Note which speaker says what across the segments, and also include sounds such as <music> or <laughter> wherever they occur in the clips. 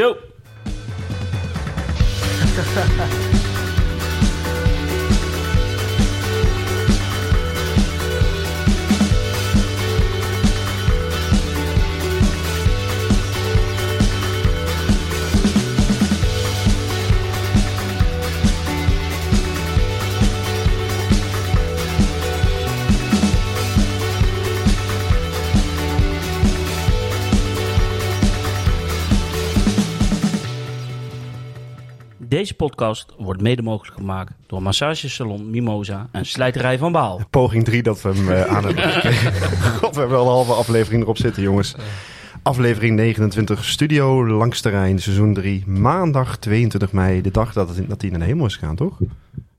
Speaker 1: Yo. Deze podcast wordt mede mogelijk gemaakt door massagesalon Mimosa en slijterij van Baal.
Speaker 2: Poging 3 dat we hem eh, aan hebben gekregen. God, we hebben wel een halve aflevering erop zitten, jongens. Aflevering 29, Studio Langsterrein, seizoen 3, maandag 22 mei. De dag dat, het, dat hij in de hemel is gegaan, toch?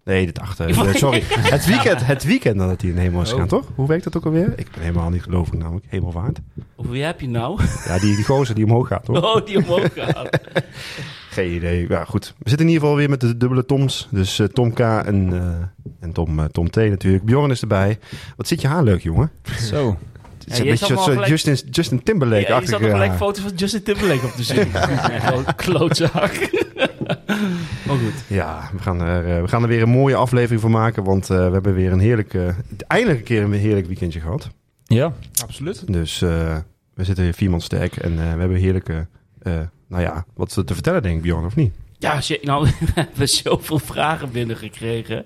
Speaker 2: Nee, de dag, eh,
Speaker 1: Ja.
Speaker 2: sorry. Het weekend, het weekend dat hij in de hemel is gegaan, toch? Hoe werkt dat ook alweer? Ik ben helemaal niet gelovig namelijk, hemelvaart.
Speaker 1: Hoeveel heb je nou?
Speaker 2: Ja, die, die gozer die omhoog gaat, toch?
Speaker 1: <laughs> Oh, die omhoog gaat.
Speaker 2: Geen idee. Ja, goed. We zitten in ieder geval weer met de dubbele Toms. Dus eh, Tom K en, eh, en Tom, eh, Tom T natuurlijk. Bjorn is erbij. Wat zit je haar leuk, jongen?
Speaker 3: Zo.
Speaker 2: Het
Speaker 1: Ja,
Speaker 2: is een
Speaker 1: je
Speaker 2: beetje
Speaker 1: zat
Speaker 2: zo'n
Speaker 1: wel gelijk-
Speaker 2: Justin, Justin Timberlake
Speaker 1: Ja, je
Speaker 2: achter.
Speaker 1: zat ook gelijk foto's van Justin Timberlake op te <laughs> zien. Ja, Klootzak. Maar goed.
Speaker 2: Ja, we gaan, er, eh, we gaan er weer een mooie aflevering van maken. Want eh, we hebben weer een heerlijke. Eindelijk een keer een heerlijk weekendje gehad.
Speaker 3: Ja.
Speaker 4: Absoluut.
Speaker 2: Dus eh, we zitten weer vier man sterk. En eh, we hebben heerlijke. eh, nou ja, wat te vertellen, denk ik, Bjorn, of niet?
Speaker 1: Ja, ze- nou, <laughs> we hebben zoveel vragen binnengekregen.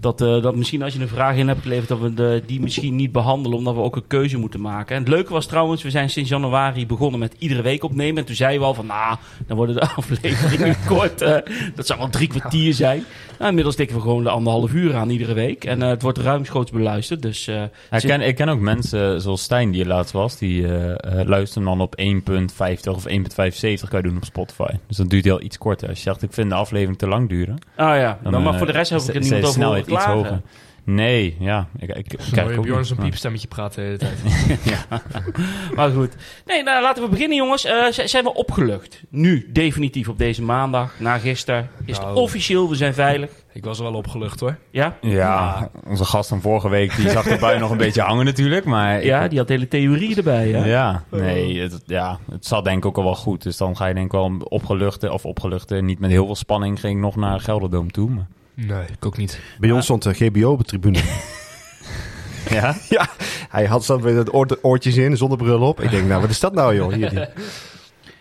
Speaker 1: Dat, eh, dat misschien als je een vraag in hebt geleverd, dat we de, die misschien niet behandelen, omdat we ook een keuze moeten maken. En het leuke was trouwens, we zijn sinds januari begonnen met iedere week opnemen. En toen zeiden we al van, nou, dan worden de <laughs>
Speaker 3: <laughs>
Speaker 1: afleveringen kort. eh, dat zou wel drie kwartier zijn. Nou, inmiddels tikken we gewoon de anderhalf uur aan iedere week. En eh, het wordt ruimschoots beluisterd, dus... eh,
Speaker 3: Ik
Speaker 1: zit-
Speaker 3: ken, ik ken ook mensen zoals Stijn, die er laatst was. Die eh, eh, luisteren dan op 1.50 of 1.75 kan je doen op Spotify. Dus dan duurt heel iets korter. Als je zegt, ik vind de aflevering te lang duren.
Speaker 1: Ah ja, dan,
Speaker 3: eh,
Speaker 1: maar voor de rest heb
Speaker 3: is-
Speaker 1: ik er
Speaker 3: is
Speaker 1: niemand
Speaker 3: de
Speaker 1: over horen
Speaker 3: snelheid iets
Speaker 1: klagen.
Speaker 3: hoger. Nee, ja. Ik, ik, ik
Speaker 4: Dan hoor
Speaker 3: kijk
Speaker 4: je
Speaker 3: ook
Speaker 4: Bjorn
Speaker 3: niet.
Speaker 4: zo'n
Speaker 3: Maar-
Speaker 4: piepstemmetje praten de hele tijd.
Speaker 1: Maar goed. Nee, nou, laten we beginnen, jongens. Eh, z- zijn we opgelucht? Nu, definitief op deze maandag, na gisteren. Is het
Speaker 4: Nou.
Speaker 1: officieel, we zijn veilig.
Speaker 4: Ik was wel opgelucht hoor.
Speaker 1: Ja?
Speaker 3: Ja, onze gast van vorige week, die zag de bui nog een beetje hangen natuurlijk. Maar ik-
Speaker 1: Ja, die had hele theorie erbij. Ja.
Speaker 3: ja. nee, het, ja, het zat denk ik ook al wel goed. Dus dan ga je denk ik wel opgeluchten, of opgeluchten. Niet met heel veel spanning ging ik nog naar Gelderdoom toe. maar-
Speaker 4: Nee, ik ook niet.
Speaker 2: Bij ons stond eh, de GBO op de tribune.
Speaker 3: Ja?
Speaker 2: <laughs> ja, hij had zat met het oort- oortjes in, zonder bril op. Ik denk, nou, wat is dat nou, joh?
Speaker 1: <laughs>
Speaker 2: Hier, die-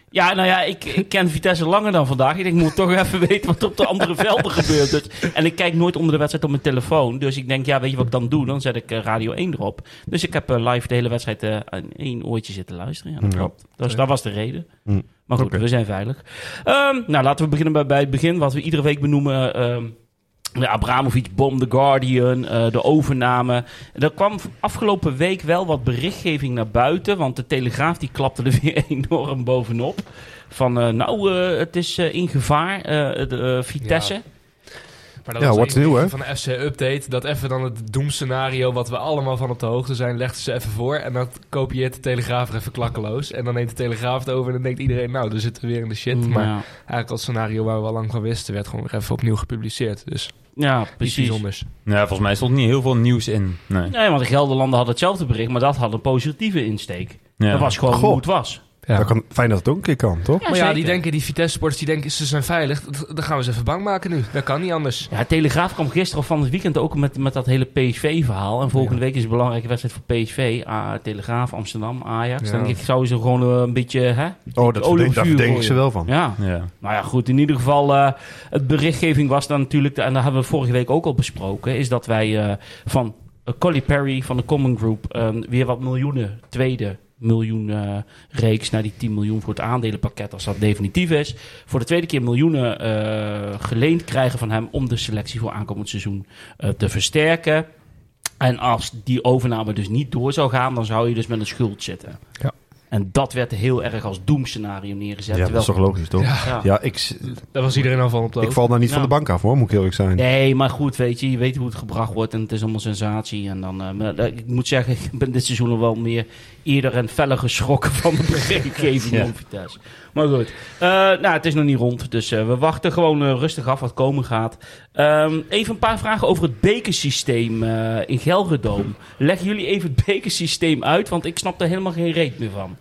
Speaker 1: Ja, nou ja, ik, ik ken Vitesse langer dan vandaag. Ik denk, ik moet toch even <laughs> weten wat op de andere velden gebeurt. Dus- en ik kijk nooit onder de wedstrijd op mijn telefoon. Dus ik denk, ja, weet je wat ik dan doe? Dan zet ik eh, Radio 1 erop. Dus ik heb eh, live de hele wedstrijd eh, aan één oortje zitten luisteren. Ja, dat
Speaker 2: Ja.
Speaker 1: klopt. Dus dat was de reden.
Speaker 2: Hm.
Speaker 1: Maar goed,
Speaker 2: Oké.
Speaker 1: we zijn veilig. Ehm, nou, laten we beginnen bij, bij het begin. Wat we iedere week benoemen... ehm, de Abramovic-bom, The Guardian, eh, de overname. Er kwam afgelopen week wel wat berichtgeving naar buiten. Want de Telegraaf die klapte er <laughs> weer enorm bovenop. Van eh, nou, eh, het is eh, in gevaar, eh, de, eh, Vitesse.
Speaker 4: Ja. Maar dat
Speaker 2: Ja,
Speaker 4: was
Speaker 2: what's
Speaker 4: een
Speaker 2: new,
Speaker 4: van-
Speaker 2: hè?
Speaker 4: Van de FC Update. Dat even dan het doemscenario wat we allemaal van op de hoogte zijn, legden ze even voor. En dan kopieert de Telegraaf er even klakkeloos. En dan neemt de Telegraaf het over en dan denkt iedereen, nou, dan zitten we weer in de shit. Maar
Speaker 1: Mm, ja.
Speaker 4: eigenlijk dat scenario waar we al lang van wisten, werd gewoon weer even opnieuw gepubliceerd. Dus
Speaker 1: ja,
Speaker 4: iets
Speaker 1: precies.
Speaker 4: bijzonders.
Speaker 3: Ja, volgens mij stond niet heel veel nieuws in. Nee.
Speaker 1: Nee, want de Gelderlanden hadden hetzelfde bericht, maar dat had een positieve insteek.
Speaker 3: Ja.
Speaker 1: Dat was gewoon
Speaker 2: Goh.
Speaker 1: hoe het was.
Speaker 4: Ja.
Speaker 2: Dat kan, fijn dat het ook een keer kan, toch?
Speaker 4: maar ja, die
Speaker 1: zeker.
Speaker 4: denken, die Vitesse-sporters, die denken, ze zijn veilig. D- Dan gaan we ze even bang maken nu. Dat kan niet anders.
Speaker 1: Ja, Telegraaf kwam gisteren of van het weekend ook met, met dat hele PSV-verhaal. En volgende week is een belangrijke wedstrijd voor PSV. Ah, Telegraaf, Amsterdam, Ajax.
Speaker 4: Ja.
Speaker 1: Dan denk ik, zou ze gewoon eh, een beetje... Hè?
Speaker 2: Oh, dat,
Speaker 1: olie op
Speaker 2: denk, daar
Speaker 1: vuur
Speaker 2: denk ik
Speaker 1: gooien.
Speaker 2: ze wel van.
Speaker 1: Ja.
Speaker 3: Ja.
Speaker 1: Nou ja, goed. In ieder geval, eh, het berichtgeving was dan natuurlijk... En dat hebben we vorige week ook al besproken. Is dat wij eh, van eh, Colly Perry van de Common Group... eh, weer wat miljoenen, tweede miljoen eh, reeks... naar die 10 miljoen voor het aandelenpakket... als dat definitief is. Voor de tweede keer miljoenen eh, geleend krijgen van hem... om de selectie voor aankomend seizoen eh, te versterken. En als die overname dus niet door zou gaan... dan zou je dus met een schuld zitten.
Speaker 4: Ja.
Speaker 1: En dat werd heel erg als doemscenario neergezet.
Speaker 2: Ja, dat
Speaker 1: terwijl-
Speaker 2: is toch logisch, toch? Ja,
Speaker 1: Ja.
Speaker 2: ik, s-
Speaker 4: Daar was iedereen al van op
Speaker 2: ik
Speaker 4: de hoogte.
Speaker 2: val daar niet van
Speaker 1: Nou.
Speaker 2: de bank af, hoor, moet ik eerlijk zijn.
Speaker 1: Nee, maar goed, weet je, je weet hoe het gebracht wordt en het is allemaal sensatie. En dan, eh, maar, eh, ik moet zeggen, <laughs> ik ben dit seizoen al wel meer eerder en feller geschrokken <laughs> van de berichtgeving
Speaker 3: Ja.
Speaker 1: van Vitesse. Maar goed, Eh, nou, het is nog niet rond, dus eh, we wachten gewoon eh, rustig af wat komen gaat. Ehm, even een paar vragen over het bekersysteem eh, in Gelredoom. Leg jullie even het bekersysteem uit, want ik snap er helemaal geen reet meer van.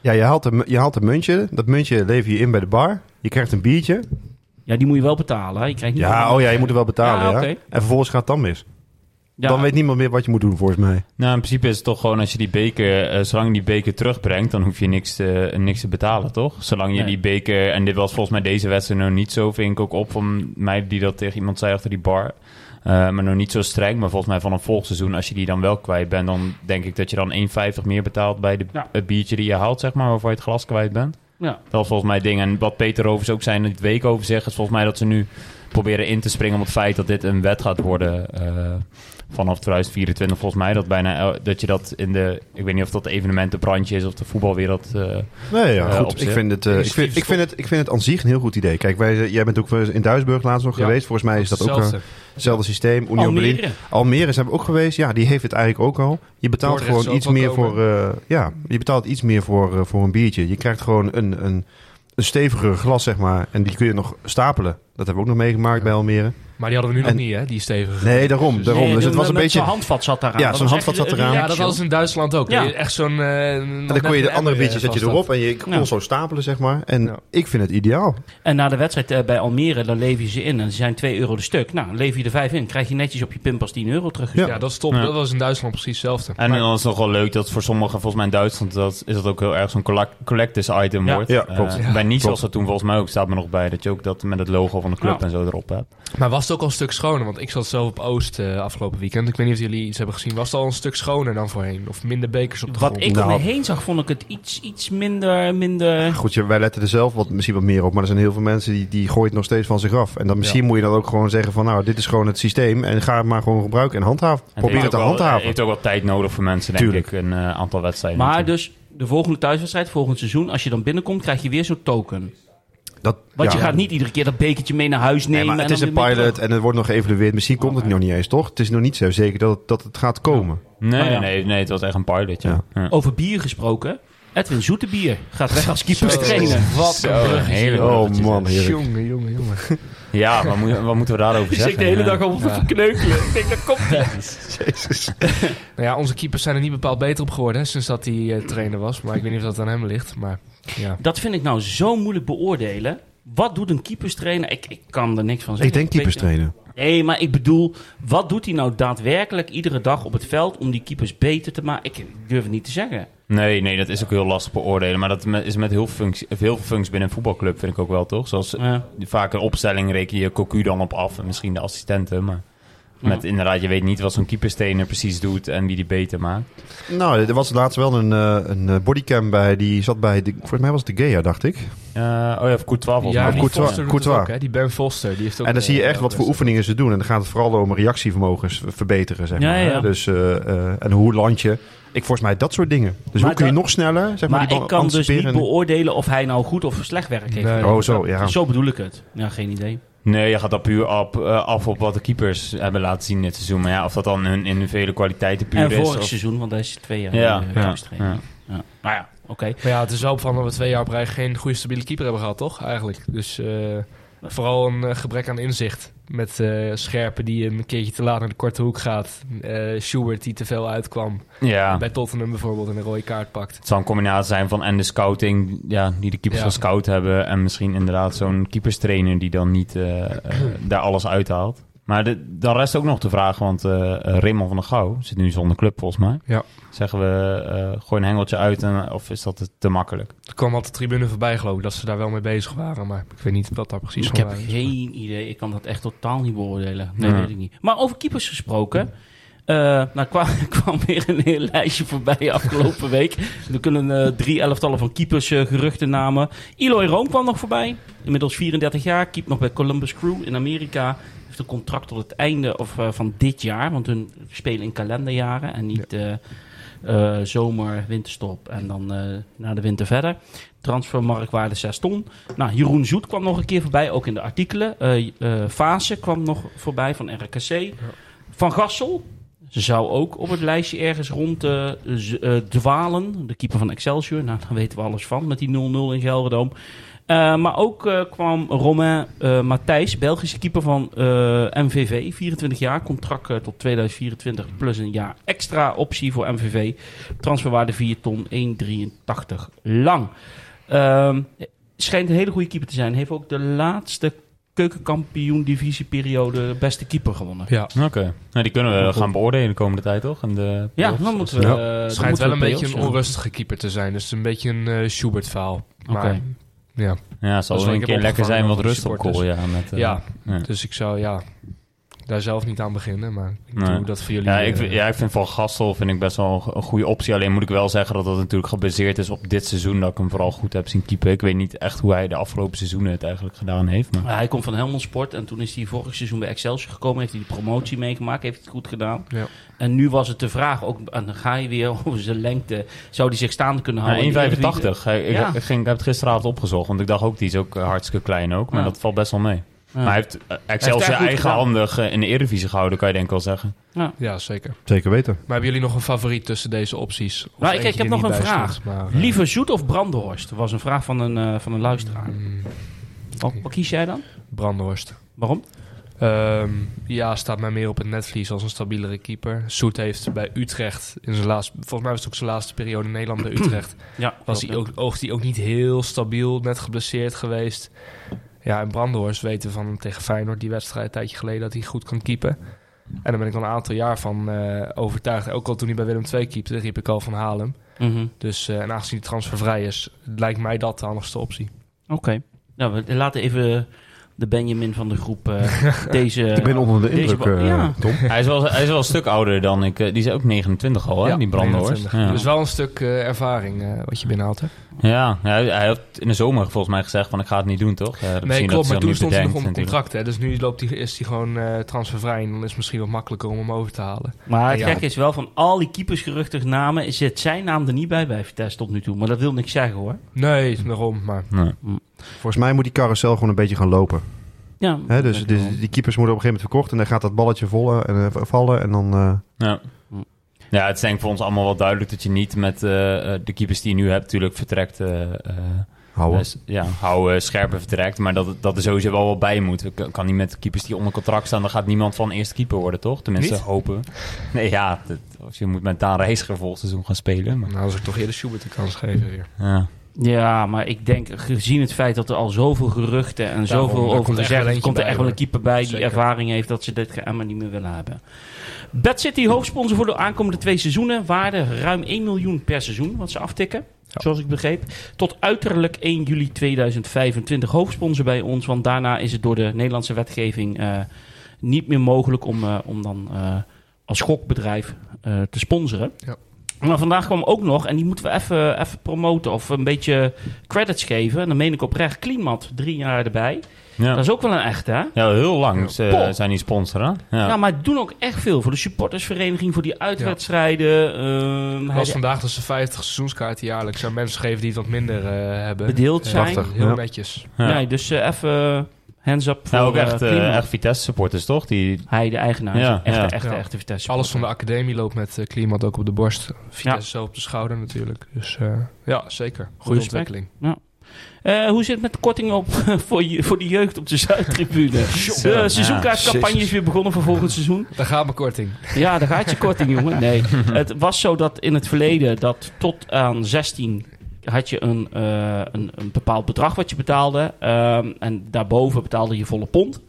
Speaker 2: Ja, je haalt, een, je haalt een muntje. Dat muntje lever je in bij de bar. Je krijgt een biertje.
Speaker 1: Ja, die moet je wel betalen. hè. Je krijgt niet
Speaker 2: Ja,
Speaker 1: allemaal-
Speaker 2: oh ja, je moet er wel betalen.
Speaker 1: Ja,
Speaker 2: Ja,
Speaker 1: oké.
Speaker 2: En vervolgens gaat het dan mis.
Speaker 1: Ja,
Speaker 2: Dan weet niemand meer wat je moet doen, volgens mij.
Speaker 3: Nou, in principe is het toch gewoon als je die beker, eh, zolang je die beker terugbrengt, dan hoef je niks, eh, niks te betalen, toch? Zolang je
Speaker 1: Nee.
Speaker 3: die beker, en dit was volgens mij deze wedstrijd nog niet zo, vind ik ook op van mij die dat tegen iemand zei achter die bar. Eh, maar nog niet zo streng, maar volgens mij van een volgend seizoen, als je die dan wel kwijt bent, dan denk ik dat je dan 1,50 meer betaalt bij de,
Speaker 1: Ja.
Speaker 3: het biertje die je haalt, zeg maar, waarvoor je het glas kwijt bent.
Speaker 1: ja.
Speaker 3: Dat was volgens mij het ding. En wat Peter Rovers ook zei in het weekoverzicht is volgens mij dat ze nu proberen in te springen op het feit dat dit een wet gaat worden eh, vanaf 2024. Volgens mij dat bijna el- dat je dat in de. Ik weet niet of dat evenementenbrandje is of de voetbalwereld. eh,
Speaker 2: Nee, ja,
Speaker 3: Ja, op
Speaker 2: goed. Ik
Speaker 3: zich.
Speaker 2: vind, het, eh, ik, vind, ik, vind het, ik vind het aan zich een heel goed idee. Kijk, wij, eh, jij bent ook wel eens in Duisburg laatst nog
Speaker 4: Ja.
Speaker 2: geweest. Volgens mij is dat ook eh,
Speaker 4: Hetzelfde.
Speaker 2: hetzelfde systeem.
Speaker 1: Oh,
Speaker 2: Union Berlin.
Speaker 1: Almere.
Speaker 2: Almere zijn we ook geweest. Ja, die heeft het eigenlijk ook al. Je betaalt
Speaker 4: Dordrecht
Speaker 2: gewoon iets
Speaker 4: zou ook
Speaker 2: meer
Speaker 4: wel
Speaker 2: voor. eh, ja, je betaalt iets meer voor, eh, voor een biertje. Je krijgt gewoon een, een, een steviger glas, zeg maar. En die kun je nog stapelen. Dat hebben we ook nog meegemaakt bij Almere.
Speaker 4: Maar die hadden we nu
Speaker 2: En-
Speaker 4: nog niet, hè? Die stevige.
Speaker 2: Nee, daarom. daarom.
Speaker 1: Nee,
Speaker 2: dus het
Speaker 1: met-
Speaker 2: was een
Speaker 1: met
Speaker 2: beetje.
Speaker 1: Zo'n handvat zat daaraan.
Speaker 2: Ja,
Speaker 1: Dat
Speaker 2: zo'n
Speaker 1: was
Speaker 2: handvat
Speaker 1: echt
Speaker 2: zat
Speaker 1: een
Speaker 2: eraan.
Speaker 4: Ja, dat
Speaker 1: reaction.
Speaker 4: was in Duisland ook.
Speaker 1: Ja.
Speaker 4: Echt zo'n... eh,
Speaker 2: En
Speaker 4: nog
Speaker 2: dan kon je
Speaker 4: net
Speaker 2: de andere
Speaker 4: een emmer,
Speaker 2: biertjes zet je
Speaker 4: eh, vast
Speaker 2: erop en je kon
Speaker 1: Ja.
Speaker 2: zo stapelen, zeg maar. En
Speaker 4: Ja.
Speaker 2: ik vind het ideaal.
Speaker 1: En na de wedstrijd eh, bij Almere, dan lever je ze in. En ze zijn 2 euro de stuk. Nou, dan lever je er 5 in. Krijg je netjes op je pimpas 10 euro terug.
Speaker 4: had. Ja, dat is top.
Speaker 3: Ja.
Speaker 4: Dat was in Duitsland precies hetzelfde.
Speaker 3: en
Speaker 4: Maar-
Speaker 3: dan is het nog wel leuk dat voor sommigen, volgens mij in Duitsland, dat, is dat ook heel erg zo'n colla- collectors item
Speaker 1: Ja.
Speaker 3: wordt.
Speaker 2: Ja,
Speaker 3: Eh,
Speaker 2: klopt.
Speaker 3: bij Nice
Speaker 2: klopt.
Speaker 3: was dat toen volgens mij ook, staat me nog bij, dat je ook dat met het logo van de club
Speaker 1: Ja.
Speaker 3: en zo erop hebt.
Speaker 4: Maar was het ook al een stuk schoner? Want ik zat zelf op Oost eh, afgelopen weekend. Ik weet niet of jullie iets hebben gezien. Was het al een stuk schoner dan voorheen? Of minder bekers op de
Speaker 1: Wat
Speaker 4: grond?
Speaker 1: ik om me
Speaker 2: Nou.
Speaker 1: heen zag, vond ik het iets, iets minder... minder...
Speaker 2: Goed, je- wij letten er zelf wat, misschien wat meer op. Maar er zijn heel veel mensen die, die gooien het nog steeds van zich af. En dan misschien moet je dan ook gewoon zeggen van... nou, dit is gewoon het systeem en ga het maar gewoon gebruiken en handhaven.
Speaker 3: En
Speaker 2: Probeer het
Speaker 3: heeft
Speaker 2: te
Speaker 3: ook wel-
Speaker 2: handhaven.
Speaker 3: heeft ook wel tijd nodig voor mensen, denk
Speaker 2: Tuurlijk.
Speaker 3: ik, een eh, aantal wedstrijden.
Speaker 1: Maar dus de volgende thuiswedstrijd, volgend seizoen... als je dan binnenkomt, krijg je weer zo'n token.
Speaker 2: Dat,
Speaker 1: Want
Speaker 2: ja.
Speaker 1: je gaat niet iedere keer dat bekertje mee naar huis nemen.
Speaker 2: Nee, maar
Speaker 1: en
Speaker 2: het is
Speaker 1: dan Oh,
Speaker 2: een
Speaker 1: weer mee
Speaker 2: pilot
Speaker 1: terug.
Speaker 2: en het wordt nog geëvalueerd. Misschien komt het nog niet eens, toch? Het is nog niet zo zeker dat het, dat het gaat komen.
Speaker 3: Nee,
Speaker 1: Oh ja. Oh,
Speaker 3: nee, nee, het was echt een pilot, ja. Ja.
Speaker 1: Over bier gesproken. Edwin Zoetebier gaat weg
Speaker 2: <laughs>
Speaker 1: als keeperstrainer.
Speaker 4: Wat een
Speaker 3: Zo, een
Speaker 4: bruggetje.
Speaker 3: hele
Speaker 2: Oh man, heerlijk.
Speaker 4: Jongen, jongen, jongen.
Speaker 3: Ja, maar moet- wat moeten we daarover
Speaker 1: <laughs> Die
Speaker 3: zeggen?
Speaker 1: zit de hele dag al
Speaker 4: Ja.
Speaker 1: te kneukelen. Ik denk, dat komt niet.
Speaker 4: Nou ja, onze keepers zijn er niet bepaald beter op geworden hè, sinds dat hij eh, trainer was. Maar ik weet niet of dat aan hem ligt. Maar ja.
Speaker 1: <laughs> Dat vind ik nou zo moeilijk beoordelen. Wat doet een keeperstrainer? Ik, ik kan er niks van
Speaker 2: Ik
Speaker 1: zeggen.
Speaker 2: denk keepers trainen.
Speaker 1: Nee, maar ik bedoel, wat doet hij nou daadwerkelijk iedere dag op het veld om die keepers beter te maken? Ik durf het niet te zeggen.
Speaker 3: Nee, nee, dat is ook heel lastig beoordelen. Maar dat me- is met heel, functie, of heel veel functies binnen een voetbalclub, vind ik ook wel, toch? Zoals eh,
Speaker 1: Ja.
Speaker 3: vaak een opstelling reken je Cocu dan op af. En misschien de assistenten, maar... Met inderdaad, je weet niet wat zo'n keeperstener precies doet en wie die beter maakt.
Speaker 2: Nou, er was laatst wel een, eh, een eh, bodycam bij. Die zat bij, de, volgens mij was het de Gea, dacht ik.
Speaker 3: Eh, oh ja, of Courtois volgens mij.
Speaker 4: die
Speaker 2: Courtois-
Speaker 4: Foster doet het
Speaker 2: Courtois.
Speaker 4: ook, hè. Die Ben Foster. Die heeft ook,
Speaker 2: En dan
Speaker 4: eh,
Speaker 2: zie je echt
Speaker 4: dat
Speaker 2: wat voor
Speaker 4: best-
Speaker 2: oefeningen ze doen. En dan gaat het vooral om reactievermogens verbeteren, zeg
Speaker 1: Ja,
Speaker 2: maar. hè.
Speaker 1: ja.
Speaker 2: Dus, eh, eh, en hoe land je. Ik volgens mij dat soort dingen. Dus
Speaker 1: Maar
Speaker 2: hoe kun je
Speaker 1: dat-
Speaker 2: nog sneller, zeg maar,
Speaker 1: Maar
Speaker 2: die
Speaker 1: ik
Speaker 2: bal
Speaker 1: kan dus niet
Speaker 2: anticiperen en-
Speaker 1: beoordelen of hij nou goed of slecht werk heeft.
Speaker 4: Nee.
Speaker 2: Oh, zo, ja.
Speaker 1: Zo bedoel ik het. Ja, geen idee.
Speaker 3: Nee, je gaat dat puur op, eh, af op wat de keepers hebben laten zien dit seizoen. Maar ja, of dat dan hun individuele kwaliteiten puur
Speaker 1: en
Speaker 3: is.
Speaker 1: vorig
Speaker 3: of-
Speaker 1: seizoen, want hij is twee jaar
Speaker 3: Ja,
Speaker 1: eh,
Speaker 3: ja,
Speaker 1: keeperstrainer. Ja. Nou ja, oké.
Speaker 4: Maar ja, het is wel opvallend dat we twee jaar op rij geen goede stabiele keeper hebben gehad, toch? Eigenlijk. Dus eh, vooral een eh, gebrek aan inzicht. Met eh Scherpen die een keertje te laat naar de korte hoek gaat. Eh Schubert die te veel uitkwam.
Speaker 1: Ah.
Speaker 3: ja.
Speaker 4: Bij Tottenham bijvoorbeeld en een rode kaart pakt.
Speaker 3: Het zal een combinatie zijn van en de scouting, ja, die de keepers
Speaker 4: Ja.
Speaker 3: van scout hebben. En misschien inderdaad zo'n keeperstrainer die dan niet eh, eh, daar alles uithaalt. Maar de, dan rest ook nog de vraag, want eh eh, Raymond van der Gouw zit nu zonder club volgens mij.
Speaker 4: Ja.
Speaker 3: Zeggen we, eh, gooi een hengeltje uit en, of is dat te makkelijk?
Speaker 4: Er kwam al de tribune voorbij geloof ik, dat ze daar wel mee bezig waren. Maar ik weet niet wat daar precies
Speaker 1: Ik
Speaker 4: van
Speaker 1: heb
Speaker 4: waar is.
Speaker 1: geen idee. Ik kan dat echt totaal niet beoordelen. Nee,
Speaker 3: Ja.
Speaker 1: weet ik niet. Maar over keepers gesproken. eh, nou, kwam, <laughs> kwam weer een heel lijstje voorbij afgelopen week. Er kunnen eh, drie elftallen van keepers eh, geruchten namen. Eloy Room kwam nog voorbij. Inmiddels 34 jaar. Keept nog bij Columbus Crew in Amerika. Heeft een contract tot het einde of, eh, van dit jaar. Want hun spelen in kalenderjaren en niet eh, eh, zomer, winterstop en dan eh na de winter verder. Transfermarktwaarde 6 ton. Nou, Jeroen Zoet kwam nog een keer voorbij, ook in de artikelen. Eh eh, Fase kwam nog voorbij van RKC. Van Gassel zou ook op het lijstje ergens rond eh, z- eh, dwalen. De keeper van Excelsior, nou, daar weten we alles van met die 0-0 in Gelderdoom. Eh, maar ook eh, kwam Romain eh Matthijs, Belgische keeper van eh, MVV, 24 jaar, contract eh, tot 2024 plus een jaar extra optie voor MVV. Transferwaarde 4 ton, 1,83 lang. Ehm, schijnt een hele goede keeper te zijn. Heeft ook de laatste keukenkampioen divisieperiode beste keeper gewonnen.
Speaker 4: Ja.
Speaker 3: Oké. Nou, die kunnen we gaan beoordelen de komende tijd, toch? En de
Speaker 1: Ja,
Speaker 3: playoffs.
Speaker 1: dan moeten we.
Speaker 2: Ja.
Speaker 1: eh, dan
Speaker 4: Het schijnt
Speaker 1: moeten
Speaker 4: wel
Speaker 1: we
Speaker 4: een beetje
Speaker 1: play-offs,
Speaker 4: een
Speaker 1: ja.
Speaker 4: onrustige keeper te zijn. Dus een beetje een eh, Schubert-verhaal. Maar
Speaker 1: Oké.
Speaker 4: ja.
Speaker 3: Ja,
Speaker 4: Dat is
Speaker 3: zal
Speaker 4: wat
Speaker 3: een
Speaker 4: ik heb
Speaker 3: keer lekker
Speaker 4: opgevangen
Speaker 3: zijn wat
Speaker 4: van de
Speaker 3: rust op
Speaker 4: supporters.
Speaker 3: kool, ja. Met, eh,
Speaker 4: ja,
Speaker 3: ja.
Speaker 4: dus ik zou ja, daar zelf niet aan beginnen. Maar ik
Speaker 3: Nee.
Speaker 4: doe dat voor jullie.
Speaker 3: Ja ik,
Speaker 4: eh,
Speaker 3: vind- ja, ik vind Van Gastel vind ik best wel een go- een goede optie. Alleen moet ik wel zeggen dat dat natuurlijk gebaseerd is op dit seizoen. Dat ik hem vooral goed heb zien keepen. Ik weet niet echt hoe hij de afgelopen seizoenen het eigenlijk gedaan heeft. Maar...
Speaker 1: Ja, hij komt van Helmond Sport en toen is hij vorig seizoen bij Excelsior gekomen. Heeft hij de promotie meegemaakt, heeft het goed gedaan.
Speaker 4: Ja.
Speaker 1: En nu was het de vraag, ook, en dan ga je weer <laughs> over zijn lengte. Zou hij zich staande kunnen
Speaker 3: Ja,
Speaker 1: houden?
Speaker 3: 1,85. Nou, Hij- Ik,
Speaker 1: Ja.
Speaker 3: ik, ging, ik heb het gisteravond opgezocht, want ik dacht ook, die is ook eh, hartstikke klein ook. Maar
Speaker 1: Ja.
Speaker 3: dat valt best wel mee.
Speaker 1: Ja.
Speaker 3: Maar hij heeft eh, Excelsior
Speaker 1: goed gedaan.
Speaker 3: eigenhandig eh, in de Eredivisie gehouden, kan je denk ik wel zeggen.
Speaker 4: Ja, zeker.
Speaker 2: Zeker weten.
Speaker 4: Maar hebben jullie nog een favoriet tussen deze opties? Of
Speaker 1: Nou, ik-
Speaker 4: eentje
Speaker 1: ik heb
Speaker 4: die
Speaker 1: nog
Speaker 4: niet
Speaker 1: een
Speaker 4: bij
Speaker 1: vraag.
Speaker 4: stond, maar, eh,
Speaker 1: Liever Zoet of Brandenhorst? was een vraag van een, eh, van een luisteraar.
Speaker 4: mm,
Speaker 1: Wat, wat kies jij dan?
Speaker 4: Brandhorst.
Speaker 1: Waarom?
Speaker 4: Ehm, ja, staat mij meer op het netvlies als een stabielere keeper. Soet heeft bij Utrecht, in zijn laatste, volgens mij was het ook zijn laatste periode in
Speaker 1: <clears throat>
Speaker 4: Nederland bij Utrecht,
Speaker 1: Ja,
Speaker 4: was hij ook, oogt hij ook niet heel stabiel, net geblesseerd geweest. Ja, en Brandhorst weten van hem tegen Feyenoord die wedstrijd een tijdje geleden dat hij goed kan keepen. En daar ben ik al een aantal jaar van eh, overtuigd. Ook al toen hij bij Willem II keepte, riep ik al van haal hem.
Speaker 1: Mhm.
Speaker 4: Dus, eh, en aangezien hij transfervrij is, lijkt mij dat de handigste optie.
Speaker 1: Oké. Nou, we laten even de Benjamin van de groep eh,
Speaker 4: <laughs>
Speaker 1: deze...
Speaker 2: Ik ben onder de
Speaker 1: deze
Speaker 2: indruk,
Speaker 1: wa-
Speaker 2: eh,
Speaker 1: ja.
Speaker 2: Tom.
Speaker 3: <laughs> hij, is wel, hij is wel een stuk ouder dan ik. eh, Die is ook 29 al, hè, die Brandenhorst.
Speaker 4: 29.
Speaker 3: Ja.
Speaker 4: Dus wel een stuk eh, ervaring eh, wat je binnenhaalt. Hè?
Speaker 3: Ja, hij, hij had in de zomer volgens mij gezegd van ik ga het niet doen, toch? Eh, misschien
Speaker 4: Nee,
Speaker 3: dat
Speaker 4: klopt,
Speaker 3: hij
Speaker 4: maar
Speaker 3: dat
Speaker 4: toen
Speaker 3: nu
Speaker 4: stond hij nog
Speaker 3: bedenkt
Speaker 4: onder
Speaker 3: natuurlijk.
Speaker 4: contract. Hè? Dus nu loopt die, is hij gewoon eh, transfervrij en dan is het misschien wat makkelijker om hem over te halen.
Speaker 1: Maar het
Speaker 4: Ja.
Speaker 1: gekke is wel, van al die keepersgeruchtig namen... zit zijn naam er niet bij bij Vitesse tot nu toe. Maar dat wil niks zeggen, hoor.
Speaker 4: Nee,
Speaker 3: Hm.
Speaker 4: daarom, maar
Speaker 3: Nee.
Speaker 2: Volgens mij moet die carousel gewoon een beetje gaan lopen.
Speaker 1: Ja,
Speaker 2: Hè, dus
Speaker 1: dat
Speaker 2: die,
Speaker 1: denk ik wel.
Speaker 2: die keepers moeten op een gegeven moment verkocht. En dan gaat dat balletje vallen en, eh, vallen en dan... eh,
Speaker 3: Ja. ja, het is denk ik voor ons allemaal wel duidelijk dat je niet met eh, eh, de keepers die je nu hebt natuurlijk vertrekt. eh, eh,
Speaker 2: Houden.
Speaker 3: dus, ja, houden, scherper vertrekt. Maar dat, dat er sowieso wel wat bij moet. Ik kan- kan niet met keepers die onder contract staan. Dan gaat niemand van eerste keeper worden, toch? Tenminste,
Speaker 4: Niet?
Speaker 3: hopen. Nee, ja, dat, als je moet met Daan Reiziger volgend seizoen gaan spelen. Maar,
Speaker 4: nou, als ik toch eerder Schubert de kans geven weer.
Speaker 3: ja.
Speaker 1: Ja, maar ik denk, gezien het feit dat er al zoveel geruchten en
Speaker 4: Daarom,
Speaker 1: zoveel
Speaker 4: daar
Speaker 1: over
Speaker 4: komt echt
Speaker 1: gezegd
Speaker 4: wel
Speaker 1: is,
Speaker 4: eentje
Speaker 1: komt er
Speaker 4: bij,
Speaker 1: echt wel een
Speaker 4: hoor.
Speaker 1: keeper bij die
Speaker 4: Zeker.
Speaker 1: ervaring heeft dat ze dit geëmmer niet meer willen hebben. Bad City, hoofdsponsor voor de aankomende twee seizoenen, waarde ruim 1 miljoen per seizoen, wat ze aftikken, zoals ik begreep. Tot uiterlijk 1 juli 2025 hoofdsponsor bij ons, want daarna is het door de Nederlandse wetgeving eh, niet meer mogelijk om, eh, om dan eh, als gokbedrijf eh, te sponsoren.
Speaker 4: Ja.
Speaker 1: Maar vandaag kwam ook nog, en die moeten we even, even promoten of een beetje credits geven. En dan meen ik oprecht, Cleanmat, drie jaar erbij. Dat
Speaker 3: Ja.
Speaker 1: is ook wel een echte, hè?
Speaker 3: ja, heel lang ze,
Speaker 1: Pol.
Speaker 3: zijn die sponsoren. Ja.
Speaker 1: Ja, Nou, maar die doen ook echt veel voor de supportersvereniging, voor die uitwedstrijden. ehm,
Speaker 4: Het was
Speaker 1: hij-
Speaker 4: vandaag dus de 50 seizoenskaarten jaarlijks aan mensen geven die het wat minder eh, hebben.
Speaker 1: Bedeeld
Speaker 4: Eh,
Speaker 1: zijn.
Speaker 2: Prachtig.
Speaker 4: Heel
Speaker 2: Ja.
Speaker 4: netjes.
Speaker 3: Ja.
Speaker 1: Nee, dus eh, even hands up voor
Speaker 3: Ja, ook
Speaker 1: eh,
Speaker 3: echt, eh,
Speaker 1: Cleanmat.
Speaker 3: echt Vitesse-supporters, toch? Die,
Speaker 1: Hij, de eigenaar, ja,
Speaker 3: Ja,
Speaker 1: echte,
Speaker 3: ja.
Speaker 1: echte,
Speaker 4: Ja.
Speaker 1: echte Vitesse.
Speaker 4: Alles van de academie loopt met eh Klimat ook op de borst. Vitesse
Speaker 1: Ja.
Speaker 4: zo op de schouder natuurlijk. Dus eh, ja, zeker. Goede
Speaker 1: ontwikkeling.
Speaker 4: ontwikkeling.
Speaker 1: Eh, hoe zit het met de korting op, <laughs> voor, je, voor de jeugd op de
Speaker 4: <laughs>
Speaker 1: Zuidtribune? De seizoenkaartcampagne is weer begonnen voor volgend seizoen.
Speaker 4: Daar gaat mijn korting.
Speaker 1: Ja, daar gaat je korting, jongen.
Speaker 3: <laughs>
Speaker 1: Nee. Het was zo dat in het verleden dat tot aan 16 had je een, eh, een, een bepaald bedrag wat je betaalde. Ehm, en daarboven betaalde je volle pond.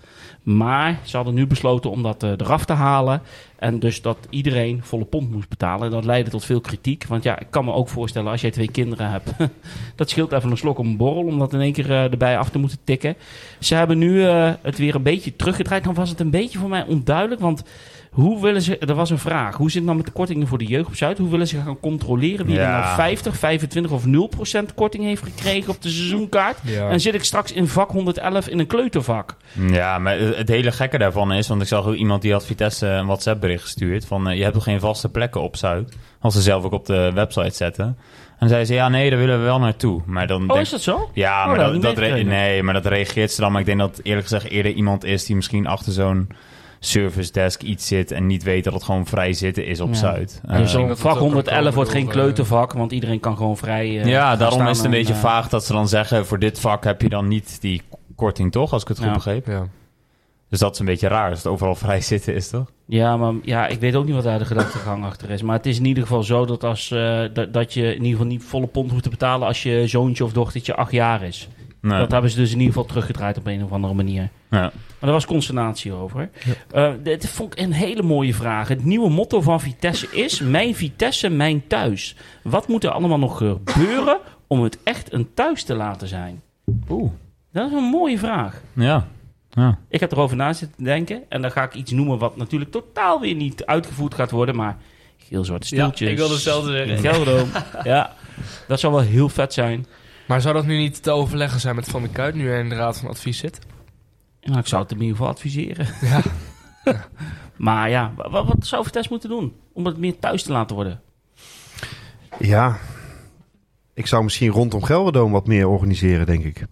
Speaker 1: Maar ze hadden nu besloten om dat eh, eraf te halen. En dus dat iedereen volle pond moest betalen. En dat leidde tot veel kritiek. Want ja, ik kan me ook voorstellen als jij twee kinderen hebt. <laughs> dat scheelt even een slok op een borrel. Om dat in één keer eh, erbij af te moeten tikken. Ze hebben nu eh, het weer een beetje teruggedraaid. Dan was het een beetje voor mij onduidelijk. Want hoe willen ze, er was een vraag, hoe zit het nou met de kortingen voor de jeugd op Zuid? Hoe willen ze gaan controleren wie er
Speaker 3: Ja.
Speaker 1: nou 50, 25 of 0% korting heeft gekregen op de seizoenkaart?
Speaker 4: Ja.
Speaker 1: En zit ik straks in vak 111 in een kleutervak?
Speaker 3: Ja, maar het het hele gekke daarvan is, want ik zag ook iemand die had Vitesse een WhatsApp-bericht gestuurd van eh, je hebt toch geen vaste plekken op Zuid, als ze zelf ook op de website zetten. En zei ze ja, nee, daar willen we wel naartoe. Maar dan
Speaker 1: Oh,
Speaker 3: denk-
Speaker 1: is dat zo?
Speaker 3: ja,
Speaker 1: Oh,
Speaker 3: maar
Speaker 1: dat
Speaker 3: dat,
Speaker 1: heb ik
Speaker 3: dat
Speaker 1: niet
Speaker 3: re-
Speaker 1: meegekregen.
Speaker 3: nee, maar dat reageert ze dan. Maar ik denk dat eerlijk gezegd eerder iemand is die misschien achter zo'n service desk iets zit en niet weet dat het gewoon vrij zitten is op
Speaker 1: Ja.
Speaker 3: Zuid. Eh,
Speaker 1: Dus zo'n
Speaker 4: dat
Speaker 1: vak
Speaker 4: het ook kan
Speaker 1: 111
Speaker 4: komen
Speaker 1: wordt geen
Speaker 4: door, eh,
Speaker 1: kleutervak, want iedereen kan gewoon vrij. eh,
Speaker 3: ja,
Speaker 1: gaan
Speaker 3: daarom
Speaker 1: staan
Speaker 3: is het een
Speaker 1: en,
Speaker 3: beetje
Speaker 1: eh,
Speaker 3: vaag dat ze dan zeggen... voor dit vak heb je dan niet die korting, toch? Als ik het goed
Speaker 1: Ja.
Speaker 3: begreep.
Speaker 4: Ja.
Speaker 3: Dus dat is een beetje raar, als het overal <laughs> vrij zitten is, toch?
Speaker 1: Ja, maar ja, ik weet ook niet wat daar de gedachtegang achter is. Maar het is in ieder geval zo dat, als, eh, dat, dat je in ieder geval niet volle pond hoeft te betalen als je zoontje of dochtertje acht jaar is.
Speaker 3: Nee.
Speaker 1: Dat hebben ze dus in ieder geval teruggedraaid op een of andere manier.
Speaker 3: Ja.
Speaker 1: Maar daar was consternatie over. Eh dit vond ik een hele mooie vraag. Het nieuwe motto van Vitesse is: Mijn Vitesse, mijn thuis. Wat moet er allemaal nog gebeuren om het echt een thuis te laten zijn?
Speaker 3: Oeh.
Speaker 1: Dat is een mooie vraag.
Speaker 3: Ja. ja.
Speaker 1: Ik heb erover na zitten denken. En dan ga ik iets noemen wat natuurlijk totaal weer niet uitgevoerd gaat worden. Maar geel zwarte stoeltjes.
Speaker 4: Ja, ik wilde hetzelfde zeggen.
Speaker 1: Een
Speaker 4: <laughs>
Speaker 1: Gelderdoom. ja, dat zou wel heel vet zijn.
Speaker 4: Maar zou dat nu niet te overleggen zijn met Van der Kuit, nu hij in de Raad van Advies zit?
Speaker 1: Nou, ik zou het in ieder geval adviseren.
Speaker 4: Ja.
Speaker 1: maar ja, wa- wa- wat, zou Vitesse moeten doen? Om het meer thuis te laten worden.
Speaker 2: Ja, ik zou misschien rondom Gelderdoom wat meer organiseren, denk ik.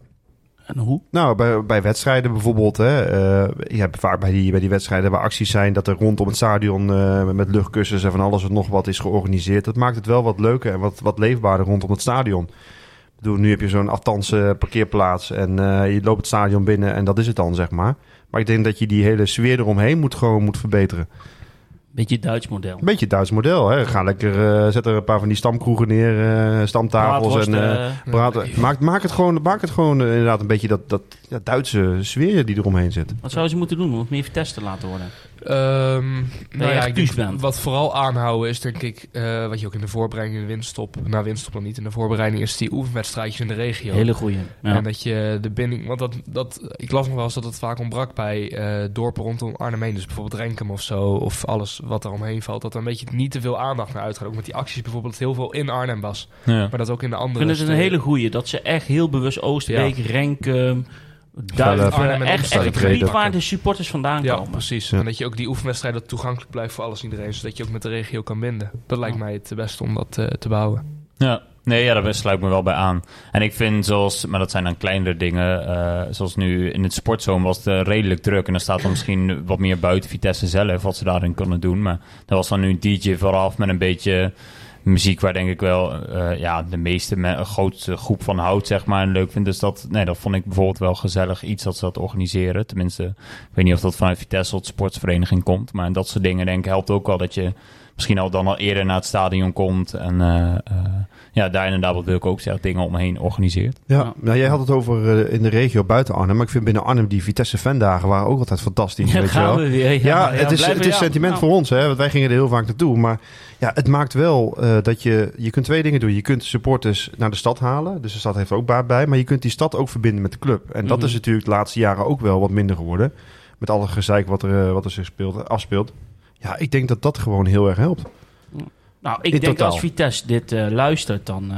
Speaker 1: En hoe?
Speaker 2: Nou, bij, bij wedstrijden bijvoorbeeld. Hè, eh, je hebt vaak bij die, bij die wedstrijden waar acties zijn... dat er rondom het stadion eh, met luchtkussens en van alles en nog wat is georganiseerd. Dat maakt het wel wat leuker en wat, wat leefbaarder rondom het stadion. Ik bedoel, nu heb je zo'n aftanse parkeerplaats en eh, je loopt het stadion binnen en dat is het dan, zeg maar. Maar ik denk dat je die hele sfeer eromheen moet, gewoon moet verbeteren.
Speaker 1: Beetje Duits model.
Speaker 2: Een beetje het Duits model, hè. Ga lekker, eh, zet er een paar van die stamkroegen neer, eh, stamtafels en...
Speaker 1: Braadworsten,
Speaker 2: eh,
Speaker 1: eh,
Speaker 2: Praten. Maak, maak het gewoon, maak het gewoon eh, inderdaad een beetje dat, dat ja, Duitse sfeer die eromheen zit.
Speaker 1: wat zouden ze moeten doen om het meer Vitesse te laten worden?
Speaker 4: Ehm nou
Speaker 1: je
Speaker 4: ja,
Speaker 1: echt
Speaker 4: ik
Speaker 1: thuis
Speaker 4: denk-
Speaker 1: bent.
Speaker 4: wat vooral aanhouden is denk ik, eh, wat je ook in de voorbereiding in de winststop, na winststop dan niet, in de voorbereiding is die oefenwedstrijdjes in de regio.
Speaker 1: Hele goeie. Ja.
Speaker 4: En dat je de binding, want dat, dat, ik las nog wel eens dat het vaak ontbrak bij eh, dorpen rondom Arnhem heen. Dus bijvoorbeeld Renkum of zo, of alles wat er omheen valt. Dat er een beetje niet te veel aandacht naar uitgaat. Ook met die acties bijvoorbeeld dat heel veel in Arnhem was.
Speaker 3: ja.
Speaker 4: Maar dat ook in de
Speaker 1: Ik
Speaker 4: andere...
Speaker 1: vind het een
Speaker 4: steden-
Speaker 1: hele goeie. Dat ze echt heel bewust Oosterbeek, Renkum,
Speaker 2: Velp.
Speaker 1: Duiven...
Speaker 4: Arnhem en
Speaker 1: Echt, echt
Speaker 4: Amsterdam.
Speaker 1: het gebied
Speaker 4: Pakken.
Speaker 1: waar de supporters vandaan
Speaker 4: Ja,
Speaker 1: komen.
Speaker 4: precies.
Speaker 2: Ja.
Speaker 4: En dat je ook die oefenwedstrijden toegankelijk blijft voor alles en iedereen. Zodat je ook met de regio kan binden. Dat lijkt mij het beste om dat eh, te bouwen.
Speaker 3: Ja, nee, ja, daar sluit ik me wel bij aan. En ik vind zoals, maar dat zijn dan kleinere dingen, eh, zoals nu in het sportzoom was het eh, redelijk druk. En dan staat er misschien wat meer buiten Vitesse zelf, wat ze daarin kunnen doen. Maar er was dan nu een DJ vooraf met een beetje muziek waar denk ik wel eh, ja, de meeste, me- een grootste groep van houdt, zeg maar, en leuk vindt. Dus dat, nee, dat vond ik bijvoorbeeld wel gezellig iets dat ze dat organiseren. Tenminste, ik weet niet of dat vanuit Vitesse of de sportsvereniging komt. Maar dat soort dingen denk ik helpt ook wel dat je misschien al dan al eerder naar het stadion komt. En eh, eh, ja, daar inderdaad wat wil ik ook zeggen, dingen omheen organiseert.
Speaker 2: Ja.
Speaker 1: Ja.
Speaker 2: Nou, jij had het over eh, in de regio buiten Arnhem. Maar ik vind binnen Arnhem die Vitesse fandagen waren ook altijd fantastisch.
Speaker 1: Ja,
Speaker 2: weet je wel.
Speaker 1: gaan we weer. Ja,
Speaker 2: Ja,
Speaker 1: maar
Speaker 2: het is,
Speaker 1: blijven
Speaker 2: het is
Speaker 1: we-
Speaker 2: sentiment
Speaker 1: nou,
Speaker 2: voor ons. Hè? Want wij gingen er heel vaak naartoe. Maar ja, het maakt wel eh, dat je... Je kunt twee dingen doen. Je kunt supporters naar de stad halen. Dus de stad heeft er ook baat bij. Maar je kunt die stad ook verbinden met de club. En dat
Speaker 1: Mhm.
Speaker 2: is natuurlijk de laatste jaren ook wel wat minder geworden. Met alle gezeik wat er, eh, wat er zich speelt, afspeelt. Ja, ik denk dat dat gewoon heel erg helpt.
Speaker 1: Nou, ik
Speaker 2: In
Speaker 1: denk
Speaker 2: totaal.
Speaker 1: als Vitesse dit eh, luistert, dan eh,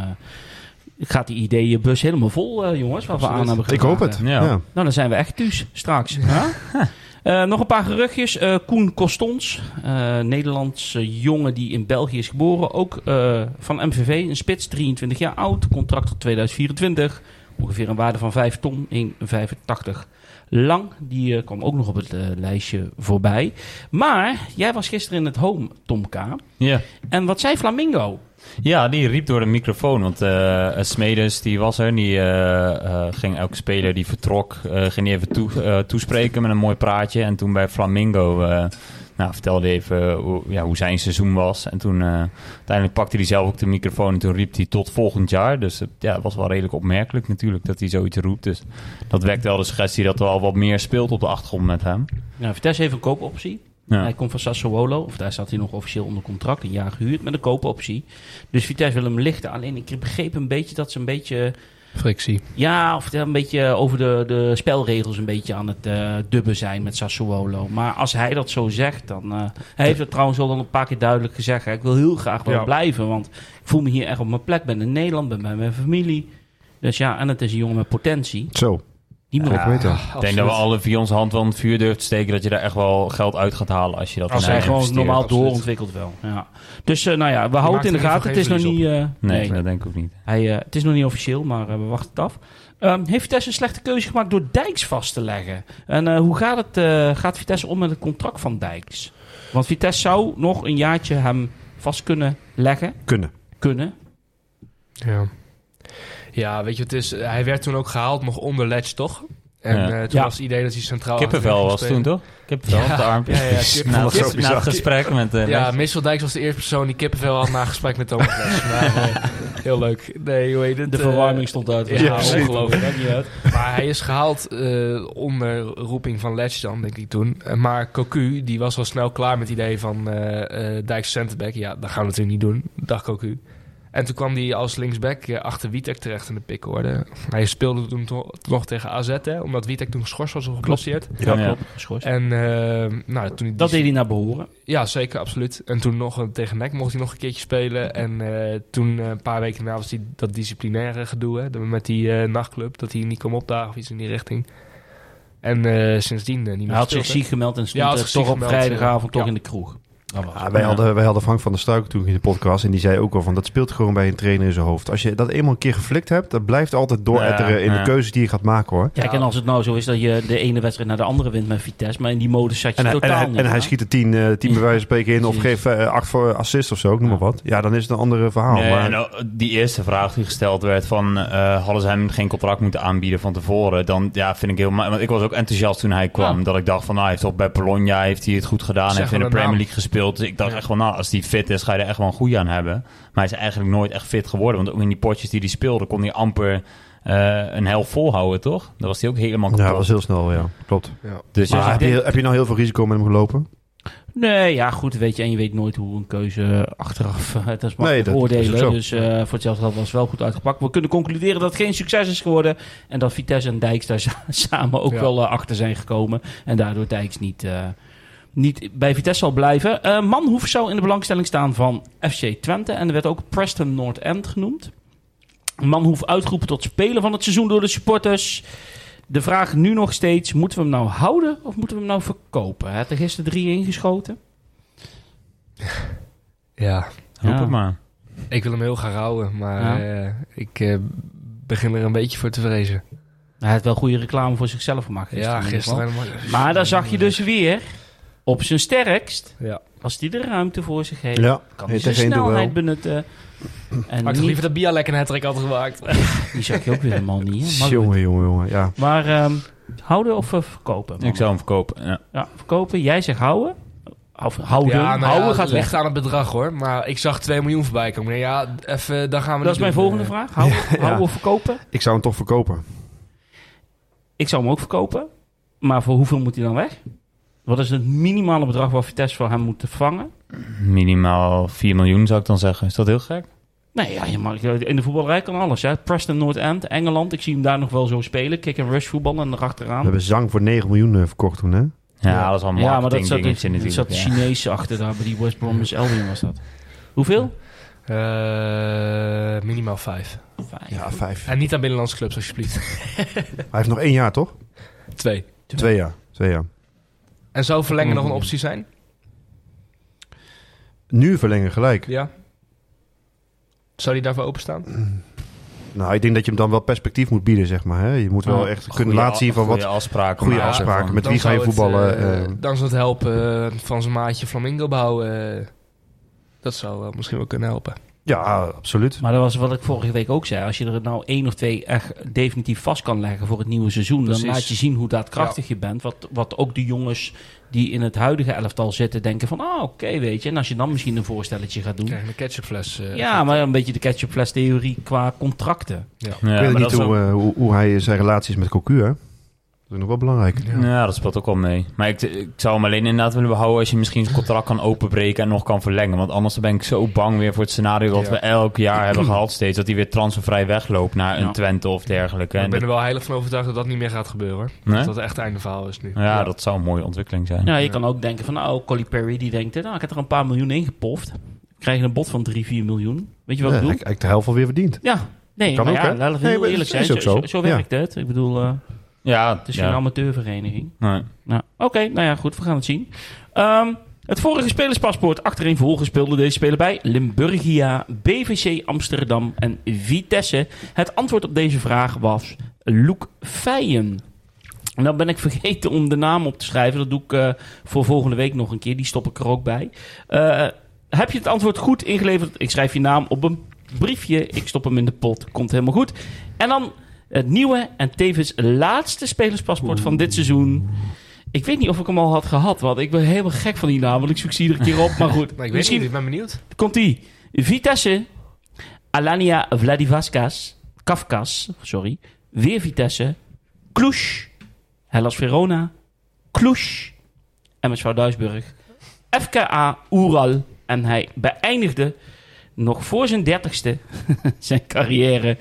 Speaker 1: gaat die ideeënbus helemaal vol, eh, jongens, wat we
Speaker 4: Absoluut.
Speaker 1: aan hebben
Speaker 2: Ik
Speaker 1: gedragen.
Speaker 2: hoop het.
Speaker 3: Ja.
Speaker 2: ja.
Speaker 1: Nou, dan zijn we echt thuis straks. Ja. <laughs> Eh, nog een paar geruchtjes. Eh, Koen Costons, eh, Nederlandse jongen die in België is geboren. Ook eh, van MVV, een spits, 23 jaar oud. Contract tot 2024. Ongeveer een waarde van 5 ton, 1,85 lang. Die eh, kwam ook nog op het eh, lijstje voorbij. Maar jij was gisteren in het home, Tom K.
Speaker 3: Ja.
Speaker 1: En wat zei Flamingo?
Speaker 3: ja, die riep door de microfoon. Want eh eh, Smedes, die was er. Die eh, eh, ging elke speler die vertrok, eh, ging die even toe, eh, toespreken met een mooi praatje. En toen bij Flamingo... eh, nou, vertelde hij even hoe, ja, hoe zijn seizoen was. En toen eh, uiteindelijk pakte hij zelf ook de microfoon en toen riep hij tot volgend jaar. Dus eh, ja, het was wel redelijk opmerkelijk natuurlijk dat hij zoiets roept. Dus dat wekt wel de suggestie dat er al wat meer speelt op de achtergrond met hem.
Speaker 1: Nou, Vitesse heeft een koopoptie.
Speaker 3: Ja.
Speaker 1: Hij komt van Sassuolo, of daar staat hij nog officieel onder contract, een jaar gehuurd met een koopoptie. Dus Vitesse wil hem lichten. Alleen ik begreep een beetje dat ze een beetje,
Speaker 4: Frictie.
Speaker 1: ja, of een beetje over de, de spelregels een beetje aan het eh, dubben zijn met Sassuolo. Maar als hij dat zo zegt, dan. eh, hij heeft het trouwens al een paar keer duidelijk gezegd. hè. Ik wil heel graag wel
Speaker 4: Ja.
Speaker 1: blijven, want ik voel me hier echt op mijn plek. Ben in Nederland, ben bij mijn familie. Dus ja, en het is een jongen met potentie.
Speaker 2: Zo.
Speaker 1: Niet meer
Speaker 2: Ja, ik weet dat.
Speaker 3: Ah, Ik denk dat we alle vier onze hand wel in het vuur durven te steken. Dat je daar echt wel geld uit gaat halen als je dat
Speaker 1: Als
Speaker 3: in
Speaker 1: hij gewoon
Speaker 3: investeert.
Speaker 1: normaal
Speaker 4: absoluut.
Speaker 1: doorontwikkeld wel. Ja. Dus eh, nou ja, we houden het in
Speaker 4: maakt
Speaker 1: de
Speaker 4: er
Speaker 1: gaten. Het
Speaker 4: in
Speaker 1: is
Speaker 4: ieder
Speaker 1: nog
Speaker 4: geval
Speaker 1: niet, eh,
Speaker 3: Nee,
Speaker 1: nee.
Speaker 3: dat denk ik ook niet.
Speaker 1: Hij, eh, het is nog niet officieel, maar eh, we wachten het af. Ehm, heeft Vitesse een slechte keuze gemaakt door Dijks vast te leggen? En eh, hoe gaat, het, eh, gaat Vitesse om met het contract van Dijks? Want Vitesse zou nog een jaartje hem vast kunnen leggen.
Speaker 2: Kunnen.
Speaker 1: Kunnen.
Speaker 4: Ja. ja, weet je, wat het is, hij werd toen ook gehaald nog onder Ledge, toch? En
Speaker 3: Ja.
Speaker 4: eh, toen
Speaker 1: Ja.
Speaker 4: was het idee dat hij centraal...
Speaker 3: Kippenvel
Speaker 4: achterin
Speaker 3: was
Speaker 4: ging
Speaker 3: toen, toch? Kippenvel op de armpjes.
Speaker 4: Ja,
Speaker 3: <laughs>
Speaker 4: ja, kippenvel.
Speaker 3: na, het,
Speaker 2: Vond ik zo
Speaker 3: ges- na het
Speaker 2: bizar.
Speaker 3: gesprek met... eh,
Speaker 4: spelen. Ja,
Speaker 3: met-
Speaker 4: Mitchell Dijks was de eerste persoon die kippenvel had na een gesprek met Thomas Ledge.
Speaker 3: <laughs>
Speaker 4: Maar, eh, heel leuk. Nee, hoe heet het?
Speaker 1: De
Speaker 4: eh,
Speaker 1: verwarming stond uit.
Speaker 4: ja, ongelooflijk.
Speaker 1: Maakt niet uit.
Speaker 4: Maar hij is gehaald eh, onder roeping van Ledge dan, denk ik toen. Eh, Maar Cocu, die was al snel klaar met het idee van eh eh Dijks centerback. Ja, dat gaan we natuurlijk niet doen. Dag Cocu. En toen kwam hij als linksback eh, achter Witek terecht in de pickorde. Hij speelde toen to- nog tegen AZ, hè, omdat Witek toen geschorst was of geblesseerd.
Speaker 1: Ja,
Speaker 3: Ja.
Speaker 1: klopt. Geschorst.
Speaker 4: En eh, nou, toen hij
Speaker 1: Dat deed hij naar behoren.
Speaker 4: Ja, zeker, absoluut. En toen nog eh, tegen NEC mocht hij nog een keertje spelen. En eh, toen, eh, een paar weken na, was hij dat disciplinaire gedoe. Hè, dat- met die eh, nachtclub, dat hij niet kwam opdagen of iets in die richting. En eh, sindsdien eh, niet meer
Speaker 1: Hij had zich
Speaker 4: gespeeld,
Speaker 1: ziek gemeld en stond
Speaker 4: Ja, had
Speaker 1: eh,
Speaker 4: zich
Speaker 1: toch
Speaker 4: ziek
Speaker 1: op
Speaker 4: gemeld,
Speaker 1: vrijdagavond
Speaker 4: ja.
Speaker 1: toch in de kroeg. Dat was
Speaker 2: Ja,
Speaker 1: het.
Speaker 2: Ah, wij,
Speaker 3: Ja.
Speaker 2: Hadden, wij hadden Frank van der Struik toen in de podcast. En die zei ook al van dat speelt gewoon bij een trainer in zijn hoofd. Als je dat eenmaal een keer geflikt hebt, dat blijft altijd dooretteren
Speaker 3: Ja,
Speaker 2: in
Speaker 3: ja.
Speaker 2: de keuze die je gaat maken hoor.
Speaker 1: Kijk, en als het nou zo is dat je de ene wedstrijd naar de andere wint met Vitesse, maar in die modus zat je
Speaker 2: En hij, en,
Speaker 1: totaal
Speaker 2: hij,
Speaker 1: niet.
Speaker 2: en hij
Speaker 1: hè?
Speaker 2: schiet er tien, eh, tien bij wijze van spreken in of
Speaker 1: Precies.
Speaker 2: geeft eh, acht voor assist of zo, ik noem maar wat. Ja, dan is het een ander eh, verhaal.
Speaker 3: Nee,
Speaker 2: maar,
Speaker 3: en, oh, die eerste vraag die gesteld werd van... eh, hadden ze hem geen contract moeten aanbieden van tevoren? Dan ja, vind ik heel... ma- Want ik was ook enthousiast toen hij kwam.
Speaker 1: Ja.
Speaker 3: Dat ik dacht van, nou, hij heeft toch bij Bologna heeft hij het goed gedaan. Hij
Speaker 4: Zeg
Speaker 3: heeft in de
Speaker 4: maar een
Speaker 3: Premier
Speaker 4: naam.
Speaker 3: League gespeeld. Dus ik dacht
Speaker 4: Ja.
Speaker 3: echt van, nou, als hij fit is, ga je er echt wel een goede aan hebben. Maar hij is eigenlijk nooit echt fit geworden. Want ook in die potjes die hij speelde, kon hij amper eh, een helft volhouden, toch? Dan was hij ook helemaal kapot.
Speaker 2: ja, dat was heel snel, ja. Klopt.
Speaker 3: Dus
Speaker 1: Maar
Speaker 3: ja,
Speaker 1: hij-
Speaker 2: heb,
Speaker 1: ik denk-
Speaker 2: je, heb je nou heel veel risico met hem gelopen?
Speaker 1: Nee, ja, goed, weet je. En je weet nooit hoe een keuze achteraf... <laughs> eh, Dat is makkelijk
Speaker 2: dat is ook
Speaker 1: oordelen.
Speaker 2: zo.
Speaker 1: Dus eh, voor hetzelfde geld was het wel goed uitgepakt. We kunnen concluderen dat het geen succes is geworden. En dat Vitesse en Dijks daar <laughs> sa- samen ook
Speaker 4: Ja.
Speaker 1: wel eh, achter zijn gekomen. En daardoor Dijks niet, eh, niet bij Vitesse zal blijven. Eh Manhoef zou in de belangstelling staan van FC Twente. En er werd ook Preston North End genoemd. Manhoef uitgeroepen tot speler van het seizoen door de supporters. De vraag nu nog steeds, moeten we hem nou houden of moeten we hem nou verkopen? Hij had er gisteren drie ingeschoten.
Speaker 4: Ja,
Speaker 3: roep
Speaker 1: Ja.
Speaker 3: het maar.
Speaker 4: ik wil hem heel graag houden. Maar eh, ik eh, begin er een beetje voor te vrezen.
Speaker 1: Hij had wel goede reclame voor zichzelf gemaakt gisteren.
Speaker 4: ja,
Speaker 1: in ieder
Speaker 4: gisteren helemaal...
Speaker 1: geval. Maar daar zag je dus weer, op zijn sterkst,
Speaker 4: Ja.
Speaker 1: als hij de ruimte voor zich heeft,
Speaker 2: Ja.
Speaker 1: kan hij
Speaker 2: Heeft
Speaker 1: zijn
Speaker 2: hij geen
Speaker 1: snelheid
Speaker 2: duel.
Speaker 4: <clears throat>
Speaker 1: benutten. En
Speaker 4: Maar ik
Speaker 1: niet-
Speaker 4: had liever dat Bia lekker een hat had gemaakt.
Speaker 1: die zag je ook weer helemaal niet. hè. Maar, goed.
Speaker 2: Jongen, jongen, jongen. Ja.
Speaker 1: maar ehm, houden of eh, verkopen? man?
Speaker 3: Ik zou hem verkopen. Ja.
Speaker 1: Ja, verkopen, jij zegt houden. Of houden,
Speaker 4: nou
Speaker 1: houden gaat weg.
Speaker 4: ligt aan Oh, het bedrag hoor. Maar ik zag 2 miljoen voorbij komen. Nee, Ja, even, dan gaan we
Speaker 1: Dat is
Speaker 4: niet
Speaker 1: mijn
Speaker 4: doen.
Speaker 1: volgende
Speaker 4: Eh,
Speaker 1: vraag. Houden, houden of verkopen?
Speaker 2: Ik zou hem toch verkopen.
Speaker 1: Ik zou hem ook verkopen. Maar voor hoeveel moet hij dan weg? Wat is het minimale bedrag wat Vitesse voor hem moet vangen?
Speaker 3: Minimaal 4 miljoen zou ik dan zeggen. Is dat heel gek?
Speaker 1: Nee, ja, je mag, in de voetballerij kan alles. Hè. Preston North End, Engeland. Ik zie hem daar nog wel zo spelen. Kick and rush voetbal en
Speaker 2: We
Speaker 1: erachteraan.
Speaker 2: hebben Zang voor 9 miljoen eh, verkocht toen, hè?
Speaker 3: Ja, alles allemaal
Speaker 1: ja, maar dat zat,
Speaker 3: marketingdingetje
Speaker 1: dat zat
Speaker 3: natuurlijk. ja.
Speaker 1: Chinees achter daar bij die West Bromwich Albion was dat. Hoeveel?
Speaker 4: Eh, minimaal vijf.
Speaker 1: Vijf.
Speaker 2: vijf.
Speaker 4: En niet aan binnenlandse clubs, alsjeblieft.
Speaker 2: Hij heeft nog één jaar, toch?
Speaker 4: Twee.
Speaker 2: Twee jaar. Twee jaar.
Speaker 4: En zou verlengen nog een optie zijn?
Speaker 2: Nu verlengen gelijk.
Speaker 4: Ja. Zou die daarvoor openstaan?
Speaker 2: Nou, ik denk dat je hem dan wel perspectief moet bieden, zeg maar. Hè? Je moet wel
Speaker 1: Ja,
Speaker 2: echt
Speaker 3: Goeie
Speaker 2: kunnen laten zien
Speaker 3: af-
Speaker 2: van
Speaker 3: goeie
Speaker 2: wat...
Speaker 3: afspraken.
Speaker 2: goeie
Speaker 3: maken
Speaker 2: afspraken
Speaker 3: van-
Speaker 2: met-
Speaker 4: Dan
Speaker 2: wie ga je
Speaker 4: zou het,
Speaker 2: voetballen,
Speaker 4: eh,
Speaker 2: eh?
Speaker 4: dan zou het helpen eh, van zijn maatje Flamingo bouwen. eh. dat zou eh, misschien wel kunnen helpen.
Speaker 2: Ja, absoluut.
Speaker 1: Maar dat was wat ik vorige week ook zei. Als je er nou één of twee echt definitief vast kan leggen voor het nieuwe seizoen, dan
Speaker 4: Precies.
Speaker 1: laat je zien hoe daadkrachtig je bent. Wat, wat ook de jongens die in het huidige elftal zitten denken van, ah oké, weet je. En als je dan misschien een voorstelletje gaat doen.
Speaker 4: Krijg je een ketchupfles. eh,
Speaker 1: Ja, maar een beetje de ketchupfles theorie qua contracten.
Speaker 3: Ja,
Speaker 2: ik
Speaker 3: maar
Speaker 2: weet
Speaker 3: dat
Speaker 2: niet
Speaker 3: is
Speaker 2: hoe, eh, hoe, hoe hij zijn relaties met Cocu, hè? Dat is nog wel belangrijk.
Speaker 3: ook- ja, dat speelt ook wel mee. Maar ik, ik zou hem alleen inderdaad willen behouden als je misschien zijn contract kan openbreken en nog kan verlengen. Want anders ben ik zo bang weer voor het scenario dat
Speaker 4: Ja.
Speaker 3: we elk
Speaker 2: <clears throat>
Speaker 3: jaar hebben gehad steeds. Dat hij weer transfervrij wegloopt naar een
Speaker 1: Ja.
Speaker 3: Twente of dergelijke.
Speaker 4: Ik
Speaker 3: En
Speaker 4: ben
Speaker 3: dat,
Speaker 4: er wel heilig van overtuigd dat dat niet meer gaat gebeuren. hoor.
Speaker 3: Nee?
Speaker 4: Dat dat echt het einde verhaal is nu.
Speaker 3: ja, dat zou een mooie ontwikkeling zijn.
Speaker 1: Ja, je kan ook denken van, nou, Colly Perry die denkt, eh, nou, ik heb er een paar miljoen ingepoft. Ik krijg een bod van 3, 4 miljoen. Weet je wat
Speaker 2: Ja,
Speaker 1: ik bedoel?
Speaker 2: hij heeft de helft alweer verdiend.
Speaker 1: Ja. Nee,
Speaker 2: Kan
Speaker 1: maar
Speaker 2: ook,
Speaker 1: ja,
Speaker 2: hè?
Speaker 1: laten we
Speaker 2: Nee,
Speaker 1: heel
Speaker 2: maar
Speaker 1: eerlijk
Speaker 2: dat
Speaker 1: zijn.
Speaker 2: is
Speaker 1: Zo,
Speaker 2: ook zo.
Speaker 1: zo werkt het. Ik bedoel, eh,
Speaker 3: Ja,
Speaker 1: Het is
Speaker 3: ja.
Speaker 1: geen amateurvereniging.
Speaker 3: Nee.
Speaker 1: Nou, Oké, nou ja, goed, we gaan het zien. Ehm, het vorige spelerspaspoort achtereenvolgens speelde deze speler bij Limburgia, BVC Amsterdam en Vitesse. Het antwoord op deze vraag was Loek Feijen. En dan ben ik <laughs> vergeten om de naam op te schrijven. Dat doe ik eh, voor volgende week nog een keer. Die stop ik er ook bij. Eh, heb je het antwoord goed ingeleverd? Ik schrijf je naam op een briefje. Ik stop hem in de pot. Komt helemaal goed. En dan het nieuwe en tevens laatste spelerspaspoort van dit seizoen. Ik weet niet of ik hem al had gehad, want ik ben helemaal gek van die naam, want ik zoek ze iedere keer op.
Speaker 4: <laughs>
Speaker 1: Maar goed,
Speaker 4: Maar ik weet
Speaker 1: misschien
Speaker 4: niet, ik ben benieuwd.
Speaker 1: komt die. Vitesse, Alania Vladivaskas, Kafkas, sorry, weer Vitesse, Kloes, Hellas Verona, Kloes, MSV Duisburg, FKA Ural. En hij beëindigde nog voor zijn dertigste <laughs> zijn carrière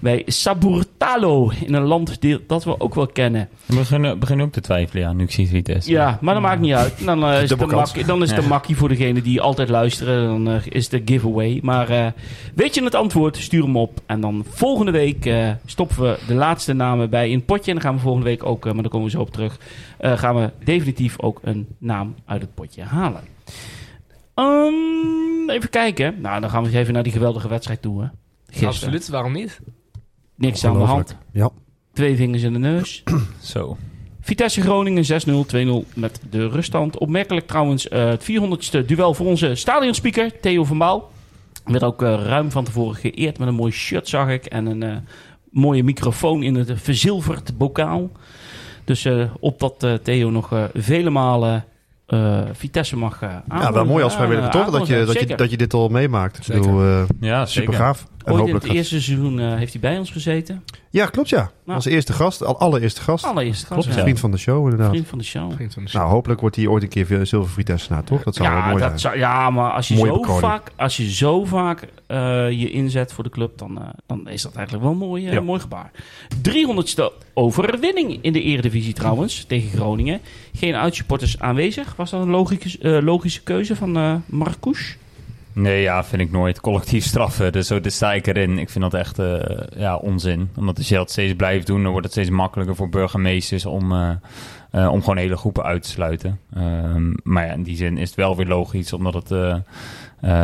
Speaker 1: bij Saburtalo in een land die- dat we ook wel kennen.
Speaker 3: We beginnen, beginnen ook te twijfelen, ja, nu ik zie Vitesse.
Speaker 1: Ja, maar dat maakt niet uit. Dan eh, is het een
Speaker 2: Dubbelkans.
Speaker 1: makkie, dan is het een
Speaker 3: Ja.
Speaker 1: makkie voor degene die altijd luisteren. Dan eh, is het een giveaway. Maar eh, weet je het antwoord? Stuur hem op. En dan volgende week eh, stoppen we de laatste namen bij in het potje. En dan gaan we volgende week ook, eh, maar daar komen we zo op terug. eh, gaan we definitief ook een naam uit het potje halen. Ehm, even kijken. Nou, dan gaan we eens even naar die geweldige wedstrijd toe. Hè. Gisteren.
Speaker 4: Absoluut, waarom niet?
Speaker 1: Niks aan de hand.
Speaker 2: Ja.
Speaker 1: Twee vingers in de neus.
Speaker 3: Zo.
Speaker 1: Vitesse Groningen 6-0, 2-0 met de ruststand. Opmerkelijk trouwens eh, het 400ste duel voor onze stadionspeaker Theo van Baal. Werd ook eh, ruim van tevoren geëerd met een mooi shirt, zag ik. En een eh, mooie microfoon in het eh, verzilverd bokaal. Dus eh, op dat eh, Theo nog eh, vele malen eh, Vitesse mag eh
Speaker 2: Ja, wel mooi als vrijwilliger toch? Dat je, dat, je, dat je dit al meemaakt. Ik
Speaker 4: Zeker.
Speaker 2: bedoel, eh,
Speaker 3: Ja,
Speaker 2: super
Speaker 3: zeker.
Speaker 2: gaaf. En
Speaker 1: Ooit in
Speaker 2: hopelijk
Speaker 1: het
Speaker 2: gaat-
Speaker 1: eerste seizoen eh, heeft hij bij ons gezeten.
Speaker 2: Ja, klopt ja. Als eerste gast, al allereerste gast.
Speaker 1: Allereerst
Speaker 3: Klopt,
Speaker 1: gast,
Speaker 3: ja.
Speaker 2: Vriend van de show
Speaker 1: ja.
Speaker 2: inderdaad.
Speaker 1: vriend van de show.
Speaker 4: Vriend van de show.
Speaker 2: Nou, hopelijk wordt hij ooit een keer veel zilver Vitesse-naar, toch? Dat zou wel
Speaker 1: ja,
Speaker 2: mooi
Speaker 1: dat
Speaker 2: zijn.
Speaker 1: zou- ja, maar als je,
Speaker 2: Mooie
Speaker 1: zo
Speaker 2: bekroning.
Speaker 1: vaak, als je zo vaak eh, je inzet voor de club, dan, eh, dan is dat eigenlijk wel een mooi, eh,
Speaker 2: Ja.
Speaker 1: mooi gebaar. 300ste overwinning in de Eredivisie trouwens, tegen Groningen. Geen uitsupporters aanwezig. Was dat een logische, eh, logische keuze van eh Marcouch?
Speaker 3: Nee, ja, vind ik nooit. Collectief straffen, dus zo dit sta ik erin. Ik vind dat echt eh, ja, onzin. Omdat als je dat steeds blijft doen, dan wordt het steeds makkelijker voor burgemeesters om, eh, eh, om gewoon hele groepen uit te sluiten. Ehm, maar ja, in die zin is het wel weer logisch, omdat, het, eh,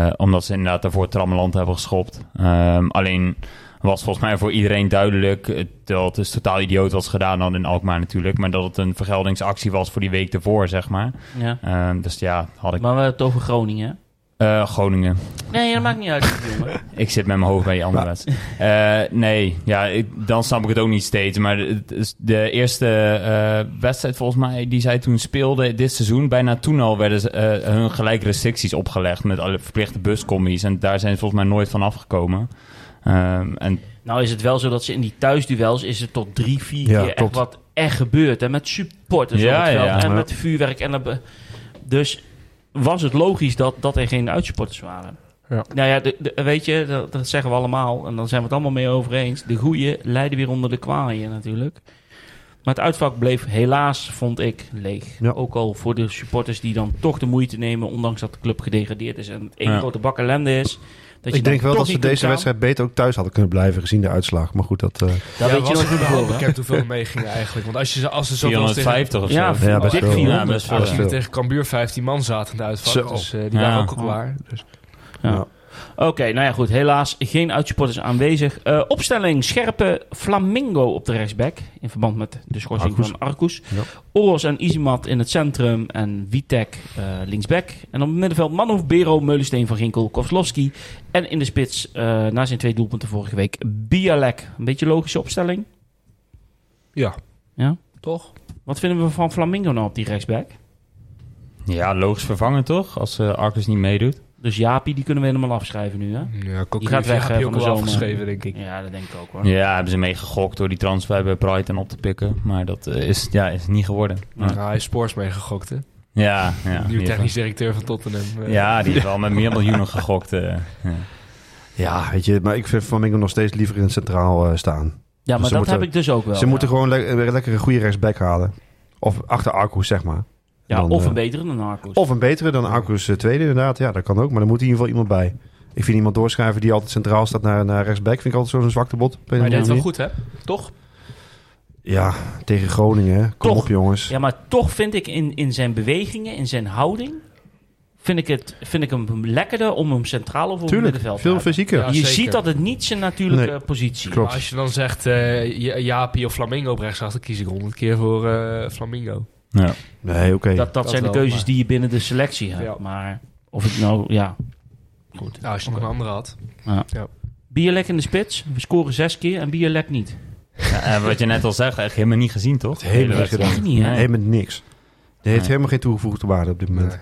Speaker 3: eh, omdat ze inderdaad daarvoor het trammeland hebben geschopt. Ehm, alleen was volgens mij voor iedereen duidelijk, eh, terwijl het dus totaal idioot was gedaan dan in Alkmaar natuurlijk, maar dat het een vergeldingsactie was voor die week ervoor, zeg maar.
Speaker 1: Ja.
Speaker 3: Ehm, dus ja, had ik...
Speaker 1: Maar we hebben het over Groningen. hè?
Speaker 3: Eh, Groningen.
Speaker 1: Nee, dat maakt niet uit. jongen.
Speaker 3: Ik zit met mijn hoofd bij die andere
Speaker 2: Maar-
Speaker 3: wedstrijd. Eh, nee, ja, ik- dan snap ik het ook niet steeds. Maar het is de eerste eh, wedstrijd volgens mij die zij toen speelden dit seizoen... bijna toen al werden ze, eh, hun gelijk restricties opgelegd... met alle verplichte buscommies. En daar zijn ze volgens mij nooit van afgekomen. Ehm, en
Speaker 1: nou is het wel zo dat ze in die thuisduels is het tot drie, vier
Speaker 2: Ja,
Speaker 1: keer echt
Speaker 2: klopt.
Speaker 1: wat echt gebeurd. En met supporters
Speaker 3: Ja,
Speaker 1: op het veld
Speaker 3: ja, ja.
Speaker 1: en
Speaker 2: Ja.
Speaker 1: met vuurwerk. En dat be- dus was het logisch dat, dat er geen uitsupporters waren.
Speaker 4: Ja.
Speaker 1: Nou ja, de, de- weet je, dat, dat zeggen we allemaal. En dan zijn we het allemaal mee over eens. De goeie lijden weer onder de kwaaien natuurlijk. Maar het uitvak bleef helaas, vond ik, leeg.
Speaker 2: Ja.
Speaker 1: Ook al voor de supporters die dan toch de moeite nemen... ondanks dat de club gedegradeerd is en het één
Speaker 3: Ja.
Speaker 1: grote bak ellende is. Dat je
Speaker 2: Ik denk
Speaker 1: dan
Speaker 2: wel
Speaker 1: toch
Speaker 2: dat ze
Speaker 1: niet kunt
Speaker 2: deze
Speaker 1: gaan.
Speaker 2: wedstrijd beter ook thuis hadden kunnen blijven, gezien de uitslag. Maar goed, dat... eh,
Speaker 1: Dat
Speaker 4: Ja,
Speaker 1: Nou, weet je
Speaker 4: was
Speaker 1: nooit
Speaker 4: het
Speaker 1: van
Speaker 4: überhaupt
Speaker 1: tevoren, hè?
Speaker 4: bekend hoeveel er meegingen eigenlijk? Want als, je, ze-
Speaker 3: <laughs>
Speaker 4: als ze zoveel als tegen,
Speaker 3: 450 of zo.
Speaker 1: Ja,
Speaker 2: Ja, best
Speaker 1: dik
Speaker 2: wel.
Speaker 1: 400.
Speaker 3: Ja, best wel.
Speaker 4: als
Speaker 2: Ja.
Speaker 4: je tegen Cambuur 15 man zaten in de uitvak.
Speaker 2: Zo.
Speaker 4: Dus eh, die
Speaker 3: Ja.
Speaker 4: waren ook al
Speaker 1: Ja.
Speaker 4: klaar. Dus.
Speaker 1: Ja.
Speaker 2: Ja.
Speaker 1: Oké, nou ja, goed. Helaas geen uitsupporters aanwezig. Eh, opstelling: scherpe Flamingo op de rechtsback. In verband met de schorsing
Speaker 2: Arcus.
Speaker 1: van Arcus.
Speaker 2: Ja.
Speaker 1: Oros en Izimat in het centrum. En Witek eh, linksback. En op het middenveld Manhoef, Bero, Meulensteen van Ginkel, Kovslowski. En in de spits, eh, na zijn twee doelpunten vorige week, Bialek. Een beetje logische opstelling.
Speaker 4: Ja.
Speaker 1: Ja.
Speaker 4: Toch?
Speaker 1: Wat vinden we van Flamingo nou op die rechtsback?
Speaker 3: Ja, logisch vervangen toch? Als eh Arcus niet meedoet.
Speaker 1: Dus Jaapie, die kunnen we helemaal afschrijven nu, hè?
Speaker 4: Ja, Cocu
Speaker 1: Die gaat weg,
Speaker 4: heb
Speaker 1: eh,
Speaker 4: je
Speaker 1: van
Speaker 4: ook
Speaker 1: de
Speaker 4: wel
Speaker 1: zomer.
Speaker 4: afgeschreven, denk ik.
Speaker 1: Ja, dat denk ik ook hoor.
Speaker 3: Ja, hebben ze meegegokt door die transfer bij Brighton op te pikken. Maar dat eh, is, ja, is niet geworden.
Speaker 4: Nou, hij is Spoors meegegokt, hè?
Speaker 3: Ja, ja.
Speaker 4: Nieuw
Speaker 3: die-
Speaker 4: technisch directeur van Tottenham. eh.
Speaker 3: Ja, die heeft wel met meer miljoenen gegokt. eh, ja.
Speaker 2: ja, weet je, maar ik vind Flamingo nog steeds liever in het centraal eh, staan.
Speaker 1: Ja, maar
Speaker 2: Dus ze
Speaker 1: dat
Speaker 2: moeten-
Speaker 1: heb ik dus ook wel.
Speaker 2: ze
Speaker 1: ja.
Speaker 2: moeten gewoon le- weer lekker een goede rechtsback halen. Of achter Arcus, zeg maar.
Speaker 1: Ja,
Speaker 2: Dan,
Speaker 1: of
Speaker 2: eh,
Speaker 1: een betere dan Arcus.
Speaker 2: Of een betere dan Arcus eh, tweede, inderdaad. Ja, dat kan ook. Maar dan moet in ieder geval iemand bij. Ik vind iemand doorschrijven die altijd centraal staat naar, naar rechtsback. Vind ik altijd zo'n zwakte bot. op een
Speaker 4: Maar
Speaker 2: of
Speaker 4: hij deed
Speaker 2: andere
Speaker 4: het wel
Speaker 2: manier.
Speaker 4: goed, hè? Toch?
Speaker 2: Ja, tegen Groningen. Kom
Speaker 1: Toch.
Speaker 2: op, jongens.
Speaker 1: Ja, maar toch vind ik in, in zijn bewegingen, in zijn houding, vind ik, het, vind ik hem lekkerder om hem centraal of op het
Speaker 2: Tuurlijk,
Speaker 1: middenveld te
Speaker 2: veel
Speaker 1: hebben.
Speaker 2: fysieker.
Speaker 4: Ja,
Speaker 1: Je
Speaker 4: zeker.
Speaker 1: ziet dat het niet zijn natuurlijke positie
Speaker 2: Klopt.
Speaker 4: Maar als je dan zegt eh, Ja- Jaapie of Flamingo op rechtsachter, kies ik honderd keer voor eh, Flamingo.
Speaker 3: Ja.
Speaker 2: Nee, oké.
Speaker 1: Dat, dat,
Speaker 4: Dat
Speaker 1: zijn de
Speaker 4: wel,
Speaker 1: keuzes
Speaker 4: maar-
Speaker 1: die je binnen de selectie hebt.
Speaker 4: Ja.
Speaker 1: Maar of het nou, ja.
Speaker 4: Nou, als je nog een andere had.
Speaker 1: Bierlek in de spits, we scoren zes keer en Bierlek niet.
Speaker 3: en eh, wat je net al zegt, echt helemaal niet gezien, toch?
Speaker 2: Helemaal
Speaker 3: De hele
Speaker 2: niet
Speaker 3: wedstrijd.
Speaker 1: Echt niet, hè?
Speaker 3: Nee.
Speaker 2: Helemaal niks. Die heeft
Speaker 3: Nee.
Speaker 2: helemaal geen toegevoegde waarde op dit moment.
Speaker 4: Nee.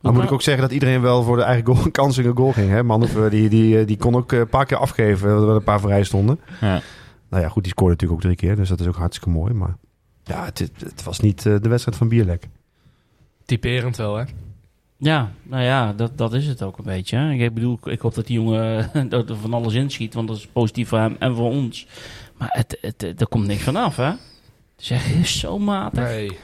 Speaker 2: Dan moet ik ook zeggen dat iedereen wel voor de eigen goal, <laughs> kans in een goal ging. Hè? Manhoef, eh, die, die, eh, die kon ook eh, een paar keer afgeven. eh, Dat er een paar vrij stonden.
Speaker 3: Ja.
Speaker 2: Nou ja, goed, die scoorde natuurlijk ook drie keer. Dus dat is ook hartstikke mooi. Maar ja, het, het was niet eh, de wedstrijd van Bierlek.
Speaker 4: Typerend wel, hè?
Speaker 1: Ja, nou ja, dat, dat is het ook een beetje. hè. Ik bedoel, ik- ik hoop dat die jongen <laughs> dat er van alles inschiet, want dat is positief voor hem en voor ons. Maar het, het, het- er komt niks vanaf, hè? Zeg, is zo matig.
Speaker 4: Nee.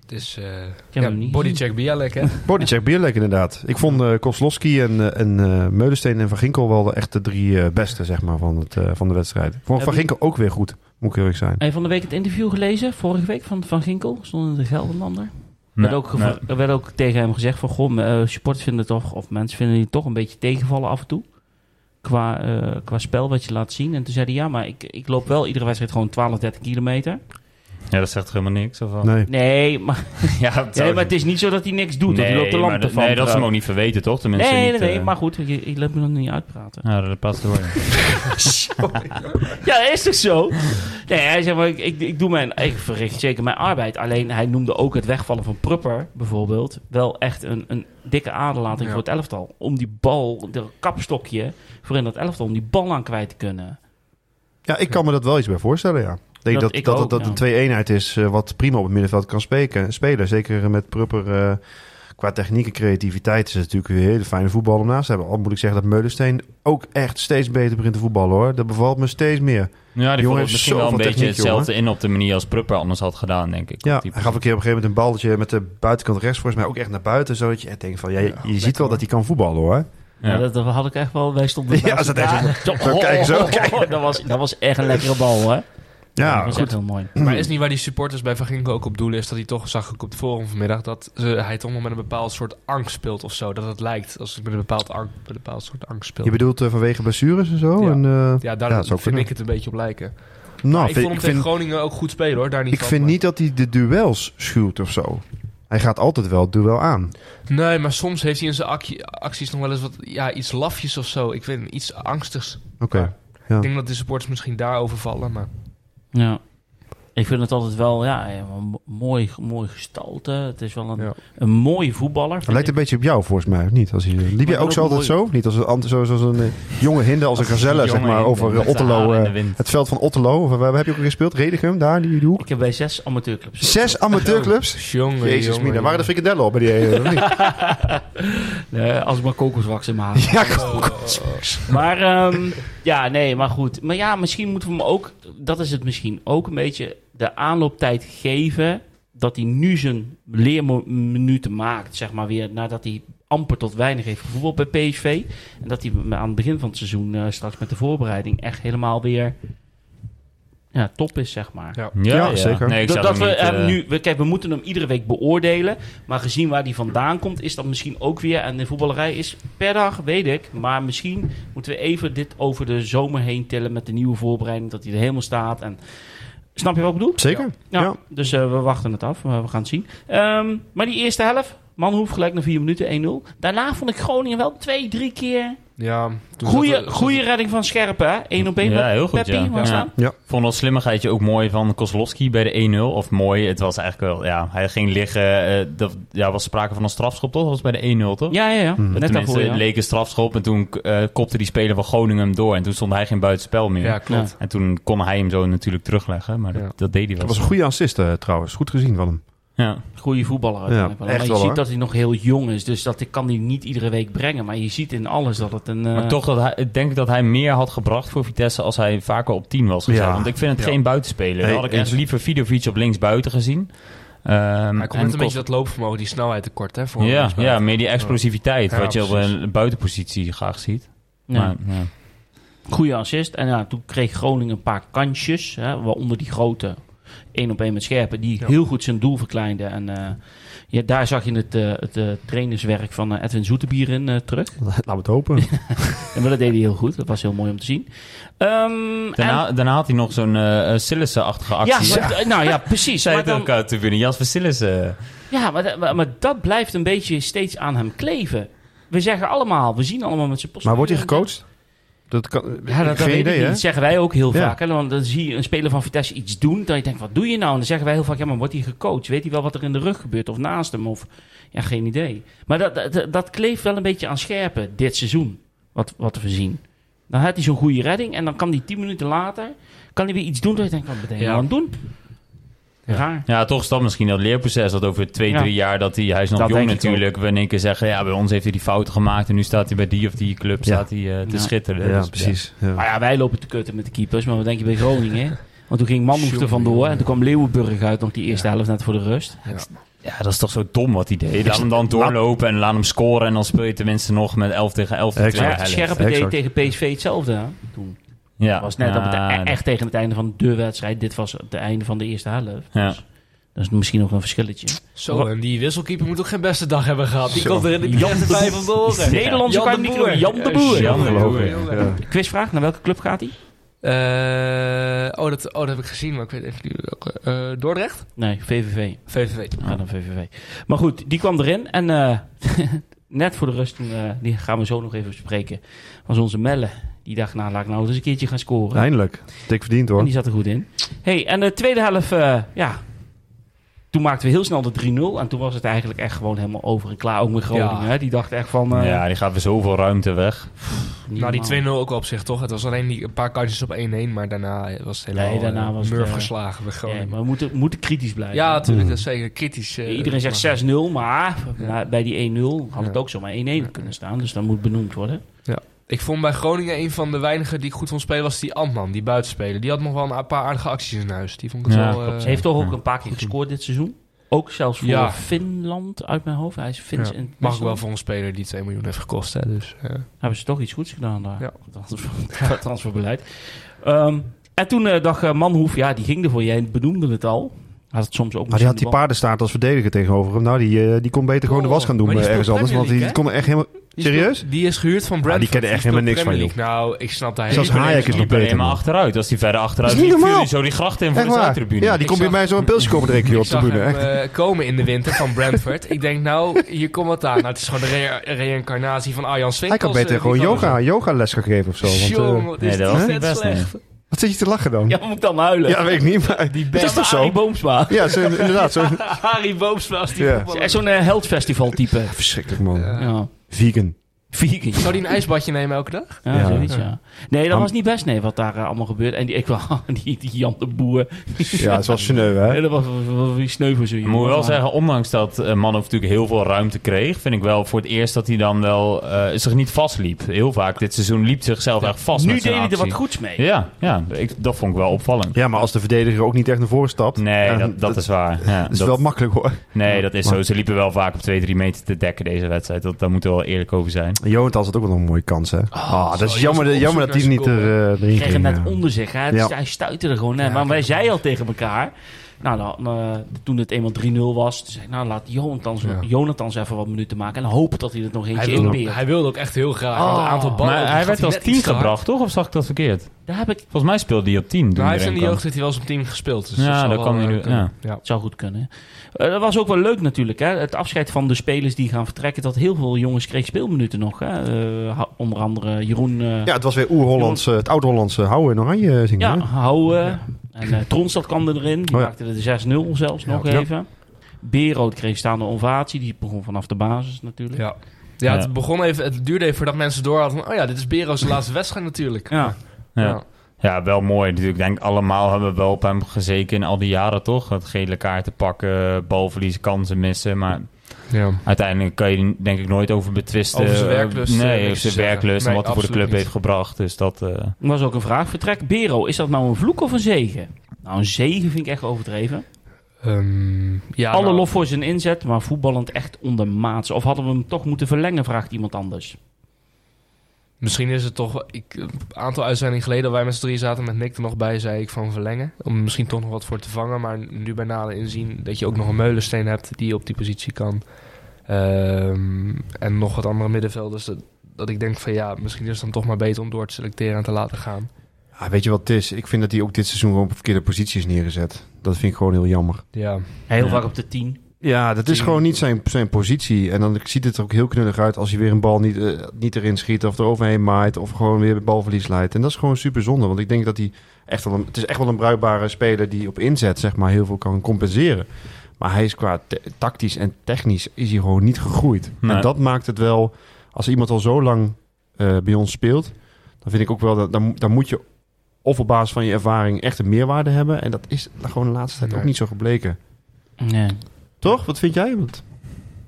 Speaker 4: Het is eh
Speaker 1: hem
Speaker 4: ja,
Speaker 1: niet <laughs>
Speaker 4: bodycheck Bialek, hè?
Speaker 2: Bodycheck Bierlek inderdaad. Ik vond eh Koslowski en, eh, en eh, Meulensteen en Van Ginkel wel de echte drie eh, beste zeg maar, van, het, eh, van de wedstrijd. Ik vond
Speaker 1: Ja,
Speaker 2: Van
Speaker 1: wie-
Speaker 2: Ginkel ook weer goed, moet ik eerlijk zijn.
Speaker 1: Heb je van de week het interview gelezen, vorige week, van Van Ginkel? Stond in de Gelderlander.
Speaker 3: Nee,
Speaker 1: werd, ook geva-
Speaker 3: nee.
Speaker 1: er werd ook tegen hem gezegd van... Goh, eh, supporters vinden toch... of mensen vinden die toch een beetje tegenvallen af en toe. Qua, eh, qua spel wat je laat zien. En toen zei hij... ja, maar ik, ik loop wel iedere wedstrijd gewoon 12, 13 kilometer.
Speaker 3: Ja, dat zegt toch helemaal niks. Of wel?
Speaker 2: Nee.
Speaker 1: Nee, maar,
Speaker 3: Ja, dat zou-
Speaker 1: nee, maar het is niet zo dat hij niks doet. want
Speaker 3: Nee,
Speaker 1: hij loopt de
Speaker 3: maar
Speaker 1: lamp
Speaker 3: dat-
Speaker 1: ervan.
Speaker 3: Nee, dat is hem ook niet verweten, toch? Tenminste,
Speaker 1: Nee, nee,
Speaker 3: niet,
Speaker 1: nee,
Speaker 3: eh,
Speaker 1: maar goed, je, je laat me nog niet
Speaker 3: <laughs>
Speaker 1: uitpraten.
Speaker 3: Ja, dat
Speaker 1: <laughs>
Speaker 3: past door.
Speaker 1: Ja, is toch zo? Nee, hij zei maar, ik, ik, ik doe mijn, ik verricht zeker mijn arbeid. Alleen hij noemde ook het wegvallen van Prupper bijvoorbeeld wel echt een, een dikke aderlating
Speaker 4: Ja.
Speaker 1: voor het elftal. Om die bal, de kapstokje voor in dat elftal, om die bal aan kwijt te kunnen.
Speaker 2: Ja, ik kan me dat wel iets bij voorstellen, ja. Ik denk
Speaker 1: Dat
Speaker 2: dat,
Speaker 1: ik
Speaker 2: dat, dat,
Speaker 1: ook,
Speaker 2: dat
Speaker 1: ja.
Speaker 2: een twee-eenheid is eh, wat prima op het middenveld kan speken, spelen. Zeker met Prupper eh, qua techniek en creativiteit is het natuurlijk een hele fijne voetbal om naast te hebben. Al moet ik zeggen dat Meulensteen ook echt steeds beter begint te voetballen, hoor. Dat bevalt me steeds meer.
Speaker 3: Ja, die
Speaker 2: Jongen
Speaker 3: vond
Speaker 2: heeft
Speaker 3: misschien wel een
Speaker 2: zoveel
Speaker 3: beetje
Speaker 2: techniek,
Speaker 3: hetzelfde in op de manier als Prupper anders had gedaan, denk ik.
Speaker 2: Ja,
Speaker 3: Op die-
Speaker 2: hij gaf een keer op een gegeven moment een balletje met de buitenkant rechts volgens mij ook echt naar buiten. Zodat je echt denkt van, ja, je, je ziet wel dat hij kan voetballen, hoor.
Speaker 1: Ja.
Speaker 3: Ja.
Speaker 1: dat, dat had ik echt wel, wij stonden
Speaker 2: Ja,
Speaker 1: naast
Speaker 2: dat echt
Speaker 1: elkaar. Zo,
Speaker 2: Zo, kijk,
Speaker 1: <laughs>
Speaker 2: zo,
Speaker 1: oh, dat, was, dat was echt een lekkere bal, hè? dat
Speaker 2: Ja,
Speaker 1: was
Speaker 2: goed.
Speaker 1: echt heel mooi. Hmm.
Speaker 4: Maar
Speaker 2: Hmm.
Speaker 4: is niet waar die supporters bij Van Ginkel ook op doelen is dat hij toch, zag ik op het forum vanmiddag, dat ze, hij toch nog met een bepaald soort angst speelt of zo. Dat het lijkt als ik met een bepaald, ang- met een bepaald soort angst
Speaker 2: Je
Speaker 4: speelt.
Speaker 2: bedoelt eh, vanwege blessures en zo?
Speaker 4: Ja.
Speaker 2: en, eh,
Speaker 4: Ja,
Speaker 2: Ja,
Speaker 4: daar
Speaker 2: dat zou
Speaker 4: vind
Speaker 2: kunnen.
Speaker 4: ik het een beetje op lijken.
Speaker 2: nou,
Speaker 4: Maar ik vond hem
Speaker 2: ik
Speaker 4: tegen
Speaker 2: vind-
Speaker 4: Groningen ook goed spelen hoor, daar niet
Speaker 2: Ik
Speaker 4: van,
Speaker 2: vind
Speaker 4: maar-
Speaker 2: niet dat hij de duels schuwt of zo. Hij gaat altijd wel het duel aan.
Speaker 4: Nee, maar soms heeft hij in zijn actie- acties nog wel eens wat, ja, iets lafjes of zo. Ik weet niet, iets angstigs.
Speaker 2: Oké.
Speaker 4: Ja.
Speaker 2: Ja.
Speaker 4: Ik denk dat de supporters misschien daarover vallen, maar...
Speaker 1: Ja. Ik vind het altijd wel, ja, een mooi, mooi gestalte. Het is wel een,
Speaker 4: Ja.
Speaker 1: een mooie voetballer.
Speaker 2: Hij lijkt een beetje op jou volgens mij, of niet? Als hij, liep jij
Speaker 1: ben
Speaker 2: ook zo
Speaker 1: ook
Speaker 2: altijd
Speaker 1: mooi.
Speaker 2: zo? Niet als een, ant- zo- zoals een eh, jonge hinde, als een gazelle,
Speaker 3: Die
Speaker 2: zeg
Speaker 3: jongen
Speaker 2: maar,
Speaker 3: in-
Speaker 2: over
Speaker 3: met
Speaker 2: eh,
Speaker 3: de
Speaker 2: Otterlo.
Speaker 3: haren in
Speaker 2: eh,
Speaker 3: de wind.
Speaker 2: het veld van Otterlo. Of Waar, waar heb je ook weer gespeeld? Redegem, daar, die, die hoek.
Speaker 1: Ik heb bij zes
Speaker 2: <laughs>
Speaker 1: amateurclubs.
Speaker 2: Zes amateurclubs.
Speaker 4: Jongen,
Speaker 2: Jezus, mina. Waren de frikadellen op bij die eh, of niet?
Speaker 1: Nee, Eh, als ik maar kokoswax in mijn haar.
Speaker 2: Ja, kom.
Speaker 1: Maar ehm, ja, nee, maar goed. Maar ja, misschien moeten we hem ook, dat is het misschien, ook een beetje de aanlooptijd geven dat hij nu zijn leerminuten maakt, zeg maar weer, nadat hij amper tot weinig heeft gevoetbald bij PSV. En dat hij aan het begin van het seizoen, eh, straks met de voorbereiding, echt helemaal weer ja, top is, zeg maar.
Speaker 4: Ja.
Speaker 3: Ja,
Speaker 2: Ja,
Speaker 3: ja.
Speaker 2: zeker.
Speaker 3: Nee, ik
Speaker 1: Dat,
Speaker 3: zou
Speaker 1: dat
Speaker 3: hem
Speaker 1: we
Speaker 3: niet,
Speaker 1: hem
Speaker 3: eh,
Speaker 1: nu, we, kijk, we moeten hem iedere week beoordelen. Maar gezien waar die vandaan komt, is dat misschien ook weer. En de voetballerij is per dag, weet ik. Maar misschien moeten we even dit over de zomer heen tillen met de nieuwe voorbereiding. Dat hij er helemaal staat. En, snap je wat ik bedoel?
Speaker 2: Zeker.
Speaker 1: Ja.
Speaker 2: Ja.
Speaker 1: Dus eh, we wachten het af. maar we gaan het zien. Ehm, maar die eerste helft. Manhoef gelijk na 4 minuten 1-0. Daarna vond ik Groningen wel twee, drie keer.
Speaker 4: Ja, toen zat
Speaker 1: Goede,
Speaker 4: er- zat
Speaker 1: goede redding van Scherpen, hè? 1 op 1.
Speaker 3: Ja, heel goed,
Speaker 1: Peppi,
Speaker 3: ja.
Speaker 1: was
Speaker 3: Ja.
Speaker 1: dat?
Speaker 3: vond dat slimmigheidje ook mooi van Kozlowski bij de 1-0. Of mooi, het was eigenlijk wel... Ja, hij ging liggen. eh, dat, ja, was sprake van een strafschop, toch? Dat was bij de 1-0, toch?
Speaker 1: Ja, ja, ja. Net
Speaker 3: Hm. Tenminste,
Speaker 1: daarvoor,
Speaker 3: het
Speaker 1: ja.
Speaker 3: leek een strafschop en toen eh, kopte die speler van Groningen hem door. En toen stond hij geen buitenspel meer.
Speaker 4: Ja, klopt.
Speaker 3: En toen kon hij hem zo natuurlijk terugleggen, maar dat,
Speaker 4: Ja.
Speaker 3: dat deed hij
Speaker 2: Dat
Speaker 3: wel.
Speaker 2: was een goede assist eh, trouwens. Goed gezien van hem.
Speaker 3: Ja.
Speaker 1: goede voetballer uiteindelijk. wel.
Speaker 2: echt
Speaker 1: maar je
Speaker 2: wel,
Speaker 1: ziet
Speaker 2: hoor.
Speaker 1: dat hij nog heel jong is, dus dat ik kan die niet iedere week brengen. Maar je ziet in alles dat het een. eh,
Speaker 3: Maar toch dat hij, ik denk dat hij meer had gebracht voor Vitesse als hij vaker op 10 was gezet.
Speaker 2: Ja.
Speaker 3: Want ik vind het geen buitenspeler.
Speaker 2: Nee,
Speaker 3: Dan had ik echt
Speaker 2: eens.
Speaker 3: liever Vidovic op links buiten gezien. Ehm,
Speaker 4: Hij komt
Speaker 3: en
Speaker 4: met een beetje
Speaker 3: Kos-
Speaker 4: dat loopvermogen, die snelheid tekort, hè? Voor dus een
Speaker 3: ja,
Speaker 4: linksbuiten.
Speaker 3: ja, meer die explosiviteit
Speaker 4: Ja,
Speaker 3: wat je op
Speaker 4: precies.
Speaker 3: een buitenpositie graag ziet.
Speaker 1: ja.
Speaker 3: Maar, ja.
Speaker 1: Goede assist. En ja, toen kreeg Groningen een paar kansjes. Hè, waaronder die grote 1 op 1 met Scherpen. Die
Speaker 4: Ja.
Speaker 1: heel goed zijn doel verkleinde. En eh, ja, daar zag je het, eh, het eh, trainerswerk van eh, Edwin Zoetebier in eh, terug.
Speaker 2: Laten we het hopen.
Speaker 1: En maar dat deed hij heel goed. Dat was heel mooi om te zien. Ehm, en-
Speaker 3: Daarna, daarna had hij nog zo'n eh eh, Sillissen-achtige
Speaker 1: ja,
Speaker 3: actie.
Speaker 1: maar- nou ja, precies.
Speaker 3: Zei
Speaker 1: Maar
Speaker 3: het
Speaker 1: dan-
Speaker 3: ook uit de tribune. Jasper Sillissen.
Speaker 1: Ja, maar, da- maar, maar dat blijft een beetje steeds aan hem kleven. We zeggen allemaal, we zien allemaal met zijn post.
Speaker 2: Maar wordt hij gecoacht? Dat kan,
Speaker 1: Ja, dat, dat
Speaker 2: geen
Speaker 1: weet
Speaker 2: idee,
Speaker 1: ik niet.
Speaker 2: hè?
Speaker 1: Dat zeggen wij ook heel
Speaker 2: Ja.
Speaker 1: vaak. Hè? Want dan zie je een speler van Vitesse iets doen. Dan je denkt, wat doe je nou? En dan zeggen wij heel vaak, ja, maar wordt hij gecoacht? Weet hij wel wat er in de rug gebeurt? Of naast hem? Of, ja, geen idee. Maar dat, dat, dat kleeft wel een beetje aan scherpen dit seizoen. Wat, wat we zien. Dan had hij zo'n goede redding. En dan kan hij tien minuten later kan hij weer iets doen. Dat je denkt, wat ben je
Speaker 4: Ja.
Speaker 1: nou aan het doen?
Speaker 4: Ja.
Speaker 1: Raar.
Speaker 3: Ja, toch is dat misschien dat leerproces. Dat over twee,
Speaker 1: Ja.
Speaker 3: drie jaar dat hij... Hij is nog
Speaker 1: Dat
Speaker 3: jong
Speaker 1: denk ik
Speaker 3: natuurlijk. We in één keer zeggen... Ja, bij ons heeft hij die fouten gemaakt. En nu staat hij bij die of die club
Speaker 2: Ja.
Speaker 3: staat hij, eh, te
Speaker 1: Ja.
Speaker 3: schitteren.
Speaker 2: Ja,
Speaker 3: Dus,
Speaker 2: precies. Ja.
Speaker 1: Maar ja, wij lopen te kutten met de keepers. Maar wat denk je bij Groningen? <laughs> hè? Want toen ging Manhoef er vandoor. En toen kwam Leeuwenburg uit. Nog die eerste helft net voor de rust.
Speaker 3: Ja, dat is toch zo dom wat hij deed. Laat hem dan doorlopen en laat hem scoren. En dan speel je tenminste nog met 11 tegen 11.
Speaker 1: Maar
Speaker 2: Exact.
Speaker 3: tweede
Speaker 1: ja,
Speaker 3: helft.
Speaker 1: Scherpen deed
Speaker 2: Exact.
Speaker 1: tegen PSV hetzelfde. hè? Toen.
Speaker 3: Ja.
Speaker 1: Het was net op het,
Speaker 3: Ja,
Speaker 1: e- echt tegen het einde van de wedstrijd. Dit was het einde van de eerste helft.
Speaker 3: Ja.
Speaker 1: Dus dat is misschien nog een verschilletje.
Speaker 4: Zo, en die wisselkeeper moet ook geen beste dag hebben gehad. Die
Speaker 2: Zo.
Speaker 4: komt er in de eerste vijf vandoor.
Speaker 1: Nederlandse
Speaker 4: Jan
Speaker 1: kwam
Speaker 4: de
Speaker 1: niet
Speaker 4: Boer.
Speaker 1: door. Jan de
Speaker 4: Eh,
Speaker 1: Boer.
Speaker 3: Jan de
Speaker 2: geloof ik.
Speaker 4: jongen,
Speaker 2: Ja.
Speaker 1: Quizvraag, naar welke club gaat hij?
Speaker 4: Eh, oh, dat, oh, dat heb ik gezien, maar ik weet even niet welke. Eh, Dordrecht?
Speaker 1: Nee, VVV.
Speaker 4: VVV.
Speaker 1: Ga dan VVV. Maar goed, die kwam erin. En eh, <laughs> net voor de rust, toen, eh, die gaan we zo nog even bespreken, was onze Melle. Die dacht, nou laat ik nou eens een keertje gaan scoren.
Speaker 2: Eindelijk. Dik verdiend,
Speaker 1: En
Speaker 2: hoor. Ah,
Speaker 1: die zat er goed in. hey, en de tweede helft, eh, ja. Toen maakten we heel snel de 3-0. En toen was het eigenlijk echt gewoon helemaal over en klaar. Ook met Groningen.
Speaker 4: Ja.
Speaker 1: Hè? Die dacht echt van... eh,
Speaker 3: ja, die gaat weer zoveel ruimte weg.
Speaker 1: niet
Speaker 4: Nou,
Speaker 1: normaal.
Speaker 4: die 2-0 ook wel op zich, toch? Het was alleen die, een paar kansjes op 1-1, maar daarna was het helemaal
Speaker 1: Nee, daarna
Speaker 4: eh,
Speaker 1: was het,
Speaker 4: murf
Speaker 1: eh,
Speaker 4: geslagen. bij
Speaker 1: Ja,
Speaker 4: Groningen.
Speaker 1: maar we moeten, we moeten kritisch blijven.
Speaker 4: ja, natuurlijk, dat is zeker kritisch. eh,
Speaker 1: Iedereen zegt
Speaker 4: maar-
Speaker 1: 6-0, maar maar bij die 1-0 had het
Speaker 4: Ja.
Speaker 1: ook zomaar 1-1 kunnen staan. Dus dat moet benoemd worden.
Speaker 4: Ik vond bij Groningen een van de weinigen die ik goed vond spelen was die Antman, die buitenspeler. Die had nog wel een paar aardige acties in huis. Die vond ik het
Speaker 3: Ja,
Speaker 4: wel... eh,
Speaker 1: Ze heeft toch ook
Speaker 3: ja.
Speaker 1: een paar keer gescoord dit seizoen. Ook zelfs voor
Speaker 4: Ja.
Speaker 1: Finland uit mijn hoofd. Hij is Fins
Speaker 4: ja.
Speaker 1: en
Speaker 4: Mag ik wel voor een speler die 2 miljoen heeft gekost, hè? Dus, eh,
Speaker 1: Hebben ze toch iets goeds gedaan daar.
Speaker 4: Ja.
Speaker 1: <laughs> Transfer, transferbeleid. Ehm, en toen eh, dacht eh, Manhoef, ja, die ging ervoor. Jij benoemde het al. Had het soms ook
Speaker 2: Maar die had die
Speaker 1: misschien de
Speaker 2: paardenstaart als verdediger tegenover hem. Nou, die, eh, die kon beter gewoon
Speaker 4: Oh,
Speaker 2: de was gaan doen
Speaker 4: maar
Speaker 2: eh,
Speaker 4: die
Speaker 2: ergens
Speaker 4: speelt
Speaker 2: anders. Want die,
Speaker 4: Premier
Speaker 2: die kon er echt helemaal...
Speaker 4: die
Speaker 2: Serieus? Ah,
Speaker 4: speelt- Die is gehuurd van Brentford.
Speaker 2: die kennen echt
Speaker 4: speelt
Speaker 2: helemaal niks
Speaker 4: Premier
Speaker 2: van,
Speaker 4: League. Nou, ik snap daar
Speaker 2: Zelfs
Speaker 4: helemaal
Speaker 2: Hayek
Speaker 4: niks
Speaker 2: is
Speaker 4: van.
Speaker 2: nog
Speaker 3: Liep alleen
Speaker 2: beter.
Speaker 3: maar
Speaker 2: man.
Speaker 3: achteruit. Als hij verder achteruit
Speaker 2: Dat is niet
Speaker 3: liep, viel hij
Speaker 2: normaal.
Speaker 3: zo die gracht in voor
Speaker 2: Echt
Speaker 3: de
Speaker 2: waar.
Speaker 3: zuidtribune.
Speaker 2: Ja, die kon
Speaker 4: Ik
Speaker 2: bij
Speaker 4: zag-
Speaker 2: mij zo een pilsje komen drinken hier
Speaker 4: Ik
Speaker 2: op de
Speaker 4: zag
Speaker 2: tribune.
Speaker 4: hem
Speaker 2: Echt.
Speaker 4: eh, komen in de winter van Brentford. ik denk, nou, hier komt wat aan. Nou, het is gewoon de re- reïncarnatie van Arjan
Speaker 2: Hij
Speaker 4: Swinkels.
Speaker 2: kan beter
Speaker 4: eh,
Speaker 2: gewoon
Speaker 4: die dus-
Speaker 2: yoga, yoga les gaan geven of zo. Want, eh,
Speaker 4: Jongen, wat is
Speaker 3: nee, dat
Speaker 4: dat
Speaker 3: was
Speaker 4: vet
Speaker 3: niet best,
Speaker 4: slecht.
Speaker 2: wat zit je te lachen dan?
Speaker 1: bal. Ja, moet ik dan huilen?
Speaker 2: Ja, weet ik niet, maar het is toch zo?
Speaker 1: Arie <laughs> Boomsma.
Speaker 2: Ja, zo- inderdaad. Zo.
Speaker 4: Harry Boomsma als die
Speaker 2: Ja.
Speaker 4: voetballer.
Speaker 1: Echt zo'n eh, heldfestival type.
Speaker 2: Verschrikkelijk, man.
Speaker 4: Ja.
Speaker 1: Ja.
Speaker 2: Vegan.
Speaker 1: Vegan.
Speaker 4: Zou die een ijsbadje nemen elke dag?
Speaker 1: Ja,
Speaker 2: Ja.
Speaker 1: zoiets, ja. Nee, dat
Speaker 2: Am-
Speaker 1: was niet best, nee, wat daar eh, allemaal gebeurde. En die, ik, wel- <laughs> die, die Jan de Boer.
Speaker 2: Ja, het was geneu, hè?
Speaker 1: Nee, dat was wel- wel weer sneu voor zo'n
Speaker 3: Ik moet
Speaker 1: jongen,
Speaker 3: wel
Speaker 1: maar-
Speaker 3: zeggen, ondanks dat eh, Manhoef natuurlijk heel veel ruimte kreeg, vind ik wel voor het eerst dat hij dan wel eh, zich niet vastliep. Heel vaak dit seizoen liep zichzelf echt vast.
Speaker 1: Nu
Speaker 3: met
Speaker 1: deed
Speaker 3: zijn
Speaker 1: hij er wat
Speaker 3: actie.
Speaker 1: goeds mee.
Speaker 3: Ja, ja ik, dat vond ik wel opvallend.
Speaker 2: Ja, maar als de verdediger ook niet echt naar voren stapt...
Speaker 3: Nee,
Speaker 2: ja,
Speaker 3: dat, dat is waar. Ja,
Speaker 2: is
Speaker 3: dat-
Speaker 2: wel makkelijk, hoor.
Speaker 3: nee, dat is
Speaker 2: Maar-
Speaker 3: zo. Ze liepen wel vaak op 2, 3 meter te dekken deze wedstrijd. Dat, daar moeten we wel eerlijk over zijn.
Speaker 2: Johan had ook wel een mooie kans, hè? Ah, dat is
Speaker 4: zo,
Speaker 2: jammer,
Speaker 4: Johan
Speaker 2: jammer
Speaker 4: op
Speaker 2: dat die
Speaker 4: zoek
Speaker 2: niet
Speaker 4: naar
Speaker 2: er,
Speaker 4: zijn
Speaker 2: eh
Speaker 1: Hij
Speaker 2: erin
Speaker 1: kreeg hem
Speaker 2: ging,
Speaker 1: net
Speaker 2: ja.
Speaker 1: onder zich. Hè? Het-
Speaker 2: Ja.
Speaker 1: Hij stuitte er gewoon net.
Speaker 4: Ja,
Speaker 1: maar wij
Speaker 4: kijk.
Speaker 1: zeiden al tegen elkaar. Nou, dan, eh, toen het eenmaal 3-0 was, toen zei ik, nou laat Jonathans,
Speaker 4: Ja.
Speaker 1: Jonathans even wat minuten maken. En hopen dat hij er nog
Speaker 4: Hij
Speaker 1: eentje
Speaker 4: wilde,
Speaker 1: inpeert.
Speaker 4: hij wilde ook echt heel graag. want
Speaker 1: Oh.
Speaker 4: een aantal ballen.
Speaker 3: Maar hij werd als 10 gebracht, toch? Of zag ik dat verkeerd?
Speaker 1: Daar heb ik, het
Speaker 3: Volgens mij speelde hij op 10. toen
Speaker 4: Nou, hij heeft
Speaker 3: erin
Speaker 4: in de
Speaker 3: kwam.
Speaker 4: jeugd heeft hij wel eens op 10 gespeeld. Dus
Speaker 3: Ja,
Speaker 4: zou
Speaker 3: dat
Speaker 4: wel,
Speaker 3: kan hij
Speaker 4: eh,
Speaker 3: nu-
Speaker 4: kunnen.
Speaker 3: ja.
Speaker 4: ja.
Speaker 1: zou goed kunnen. Eh, dat was ook wel leuk natuurlijk. Hè? Het afscheid van de spelers die gaan vertrekken. Dat heel veel jongens kreeg speelminuten nog. Hè? Eh, ha- onder andere Jeroen... eh,
Speaker 2: Ja, het was weer oer-Hollandse, het oud-Hollandse houden en oranje zingen.
Speaker 1: Ja,
Speaker 2: hè?
Speaker 1: Houwe. En eh Tronstad kwam erin. Die
Speaker 2: Oh ja.
Speaker 1: maakte er de 6-0 zelfs nog
Speaker 2: Ja.
Speaker 1: even. Berood kreeg staande ovatie. Die begon vanaf de basis natuurlijk.
Speaker 4: Ja. Ja, het,
Speaker 3: Ja.
Speaker 4: Begon even, het duurde even voordat mensen door hadden. van, Oh ja, dit is Bero's laatste wedstrijd natuurlijk.
Speaker 1: Ja.
Speaker 3: Ja. Ja, wel mooi. Natuurlijk, ik denk allemaal hebben we wel op hem gezeken in al die jaren, toch? Het gele kaarten pakken, balverliezen, kansen missen. Maar
Speaker 4: Ja.
Speaker 3: uiteindelijk kan je denk ik nooit over betwisten.
Speaker 4: Over zijn werklust, eh,
Speaker 3: Nee,
Speaker 4: niks
Speaker 3: over zijn
Speaker 4: te zeggen.
Speaker 3: werklust en
Speaker 4: Nee,
Speaker 3: wat hij voor de club
Speaker 4: absoluut niet.
Speaker 3: heeft gebracht. Dus dat... eh,
Speaker 1: Er was ook een vraag. Vertrek Bero, is dat nou een vloek of een zegen? Nou, een zegen vind ik echt overdreven.
Speaker 4: Ehm, ja,
Speaker 1: Alle
Speaker 4: nou,
Speaker 1: lof voor zijn inzet, maar voetballend echt ondermaats. Of hadden we hem toch moeten verlengen, vraagt iemand anders.
Speaker 4: Misschien is het toch... Ik, eh, een aantal uitzendingen geleden, dat wij met z'n drie zaten met Nick er nog bij, zei ik van verlengen. Om er misschien toch nog wat voor te vangen. Maar nu bij nader inzien dat je ook nog een meulensteen hebt die op die positie kan. Ehm, en nog wat andere middenvelders. Dat, dat ik denk van ja, misschien is het dan toch maar beter om door te selecteren en te laten gaan.
Speaker 2: Ah, weet je wat het is? Ik vind dat hij ook dit seizoen gewoon op verkeerde posities neergezet. Dat vind ik gewoon heel jammer.
Speaker 4: Ja,
Speaker 1: Heel
Speaker 3: Ja.
Speaker 1: vaak op de 10.
Speaker 2: Ja, dat is gewoon niet zijn, zijn positie. En dan ziet het er ook heel knullig uit als hij weer een bal niet, eh, niet erin schiet of eroverheen maait. Of gewoon weer balverlies leidt. En dat is gewoon super zonde. Want ik denk dat hij echt wel een, het is echt wel een bruikbare speler die op inzet zeg maar, heel veel kan compenseren. Maar hij is qua te- tactisch en technisch is hij gewoon niet gegroeid.
Speaker 3: Nee.
Speaker 2: En dat maakt het wel, als iemand al zo lang eh, bij ons speelt, dan vind ik ook wel dat dan, dan moet je of op basis van je ervaring echt een meerwaarde hebben. En dat is gewoon de laatste tijd ook
Speaker 4: Nee.
Speaker 2: niet zo gebleken.
Speaker 1: Nee.
Speaker 2: Toch? Wat vind jij? Want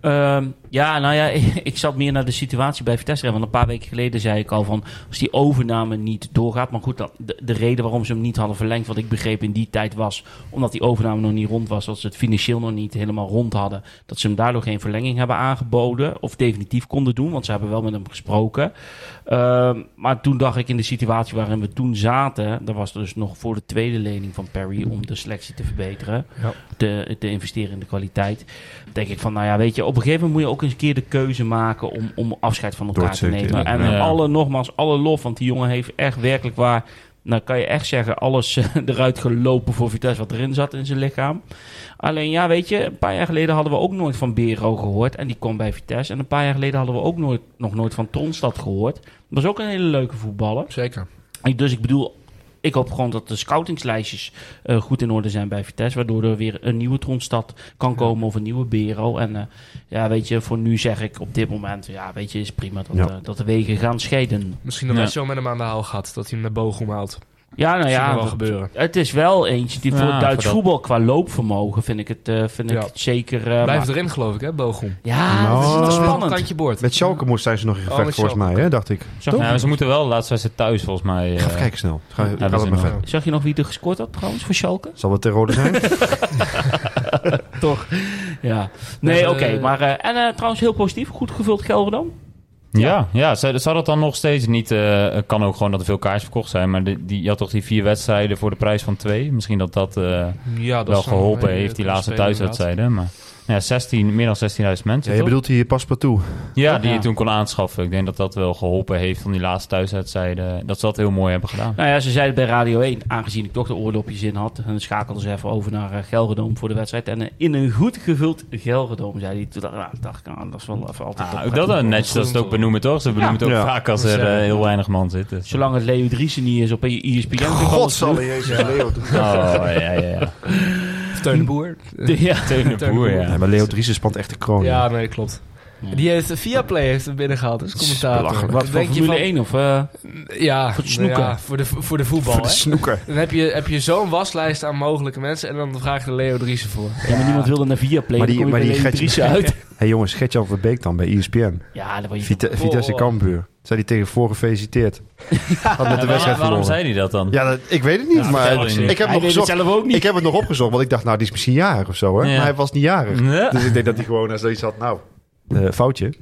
Speaker 1: Ehm, ja, nou ja, <laughs> ik, zat meer naar de situatie bij Vitesse. te kijken, Want een paar weken geleden zei ik al van... als die overname niet doorgaat... maar goed, dan, de, de reden waarom ze hem niet hadden verlengd... wat ik begreep in die tijd was... omdat die overname nog niet rond was... dat ze het financieel nog niet helemaal rond hadden... dat ze hem daardoor geen verlenging hebben aangeboden... of definitief konden doen... want ze hebben wel met hem gesproken. Ehm, maar toen dacht ik in de situatie waarin we toen zaten... dat was dus nog voor de tweede lening van Perry... om de selectie te verbeteren...
Speaker 4: Ja.
Speaker 1: Te, te investeren in de kwaliteit denk ik van, nou ja, weet je, op een gegeven moment moet je ook eens een keer de keuze maken om, om afscheid van
Speaker 2: Door
Speaker 1: elkaar
Speaker 2: het
Speaker 1: te
Speaker 2: zeker,
Speaker 1: nemen.
Speaker 3: ja.
Speaker 1: En
Speaker 3: Ja.
Speaker 1: alle, nogmaals, alle lof, want die jongen heeft echt werkelijk waar, nou kan je echt zeggen, alles eh, <laughs> eruit gelopen voor Vitesse wat erin zat in zijn lichaam. Alleen ja, weet je, een paar jaar geleden hadden we ook nooit van Bero gehoord en die kwam bij Vitesse. En een paar jaar geleden hadden we ook nooit, nog nooit van Tronstad gehoord. Dat was ook een hele leuke voetballer.
Speaker 4: zeker.
Speaker 1: Ik- Dus ik bedoel, ik hoop gewoon dat de scoutingslijstjes eh, goed in orde zijn bij Vitesse. Waardoor er weer een nieuwe Tronstad kan komen of een nieuwe Bero. En eh, ja, weet je, voor nu zeg ik op dit moment, ja, weet je, is prima dat,
Speaker 2: Ja.
Speaker 1: eh, dat de wegen gaan scheiden.
Speaker 4: Misschien dat
Speaker 3: Ja.
Speaker 4: wij zo met hem aan de haal gaat. Dat hij hem naar Bochum haalt.
Speaker 1: Ja, nou
Speaker 4: Dat
Speaker 1: ja,
Speaker 4: kan wel
Speaker 1: dat-
Speaker 4: gebeuren.
Speaker 1: het is wel eentje die
Speaker 3: Ja,
Speaker 1: voor het Duits
Speaker 3: voor dat-
Speaker 1: voetbal qua loopvermogen vind ik het, eh, vind ik
Speaker 4: Ja.
Speaker 1: het zeker. eh,
Speaker 4: Blijft
Speaker 1: maar- Oh.
Speaker 4: erin geloof ik hè, Bochum.
Speaker 1: Ja,
Speaker 2: Nou,
Speaker 1: dat is
Speaker 2: dat
Speaker 1: wel
Speaker 2: is wel een
Speaker 1: spannend.
Speaker 4: Kantje boord.
Speaker 2: met Schalke moest hij ze nog in
Speaker 4: Oh,
Speaker 2: gevecht
Speaker 4: met
Speaker 2: volgens mij,
Speaker 4: Schalke.
Speaker 2: hè, dacht ik.
Speaker 1: Zag,
Speaker 3: Ja, maar Nou, ze moeten wel de laatste wedstrijd thuis, volgens mij.
Speaker 2: Ik ga
Speaker 3: eh,
Speaker 2: even kijken snel. Ga, ik
Speaker 3: we
Speaker 2: had het
Speaker 3: zijn
Speaker 2: maar
Speaker 3: nog-
Speaker 2: verder.
Speaker 1: zag je nog wie er gescoord had trouwens voor Schalke?
Speaker 2: Zal het ter rode zijn?
Speaker 1: Toch? Ja. Nee,
Speaker 4: eh,
Speaker 1: oké. maar, eh, en eh, trouwens heel positief. Goed gevuld Gelredam.
Speaker 3: Ja, ja zou, zou dat dan nog steeds niet... eh kan ook gewoon dat er veel kaars verkocht zijn. Maar de- die, je had toch die vier wedstrijden voor de prijs van twee? Misschien dat dat eh,
Speaker 4: Ja, dat
Speaker 3: wel
Speaker 4: is dan
Speaker 3: geholpen
Speaker 4: een hele
Speaker 3: heeft, die
Speaker 4: goede
Speaker 3: laatste
Speaker 4: speler, inderdaad.
Speaker 3: thuiswedstrijden. Maar ja, 16, meer dan 16.000
Speaker 2: ja,
Speaker 3: mensen,
Speaker 2: je
Speaker 3: toch?
Speaker 2: bedoelt hier Paspartout.
Speaker 3: Ja, die
Speaker 1: Ja.
Speaker 3: je toen kon aanschaffen. Ik denk dat dat wel geholpen heeft van die laatste thuiswedstrijden. Dat ze dat heel mooi hebben gedaan.
Speaker 1: Nou ja, ze zeiden bij Radio 1, aangezien ik toch de oordopjes in had, en schakelden ze even over naar eh, Gelredome voor de wedstrijd. En eh, in een goed gevuld Gelredome, zei hij. Toen dacht, ik, nou, dacht ik, nou, dat is wel even altijd
Speaker 3: Ah, ook
Speaker 1: opgeven.
Speaker 3: dat dan netjes dat ze het ook benoemen, toch? Ze benoemen het ook
Speaker 2: Ja.
Speaker 3: vaak als er eh, heel weinig man zit. Dus.
Speaker 1: Zolang het Leo Driessen niet is op E- een ESPN. kan ik alles doen.
Speaker 2: Jezus, Leo.
Speaker 3: Oh, ja, ja, <laughs> ja.
Speaker 4: Of Teun de Boer.
Speaker 1: <laughs> Ja.
Speaker 3: Teun de Boer, ja.
Speaker 2: Nee, maar Leo Driessen spant echt de kroon.
Speaker 4: Ja, nee, klopt.
Speaker 1: Ja.
Speaker 4: Die heeft via Play heeft hem binnengehaald als commentator.
Speaker 2: belachelijk.
Speaker 1: Wat, voor
Speaker 4: denk je
Speaker 1: Formule
Speaker 4: van-
Speaker 1: 1 of... eh,
Speaker 4: Ja,
Speaker 1: Voor het snoeken.
Speaker 4: ja, voor, de, voor de voetbal.
Speaker 2: Voor de
Speaker 4: hè?
Speaker 2: snoeker.
Speaker 4: Dan heb je, heb je zo'n waslijst aan mogelijke mensen en dan vraag je Leo Driessen voor.
Speaker 1: ja, maar niemand wilde naar Viaplay,
Speaker 2: Maar die-
Speaker 1: dan kom je
Speaker 2: maar
Speaker 1: bij
Speaker 2: die
Speaker 1: Leo
Speaker 2: Gertje-
Speaker 1: Driessen uit.
Speaker 2: hey, jongens, Gertjan van Beek dan bij E ESPN.
Speaker 1: Ja, dat was je...
Speaker 2: Vite- Vitesse Kambuur. Zei hij tegen voor gefeliciteerd. Had met de
Speaker 3: Waarom-
Speaker 2: wedstrijd
Speaker 3: waarom
Speaker 2: verloren.
Speaker 3: zei hij dat dan?
Speaker 2: Ja, dat, ik weet het niet,
Speaker 3: Ja,
Speaker 2: maar
Speaker 3: vertel het niet.
Speaker 2: ik
Speaker 1: Hij
Speaker 2: heb, nog
Speaker 1: deed het
Speaker 2: gezocht,
Speaker 1: zelf ook niet.
Speaker 2: ik heb het nog opgezocht, want ik dacht, nou, die is misschien jarig of zo, hè?
Speaker 3: Ja.
Speaker 2: Maar hij was niet
Speaker 3: <laughs>
Speaker 2: jarig.
Speaker 3: Nee.
Speaker 2: Dus ik denk dat hij gewoon als zoiets had, nou... eh, foutje.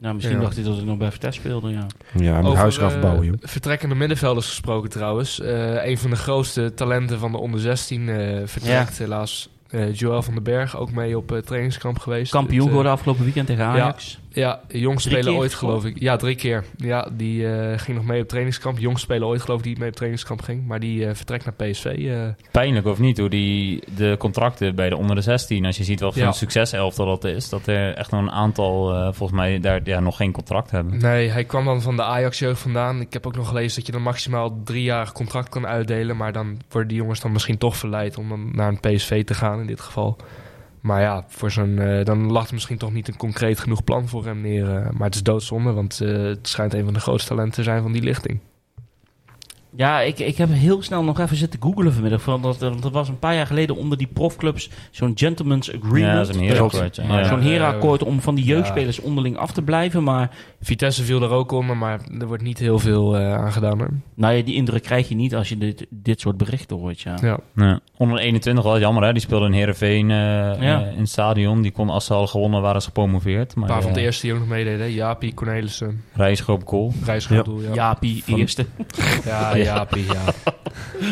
Speaker 1: Nou, misschien
Speaker 4: Ja.
Speaker 1: dacht hij dat hij nog bij Vitesse speelde, ja.
Speaker 2: Ja,
Speaker 4: Over,
Speaker 2: huisgraf
Speaker 4: eh,
Speaker 2: bouwen, joh.
Speaker 4: Vertrekkende middenvelders gesproken trouwens. Eh, een van de grootste talenten van de onder 16 eh vertrekt helaas. Eh, Joël van den Berg, ook mee op eh, trainingskamp geweest.
Speaker 1: Kampioen
Speaker 4: Het, eh,
Speaker 1: geworden afgelopen weekend tegen Ajax.
Speaker 4: Ja, jong
Speaker 1: Drie
Speaker 4: spelen
Speaker 1: keer
Speaker 4: ooit
Speaker 1: gescoord?
Speaker 4: geloof ik. Ja, drie keer. Ja, die eh, ging nog mee op trainingskamp. Jong spelen ooit geloof ik die mee op trainingskamp ging. Maar die eh, vertrekt naar PSV. eh.
Speaker 3: Pijnlijk of niet, hoe die de contracten bij de onder de 16, als je ziet wat voor
Speaker 4: Ja.
Speaker 3: een succeselftal dat is, dat er echt nog een aantal, eh, volgens mij, daar ja, nog geen contract hebben.
Speaker 4: Nee, hij kwam dan van de Ajax-jeugd vandaan. Ik heb ook nog gelezen dat je dan maximaal drie jaar contract kan uitdelen. Maar dan worden die jongens dan misschien toch verleid om dan naar een PSV te gaan in dit geval. Maar ja, voor zo'n, eh, dan lag er misschien toch niet een concreet genoeg plan voor hem neer. eh. maar het is doodzonde, want eh, het schijnt een van de grootste talenten te zijn van die lichting.
Speaker 1: Ja, ik, ik heb heel snel nog even zitten googelen vanmiddag. Want dat, want dat was een paar jaar geleden onder die profclubs zo'n gentleman's
Speaker 3: Ja,
Speaker 1: agreement.
Speaker 3: dat is een heerlijk
Speaker 2: Klopt.
Speaker 3: woordje.
Speaker 4: Maar
Speaker 3: Ja.
Speaker 1: Zo'n
Speaker 4: Ja,
Speaker 1: herenakkoord om van die
Speaker 4: ja.
Speaker 1: jeugdspelers onderling af te blijven. Maar
Speaker 4: Vitesse viel er ook onder, maar er wordt niet heel veel eh, aan gedaan. Hè?
Speaker 1: nou ja, die indruk krijg je niet als je dit, dit soort berichten hoort. Ja.
Speaker 4: Ja.
Speaker 3: Ja. Onder 21 wel jammer, hè? Die speelde in Heerenveen eh, eh, in het stadion. Die kon, als ze al gewonnen waren, ze gepromoveerd.
Speaker 4: Een
Speaker 3: Maar
Speaker 4: paar van de
Speaker 3: eh,
Speaker 4: eerste die ook nog meededen. hè. Jaapie, Cornelissen,
Speaker 3: Rijschoop Kool.
Speaker 4: Rijsgrootdoel. Ja.
Speaker 1: Jaapie,
Speaker 3: Van-
Speaker 1: eerste.
Speaker 4: Ja,
Speaker 3: Ja.
Speaker 4: Jaapie, ja.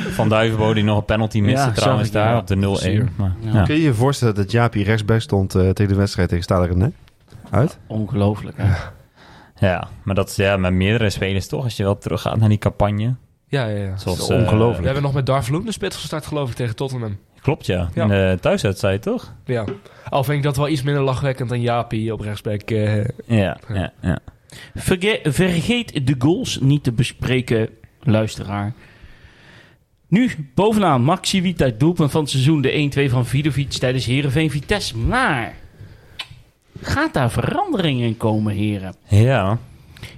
Speaker 3: Van Duivenbo die nog een penalty miste
Speaker 1: Ja,
Speaker 3: trouwens
Speaker 1: zag ik, ja.
Speaker 3: daar op de 0-1. Maar,
Speaker 1: Ja.
Speaker 3: ja.
Speaker 2: Kun je je voorstellen dat Jaapie rechtsback stond eh, tegen de wedstrijd tegen Stade Rennais? Uit?
Speaker 1: Ongelooflijk. hè.
Speaker 3: Ja, maar dat is ja, met meerdere spelers toch. Als je wel teruggaat naar die campagne.
Speaker 4: ja, ja, ja.
Speaker 3: Zoals,
Speaker 2: is
Speaker 3: eh,
Speaker 4: We
Speaker 2: ongelooflijk.
Speaker 4: hebben nog met Darvloem de spits gestart, geloof ik, tegen Tottenham.
Speaker 3: klopt, ja.
Speaker 4: Ja.
Speaker 3: In de thuiswedstrijd, toch?
Speaker 4: Ja. Al vind ik dat wel iets minder lachwekkend dan Jaapie op rechtsback. eh.
Speaker 3: Ja, ja, ja.
Speaker 1: Verge- vergeet de goals niet te bespreken, luisteraar. Nu bovenaan Maxi Wita, doelpunt van het seizoen. De 1-2 van Vidovic tijdens Heerenveen Vitesse. Maar gaat daar verandering in komen, heren?
Speaker 3: ja.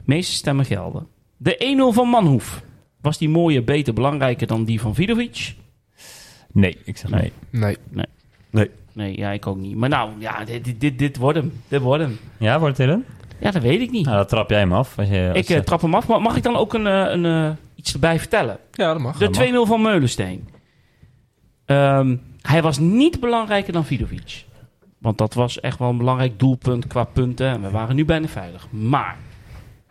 Speaker 1: meeste stemmen gelden. De 1-0 van Manhoef. Was die mooie beter belangrijker dan die van Vidovic?
Speaker 3: Nee, ik zeg nee.
Speaker 4: nee.
Speaker 1: Nee, ja, ik ook niet. Maar nou, ja, dit, dit- dit, dit wordt hem. Dit wordt hem.
Speaker 3: Ja, wordt het Dylan?
Speaker 1: Ja, dat weet ik niet.
Speaker 3: Nou, dat trap jij hem af. Als je, als
Speaker 1: ik eh,
Speaker 3: je-
Speaker 1: trap hem af. Maar mag ik dan ook een, eh, een, eh, iets erbij vertellen?
Speaker 4: Ja, dat mag.
Speaker 1: De
Speaker 3: dat mag.
Speaker 1: 2-0 van Meulensteen. Ehm, hij was niet belangrijker dan Vidovic. Want dat was echt wel een belangrijk doelpunt qua punten. En we waren nu bijna veilig. Maar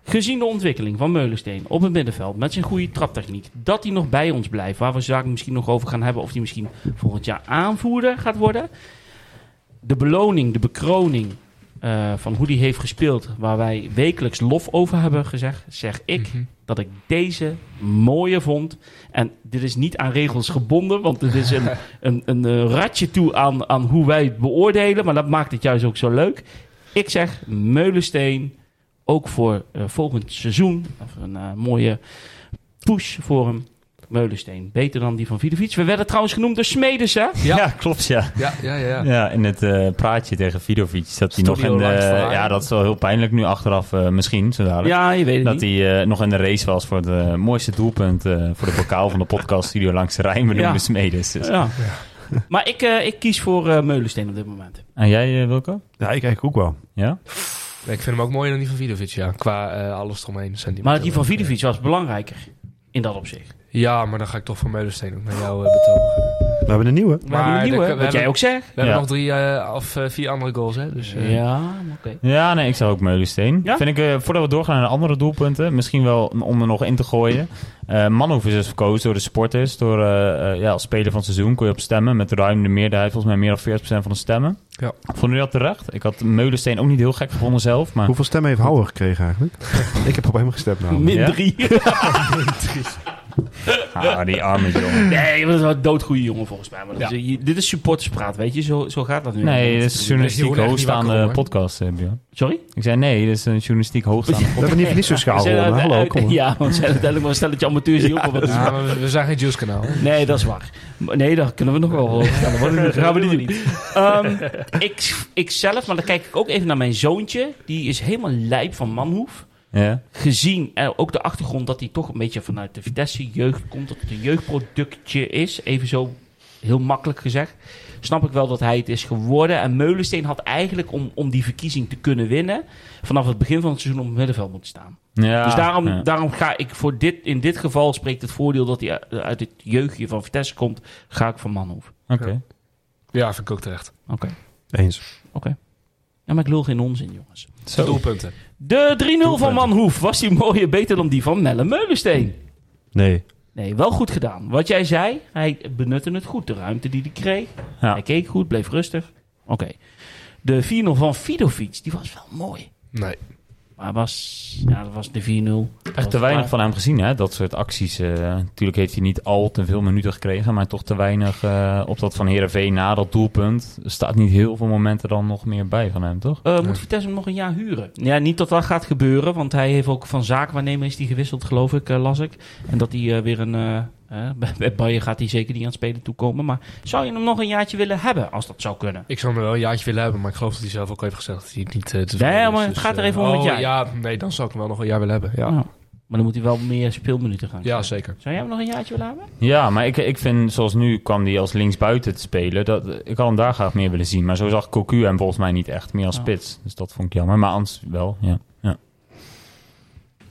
Speaker 1: gezien de ontwikkeling van Meulensteen op het middenveld met zijn goede traptechniek, dat hij nog bij ons blijft, waar we zaken misschien nog over gaan hebben, of die misschien volgend jaar aanvoerder gaat worden. De beloning, de bekroning eh, van hoe die heeft gespeeld, waar wij wekelijks lof over hebben gezegd, zeg ik
Speaker 4: Mhm.
Speaker 1: dat ik deze mooier vond. En dit is niet aan regels gebonden, want het is een, een, een eh, ratje toe aan, aan hoe wij het beoordelen. Maar dat maakt het juist ook zo leuk. Ik zeg Meulensteen, ook voor eh, volgend seizoen. Even een eh, mooie push voor hem. Meulensteen, beter dan die van Vidovic. We werden trouwens genoemd door Smedes, hè?
Speaker 3: <laughs> ja.
Speaker 4: Ja.
Speaker 3: klopt, ja.
Speaker 4: Ja, ja, ja. ja.
Speaker 3: Ja, in het eh, praatje tegen Vidovic. Dat hij nog
Speaker 4: Studio
Speaker 3: in de,
Speaker 4: Live verhaal.
Speaker 3: ja, dat is wel heel pijnlijk nu achteraf eh, misschien, zo dadelijk.
Speaker 1: Ja, je weet het
Speaker 3: Dat
Speaker 1: niet.
Speaker 3: hij eh, nog in de race was voor het eh, mooiste doelpunt eh, voor de
Speaker 1: <laughs>
Speaker 3: bokaal van de podcast Studio Langs de Rijn. We noemen
Speaker 1: Ja.
Speaker 3: Smedes. Dus.
Speaker 1: Ja. Maar ik, eh, ik kies voor eh, Meulensteen op dit moment.
Speaker 3: En jij, eh, Wilco?
Speaker 2: Ja, ik eigenlijk ook wel.
Speaker 3: Ja?
Speaker 4: Ik vind hem ook mooier dan die van Vidovic, ja. Qua eh, alles eromheen. sentimenteel.
Speaker 1: Maar die van Vidovic was belangrijker in dat opzicht.
Speaker 4: Ja, maar dan ga ik toch van Meulensteen ook naar jou eh, betogen.
Speaker 2: We hebben een nieuwe.
Speaker 1: Maar, maar
Speaker 4: de-
Speaker 1: nieuwe,
Speaker 4: we
Speaker 1: wat
Speaker 4: hebben-
Speaker 1: jij ook zegt.
Speaker 4: We hebben
Speaker 3: Ja.
Speaker 4: nog drie eh, of eh, vier andere goals, hè. Dus, eh,
Speaker 1: Ja, maar oké.
Speaker 3: Ja, nee, ik zou ook Meulensteen.
Speaker 1: Ja?
Speaker 3: Vind ik, eh, voordat we doorgaan naar de andere doelpunten, misschien wel om er nog in te gooien. Eh Manhoef is dus verkozen door de sporters, door eh, eh, ja, als speler van het seizoen kon je op stemmen. Met ruim de meerderheid, volgens mij meer dan 40% van de stemmen.
Speaker 4: Ja.
Speaker 3: Vonden jullie dat terecht? Ik had Meulensteen ook niet heel gek gevonden zelf, maar...
Speaker 2: Hoeveel stemmen heeft Houwer gekregen eigenlijk? <laughs> ik heb op hem gestemd
Speaker 1: <laughs>
Speaker 2: nou.
Speaker 1: Min
Speaker 3: Ja?
Speaker 1: drie.
Speaker 3: Ah, die arme jongen.
Speaker 1: nee, dat is wel een doodgoede jongen volgens mij. Maar dat
Speaker 4: Ja.
Speaker 1: is- je- dit is supporterspraat, weet je? Zo, zo gaat dat nu.
Speaker 3: Nee, dit is een
Speaker 4: Jeroen
Speaker 3: journalistiek
Speaker 4: echt niet wakker,
Speaker 3: hoogstaande
Speaker 4: hoor.
Speaker 3: podcast, eh, Björn.
Speaker 1: Sorry?
Speaker 3: Ik zei nee, dit is een journalistiek hoogstaande
Speaker 2: We hebben niet zo schaal
Speaker 1: We zijn
Speaker 2: gewonnen.
Speaker 1: uit-
Speaker 2: Ah, Hallo,
Speaker 1: uit-
Speaker 2: kom. hoor.
Speaker 1: eh, <laughs> Ja, want we zijn uiteindelijk maar een stelletje amateurs
Speaker 2: <laughs>
Speaker 1: die ook wel wat doen.
Speaker 4: Ja, maar we, we zijn geen Juice-kanaal. hè.
Speaker 1: Nee, dat is waar. Maar Nee, daar kunnen we nog wel over gaan. Maar Dat gaan we niet doen.
Speaker 2: <laughs>
Speaker 1: Ehm, ik, ik zelf, maar dan kijk ik ook even naar mijn zoontje. Die is helemaal lijp van Manhoef.
Speaker 3: Ja.
Speaker 1: gezien eh, ook de achtergrond dat hij toch een beetje vanuit de Vitesse jeugd komt, dat het een jeugdproductje is, even zo heel makkelijk gezegd, snap ik wel dat hij het is geworden. En Meulensteen had eigenlijk om, om die verkiezing te kunnen winnen, vanaf het begin van het seizoen op het middenveld moeten staan.
Speaker 3: Ja,
Speaker 1: dus daarom,
Speaker 3: ja.
Speaker 1: daarom ga ik voor dit, in dit geval spreekt het voordeel dat hij eh, uit het jeugdje van Vitesse komt, ga ik van Manhoef.
Speaker 3: Oké.
Speaker 4: Ja, vind ik ook terecht.
Speaker 1: Oké.
Speaker 2: Eens.
Speaker 1: Ja, maar ik lul geen onzin, jongens.
Speaker 3: Zo.
Speaker 4: Doelpunten.
Speaker 1: De 3-0 van
Speaker 3: Doelpunten.
Speaker 1: Manhoef, was die mooier beter dan die van Melle Meulensteen?
Speaker 2: Nee.
Speaker 1: Nee, wel goed gedaan. Wat jij zei, hij benutte het goed. De ruimte die hij kreeg.
Speaker 3: Ja.
Speaker 1: Hij keek goed, bleef rustig. Oké. De 4-0 van Fidovic, die was wel mooi.
Speaker 4: Nee.
Speaker 1: Maar was, ja, dat was de 4-0.
Speaker 3: Echt te weinig van hem gezien, hè? Dat soort acties. eh, natuurlijk heeft hij niet al te veel minuten gekregen, maar toch te weinig eh, op dat van Herenveen na dat doelpunt. Er staat niet heel veel momenten dan nog meer bij van hem, toch?
Speaker 1: Eh, moet
Speaker 4: Ja.
Speaker 1: Vitesse hem nog een jaar huren? Ja, niet dat dat gaat gebeuren, want hij heeft ook van zaakwaarnemer is die gewisseld, geloof ik, eh, las ik. En dat hij eh, weer een... eh, eh, <laughs> bij, bij Bayern gaat hij zeker niet aan het spelen toekomen. Maar zou je hem nog een jaartje willen hebben, als dat zou kunnen?
Speaker 4: Ik zou hem wel een jaartje willen hebben, maar ik geloof dat hij zelf ook heeft gezegd dat hij het niet eh, tevreden
Speaker 1: Nee,
Speaker 4: is.
Speaker 1: maar het
Speaker 4: Dus,
Speaker 1: gaat er
Speaker 4: eh,
Speaker 1: even om het
Speaker 4: oh,
Speaker 1: jaar.
Speaker 4: Ja, nee, dan zou ik hem wel nog een jaar willen hebben. Ja.
Speaker 1: Nou, Maar dan moet hij wel meer speelminuten gaan
Speaker 4: Ja,
Speaker 1: krijgen.
Speaker 4: zeker.
Speaker 1: Zou jij hem nog een jaartje willen hebben?
Speaker 3: Ja, maar ik, ik vind, zoals nu kwam hij als linksbuiten te spelen. Dat, ik had hem daar graag meer willen zien. Maar zo zag Cocu hem volgens mij niet echt meer als
Speaker 1: Ja.
Speaker 3: spits. Dus dat vond ik jammer. Maar Ans wel, ja.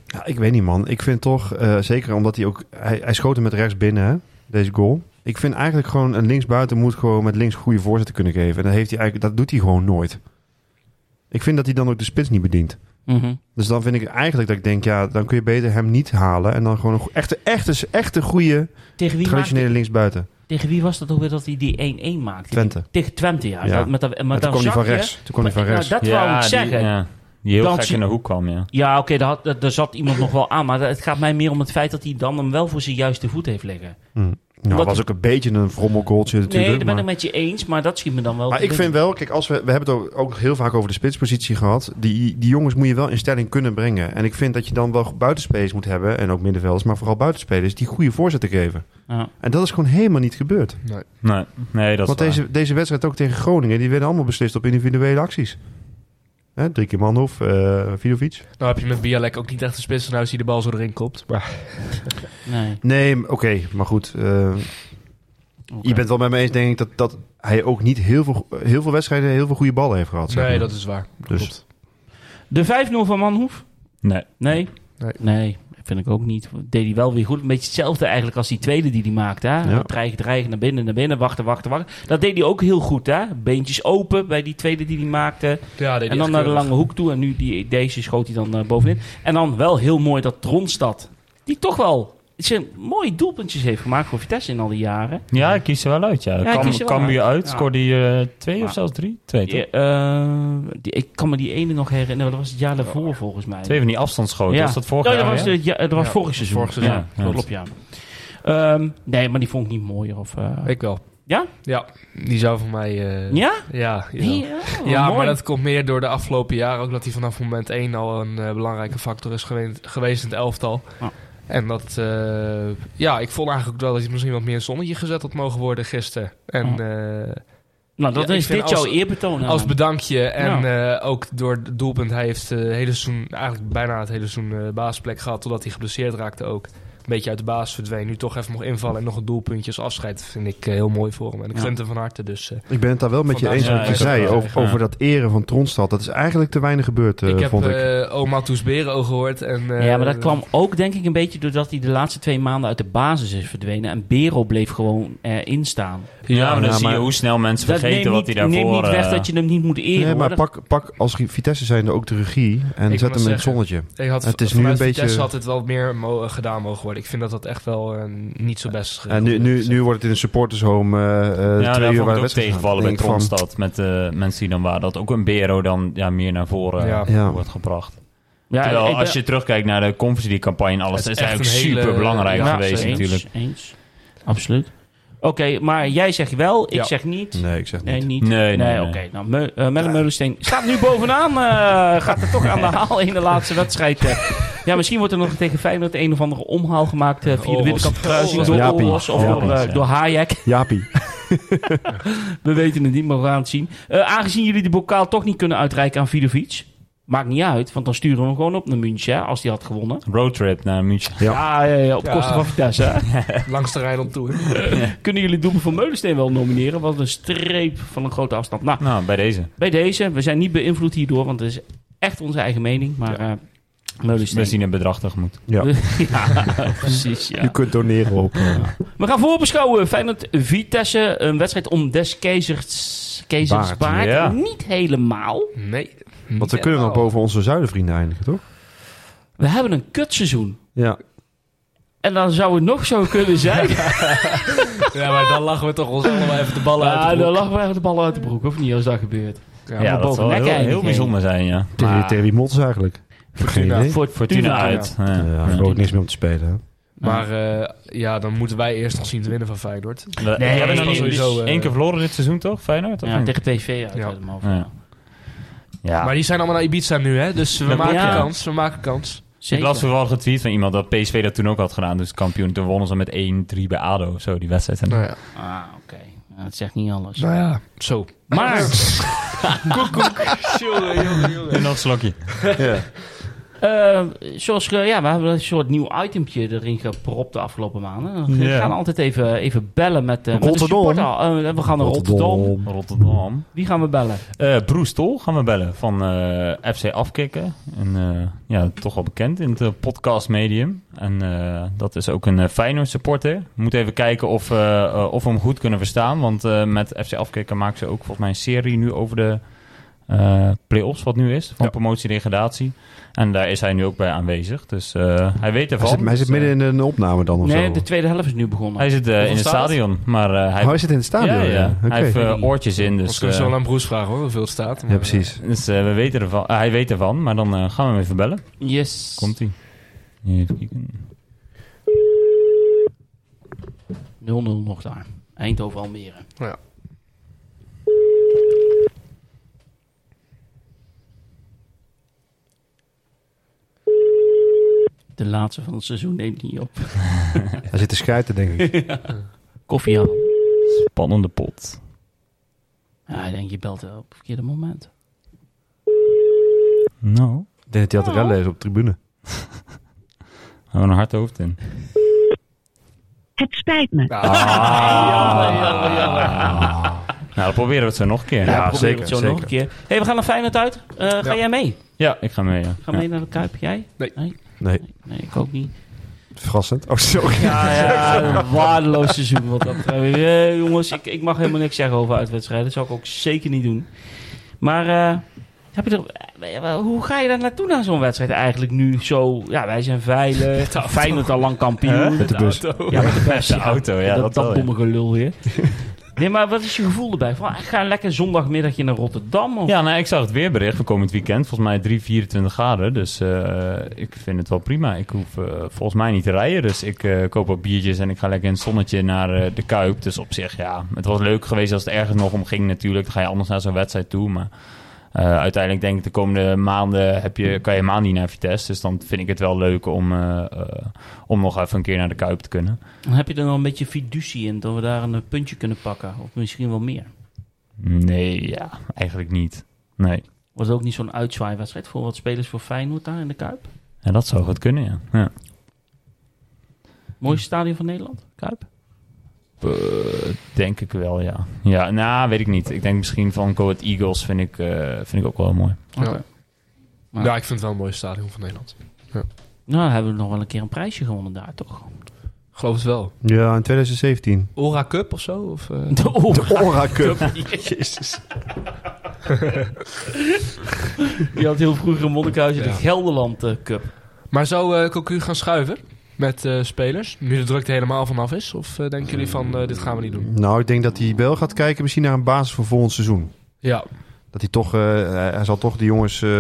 Speaker 2: Ja, ik weet niet, man. Ik vind toch, eh, zeker omdat hij ook... Hij, hij schoot hem met rechts binnen, hè, deze goal. Ik vind eigenlijk gewoon een linksbuiten moet gewoon met links goede voorzetten kunnen geven. En dat, heeft hij eigenlijk, dat doet hij gewoon nooit. Ik vind dat hij dan ook de spits niet bedient.
Speaker 1: Mhm.
Speaker 2: Dus dan vind ik eigenlijk dat ik denk, ja, dan kun je beter hem niet halen. En dan gewoon een go- echte, echte, echte goede
Speaker 1: Tegen, wie
Speaker 2: traditionele
Speaker 1: maakte,
Speaker 2: linksbuiten.
Speaker 1: tegen wie was dat ook weer dat hij die 1-1 maakte?
Speaker 2: Twente.
Speaker 1: Tegen Twente, ja.
Speaker 2: Ja.
Speaker 1: Dat- Met, dat- met,
Speaker 2: Maar
Speaker 1: dat
Speaker 2: toen kwam hij van
Speaker 1: zakje.
Speaker 2: rechts. Toen kwam hij van
Speaker 1: Maar-
Speaker 2: rechts.
Speaker 1: nou, dat wou ik
Speaker 3: die,
Speaker 1: zeggen. Ja,
Speaker 3: ja, die heel
Speaker 1: Dan
Speaker 3: gek
Speaker 1: zie-
Speaker 3: in de hoek kwam, ja.
Speaker 1: oké, daar, had- daar- daar zat iemand nog wel aan. Maar het gaat mij meer om het feit dat hij dan hem wel voor zijn juiste voet heeft liggen.
Speaker 2: Nou,
Speaker 1: Wat-
Speaker 2: dat was ook een beetje een frommelgoaltje natuurlijk.
Speaker 1: nee, daar ben
Speaker 2: maar-
Speaker 1: ik met je eens, maar dat schiet me dan wel.
Speaker 2: Maar
Speaker 1: te
Speaker 2: ik vind
Speaker 1: binnen.
Speaker 2: wel, kijk, als we, we hebben het ook, ook heel vaak over de spitspositie gehad. Die, die jongens moet je wel in stelling kunnen brengen. En ik vind dat je dan wel buitenspelers moet hebben. En ook middenvelders, maar vooral buitenspelers die goede voorzetten geven.
Speaker 1: Ja.
Speaker 2: En dat is gewoon helemaal niet gebeurd.
Speaker 3: Nee, nee dat is
Speaker 2: Want
Speaker 3: waar.
Speaker 2: deze, deze wedstrijd ook tegen Groningen, die werden allemaal beslist op individuele acties. Hè, drie keer Manhoef, eh Vidovic.
Speaker 4: Nou heb je met Bialek ook niet echt een spits van huis die de bal zo erin kopt. Maar
Speaker 1: Nee.
Speaker 2: Nee, m- oké, maar goed. eh,
Speaker 1: oké.
Speaker 2: Je bent wel met me eens, denk ik, dat, dat hij ook niet heel veel, heel veel wedstrijden heel veel goede ballen heeft gehad. zeg
Speaker 4: nee,
Speaker 2: maar.
Speaker 4: dat is waar.
Speaker 2: Dus-
Speaker 4: Klopt.
Speaker 1: De 5-0 van Manhoef?
Speaker 3: Nee.
Speaker 1: Nee.
Speaker 4: Nee.
Speaker 1: vind ik ook niet. Deed hij wel weer goed. Een beetje hetzelfde eigenlijk als die tweede die hij maakte. Hè?
Speaker 2: Ja.
Speaker 1: Dreigen, dreigen, naar binnen, naar binnen, wachten, wachten, wachten. Dat deed hij ook heel goed. Hè? Beentjes open bij die tweede die hij maakte.
Speaker 4: Ja,
Speaker 1: en
Speaker 4: deed hij
Speaker 1: dan
Speaker 4: echt
Speaker 1: naar de
Speaker 4: keurig.
Speaker 1: lange hoek toe. En nu die, deze schoot hij dan eh, bovenin. En dan wel heel mooi dat Tronstad. Die toch wel zijn mooie doelpuntjes heeft gemaakt voor Vitesse in al die jaren.
Speaker 3: Ja, ik kies er wel uit, ja.
Speaker 1: Ja, ik
Speaker 3: Kam-
Speaker 1: kies er wel
Speaker 3: Cambuur
Speaker 1: uit.
Speaker 3: uit,
Speaker 1: Ja.
Speaker 3: scoorde hij eh, twee
Speaker 1: Maar-
Speaker 3: of zelfs drie? Twee, toch?
Speaker 1: Ja, eh, die, ik kan me die ene nog herinneren. Dat was het jaar daarvoor volgens mij.
Speaker 3: Twee van die afstandsschoten.
Speaker 1: Ja.
Speaker 3: Was dat vorig
Speaker 1: Ja,
Speaker 3: jaar
Speaker 1: dat was,
Speaker 3: weer?
Speaker 1: het ja, dat was
Speaker 4: Ja,
Speaker 1: vorig seizoen.
Speaker 4: vorig seizoen.
Speaker 1: Ja,
Speaker 3: Ja,
Speaker 1: klopt, ja. Ehm, nee, maar die vond ik niet mooier. Of, eh,
Speaker 4: Ik wel.
Speaker 1: Ja?
Speaker 4: Ja, die zou voor mij... eh,
Speaker 1: ja?
Speaker 4: Ja, jawel.
Speaker 1: Nee, oh,
Speaker 4: ja
Speaker 1: mooi.
Speaker 4: maar dat komt meer door de afgelopen jaren. Ook dat hij vanaf moment 1 al een eh, belangrijke factor is geweest, geweest in het elftal.
Speaker 1: Ja.
Speaker 4: En dat, eh, ja, ik vond eigenlijk ook wel dat hij misschien wat meer in het zonnetje gezet had mogen worden gisteren. En eh,
Speaker 1: nou, dat
Speaker 4: Ja, ik
Speaker 1: is
Speaker 4: vind
Speaker 1: dit
Speaker 4: als-
Speaker 1: jouw eerbetoon. aan
Speaker 4: als
Speaker 1: hem.
Speaker 4: bedankje en eh, ook door het doelpunt, hij heeft eh, het hele seizoen, eigenlijk bijna het hele seizoen eh, basisplek gehad. Totdat hij geblesseerd raakte ook. Een beetje uit de baas verdween. Nu toch even mocht invallen en nog een doelpuntje als afscheid vind ik eh, heel mooi voor hem. En ik
Speaker 1: Ja.
Speaker 4: gun het hem van harte, dus... eh,
Speaker 2: Ik ben het daar wel met je
Speaker 4: Vandaar-
Speaker 2: eens
Speaker 3: Ja,
Speaker 2: wat je
Speaker 3: ik ook
Speaker 2: zei
Speaker 3: wel.
Speaker 2: over,
Speaker 3: Ja.
Speaker 2: over dat eren van Tronstad. Dat is eigenlijk te weinig gebeurd, eh,
Speaker 4: ik heb
Speaker 2: vond ik.
Speaker 4: eh, oma Toes Bereo gehoord. En, eh,
Speaker 1: ja, maar dat kwam ook denk ik een beetje doordat hij de laatste twee maanden uit de basis is verdwenen. En Bero bleef gewoon erin staan.
Speaker 3: Ja, maar dan
Speaker 2: Ja, nou,
Speaker 3: zie je
Speaker 2: maar-
Speaker 3: hoe snel mensen
Speaker 1: Dat
Speaker 3: vergeten
Speaker 1: neemt
Speaker 3: wat hij
Speaker 1: niet-
Speaker 3: daarvoor...
Speaker 1: neemt niet weg
Speaker 3: eh,
Speaker 1: dat je hem niet moet eren.
Speaker 2: nee,
Speaker 1: hoor.
Speaker 2: maar
Speaker 1: Dat-
Speaker 2: pak, pak als Ri- Vitesse zijn er ook de regie en
Speaker 4: Ik
Speaker 2: zet
Speaker 4: wou
Speaker 2: hem in het
Speaker 4: zeggen.
Speaker 2: zonnetje.
Speaker 4: Ik had,
Speaker 2: Het is nu
Speaker 4: vanuit
Speaker 2: een beetje-
Speaker 4: Vitesse had het wel meer mo- eh, gedaan mogen worden. Ik vind dat dat echt wel eh, niet zo best is
Speaker 2: En nu, nu, nu wordt het in een supportershome eh, eh,
Speaker 3: ja,
Speaker 2: twee
Speaker 3: daar
Speaker 2: uur
Speaker 3: vond
Speaker 2: waar
Speaker 3: ik
Speaker 2: de
Speaker 3: ook
Speaker 2: wedstrijd
Speaker 3: tegenvallen bij
Speaker 2: gaat. Denk ik van,
Speaker 3: Tronstad. Met eh mensen die dan waren. Dat ook een Bero dan ja, meer naar voren
Speaker 4: Ja.
Speaker 3: eh,
Speaker 2: Ja.
Speaker 3: wordt gebracht.
Speaker 1: ja, ik
Speaker 3: Terwijl
Speaker 1: ben-
Speaker 3: als je terugkijkt naar de Conference League campagne en alles...
Speaker 4: Het
Speaker 3: Dat
Speaker 4: is
Speaker 3: is
Speaker 4: echt
Speaker 3: eigenlijk
Speaker 4: een hele-
Speaker 3: super belangrijk
Speaker 1: Ja,
Speaker 3: geweest
Speaker 1: eens,
Speaker 3: natuurlijk.
Speaker 1: Eens, absoluut. Oké, maar jij zegt wel, ik
Speaker 4: Ja.
Speaker 1: zeg niet.
Speaker 2: Nee, ik zeg niet.
Speaker 1: Nee, niet.
Speaker 3: Nee, nee, nee.
Speaker 1: oké. Nou, Me eh, Melle Meulensteen staat nu bovenaan. eh, gaat er toch aan de haal in de laatste wedstrijd. eh. Ja, misschien wordt er nog tegen Feyenoord een of andere omhaal gemaakt eh, via de
Speaker 4: Oros.
Speaker 1: binnenkant kruising door
Speaker 2: Jaapie.
Speaker 1: Oros of
Speaker 3: Jaapie,
Speaker 1: door, eh,
Speaker 3: ja.
Speaker 1: door Hayek.
Speaker 2: <laughs> Jaapie.
Speaker 1: We weten het niet, maar we gaan het zien. Eh, aangezien jullie de bokaal toch niet kunnen uitreiken aan Vidovic, maakt niet uit, want dan sturen we hem gewoon op naar München hè, als hij had gewonnen.
Speaker 3: Roadtrip naar München.
Speaker 2: Ja.
Speaker 1: Ja, ja, ja, op
Speaker 4: Ja.
Speaker 1: kosten van Vitesse. hè.
Speaker 4: <laughs>
Speaker 1: <laughs>
Speaker 4: Langs de Rijnland toe.
Speaker 1: Kunnen jullie Doemen van Meulensteen wel nomineren? Wat een streep van een grote afstand. Nou,
Speaker 3: Nou, bij deze.
Speaker 1: bij deze. We zijn niet beïnvloed hierdoor, want het is echt onze eigen mening. Maar eh
Speaker 3: We
Speaker 1: Meulensteen.
Speaker 3: zien een bedrag tegemoet.
Speaker 2: Ja.
Speaker 1: <laughs> ja, precies.
Speaker 2: U <laughs>
Speaker 1: Ja.
Speaker 2: kunt doneren op. eh,
Speaker 1: We gaan voorbeschouwen. Feyenoord Vitesse. Een wedstrijd om des keizers, keizers
Speaker 2: Baard,
Speaker 1: baard.
Speaker 3: ja.
Speaker 1: Niet helemaal.
Speaker 4: Nee.
Speaker 2: want we kunnen dan boven onze zuidenvrienden eindigen, toch?
Speaker 1: We hebben een kutseizoen.
Speaker 2: Ja.
Speaker 1: En dan zou het nog zo kunnen zijn.
Speaker 4: Ja, maar dan lachen we toch ons allemaal even de ballen uit.
Speaker 1: Ah,
Speaker 4: de broek.
Speaker 1: dan lachen we echt de bal uit de broek, of niet, als dat gebeurt.
Speaker 4: Ja,
Speaker 3: Ja,
Speaker 1: maar
Speaker 3: dat
Speaker 1: boven
Speaker 3: zal
Speaker 1: nek
Speaker 3: heel, heel
Speaker 1: eindigen.
Speaker 3: bijzonder zijn, ja.
Speaker 2: Tegen, tegen wie motten ze eigenlijk? Geen
Speaker 4: Fortuna.
Speaker 2: idee.
Speaker 1: Voor
Speaker 3: Fortuna uit. Ja.
Speaker 2: Ja, daar heb ik ook niks meer om te spelen. hè.
Speaker 4: Maar eh, ja, dan moeten wij eerst nog zien te winnen van Feyenoord.
Speaker 3: We-
Speaker 1: Nee,
Speaker 3: we hebben
Speaker 1: dat
Speaker 3: nog
Speaker 1: is
Speaker 4: sowieso, eh,
Speaker 3: Eén dus, keer verloren dit seizoen, toch? Feyenoord? of
Speaker 1: Ja,
Speaker 3: niet?
Speaker 1: tegen PSV uit.
Speaker 4: Ja.
Speaker 1: uit mijn hoofd.
Speaker 3: Ja. Ja.
Speaker 4: Maar die zijn allemaal naar Ibiza nu, hè? Dus we
Speaker 3: Ja.
Speaker 4: maken
Speaker 1: Ja.
Speaker 4: kans. We maken kans.
Speaker 1: Zeker.
Speaker 3: Ik las vooral getweet van iemand dat PSV dat toen ook had gedaan. Dus kampioen. Toen wonnen ze met 1-3 bij ADO of zo, die wedstrijd. En
Speaker 4: Nou ja.
Speaker 1: Ah, oké. Nou, dat zegt niet alles.
Speaker 4: Nou ja. Zo.
Speaker 1: Maar,
Speaker 4: <laughs> Koek, koek. Jongen, jongen, jongen.
Speaker 3: Nog een slokje.
Speaker 1: Eh, zoals, ge- ja, we hebben een soort nieuw itempje erin gepropt de afgelopen maanden. We
Speaker 3: Ja.
Speaker 1: gaan altijd even, even bellen met, eh, met de
Speaker 2: Rotterdam.
Speaker 1: supporter. Eh, we gaan naar Rotterdam.
Speaker 3: Rotterdam.
Speaker 1: Wie gaan we bellen?
Speaker 3: Eh Bruce Tol gaan we bellen van eh, FC Afkikken. En, eh, ja, toch wel bekend in het eh, podcastmedium. En eh, dat is ook een eh, Feyenoord supporter. Moet even kijken of, eh, eh, of we hem goed kunnen verstaan. Want eh, met FC Afkikken maken ze ook volgens mij een serie nu over de eh play-offs wat nu is. Van
Speaker 2: Ja.
Speaker 3: promotie-degradatie. En daar is hij nu ook bij aanwezig. Dus eh, hij weet ervan.
Speaker 2: Hij zit, hij zit
Speaker 3: Dus, eh,
Speaker 2: midden in een opname dan of
Speaker 1: Nee,
Speaker 2: zo.
Speaker 1: de tweede helft is nu begonnen.
Speaker 3: hij zit eh, in het
Speaker 4: staat het?
Speaker 3: stadion. Maar eh, hij,
Speaker 2: Oh, hij zit in het stadion.
Speaker 3: ja, ja.
Speaker 2: Oké.
Speaker 3: hij heeft eh, oortjes in.
Speaker 4: Dus
Speaker 3: Dus,
Speaker 4: kunnen ze
Speaker 3: eh,
Speaker 4: wel aan Broes vragen hoor, hoeveel het staat.
Speaker 2: ja, precies.
Speaker 3: Dus eh, we weten ervan, eh, hij weet ervan, maar dan eh, gaan we hem even bellen.
Speaker 1: Yes.
Speaker 3: Komt ie. Even kijken.
Speaker 1: 0-0 nog daar. Eindhoven Almere.
Speaker 4: Ja.
Speaker 1: De laatste van het seizoen neemt niet op.
Speaker 2: Hij zit te schuiten, denk
Speaker 3: <laughs>
Speaker 2: ik.
Speaker 1: Koffie aan.
Speaker 3: Spannende pot.
Speaker 1: Ja, ik denk je belt wel op het verkeerde moment.
Speaker 3: Nou.
Speaker 2: Ik denk dat hij had rellen is op de tribune.
Speaker 3: Hebben we een hard hoofd in.
Speaker 5: Het spijt me.
Speaker 3: Nou, dan proberen we het zo nog een keer.
Speaker 2: Ja,
Speaker 3: Ja,
Speaker 1: Probeer
Speaker 2: zeker,
Speaker 1: het zo
Speaker 2: zeker.
Speaker 1: nog een keer. hey, we gaan naar Feyenoord uit. Eh, ga jij mee?
Speaker 3: ik ga mee. Ja.
Speaker 1: Ga
Speaker 3: Ja.
Speaker 1: mee naar de Kuip, jij?
Speaker 4: Nee.
Speaker 1: Nee,
Speaker 2: Nee,
Speaker 1: Nee, ik ook niet.
Speaker 2: verrassend. Oh, sorry.
Speaker 1: Ja, ja, <laughs> een waardeloos seizoen. Wat dat betreft. Eh, jongens, ik, ik mag helemaal niks zeggen over uitwedstrijden. Dat zou ik ook zeker niet doen. Maar eh, heb je er, eh, hoe ga je daar naartoe naar zo'n wedstrijd eigenlijk nu? Zo, ja, wij zijn
Speaker 3: <laughs>
Speaker 1: veilig. Feyenoord al lang kampioen.
Speaker 2: Met de bus.
Speaker 1: Ja, met de bus, ja.
Speaker 3: auto, ja,
Speaker 1: Dat,
Speaker 3: dat
Speaker 1: dat
Speaker 3: wel, ja.
Speaker 1: domme gelul
Speaker 3: <laughs>
Speaker 1: weer. Nee, maar wat is je gevoel erbij? Van, ik ga lekker zondagmiddagje naar Rotterdam. Of?
Speaker 3: Ja, nou, ik zag het weerbericht voor komend weekend. Volgens mij 3, 24 graden. Dus eh, ik vind het wel prima. Ik hoef eh, volgens mij niet te rijden. Dus ik eh, koop wat biertjes en ik ga lekker in het zonnetje naar eh, de Kuip. Dus op zich, ja. Het was leuk geweest als het ergens nog om ging natuurlijk. Dan ga je anders naar zo'n wedstrijd toe. Maar eh, uiteindelijk denk ik de komende maanden heb je, kan je maand niet naar Vitesse. Dus dan vind ik het wel leuk om, eh, eh, om nog even een keer naar de Kuip te kunnen.
Speaker 1: Dan heb je er nog een beetje fiducie in dat we daar een puntje kunnen pakken. Of misschien wel meer.
Speaker 3: Nee, ja. Eigenlijk niet. Nee.
Speaker 1: Was het ook niet zo'n uitzwaaiwedstrijd voor wat spelers voor Feyenoord daar in de Kuip?
Speaker 3: Ja, dat zou goed kunnen, ja. ja.
Speaker 1: Mooiste stadion van Nederland, Kuip.
Speaker 3: Eh, denk ik wel, ja. Ja, nou, weet ik niet. Ik denk misschien van Coet Eagles vind ik, eh, vind ik ook wel mooi.
Speaker 4: Ja.
Speaker 1: Oké.
Speaker 4: Ja, ik vind het wel een mooi stadion van Nederland.
Speaker 1: Nou, dan hebben we nog wel een keer een prijsje gewonnen daar, toch? <laughs>
Speaker 4: Geloof het wel.
Speaker 2: Ja, in
Speaker 3: <laughs>
Speaker 2: 2017.
Speaker 4: Ora Cup of zo?
Speaker 1: <laughs>
Speaker 4: Of, eh,
Speaker 1: De oren.
Speaker 2: De Ora Cup.
Speaker 1: Jezus. Je had heel vroeger in Monnikenhuizen
Speaker 4: Ja.
Speaker 1: de Gelderland eh, Cup.
Speaker 4: Maar zou eh Cocu gaan schuiven met eh, spelers? Nu de drukte helemaal vanaf is? Of eh, denken jullie van, eh, dit gaan we niet doen?
Speaker 2: Nou, ik denk dat hij wel gaat kijken misschien naar een basis voor volgend seizoen.
Speaker 4: Ja,
Speaker 2: Dat hij toch, eh, hij, hij zal toch de jongens, eh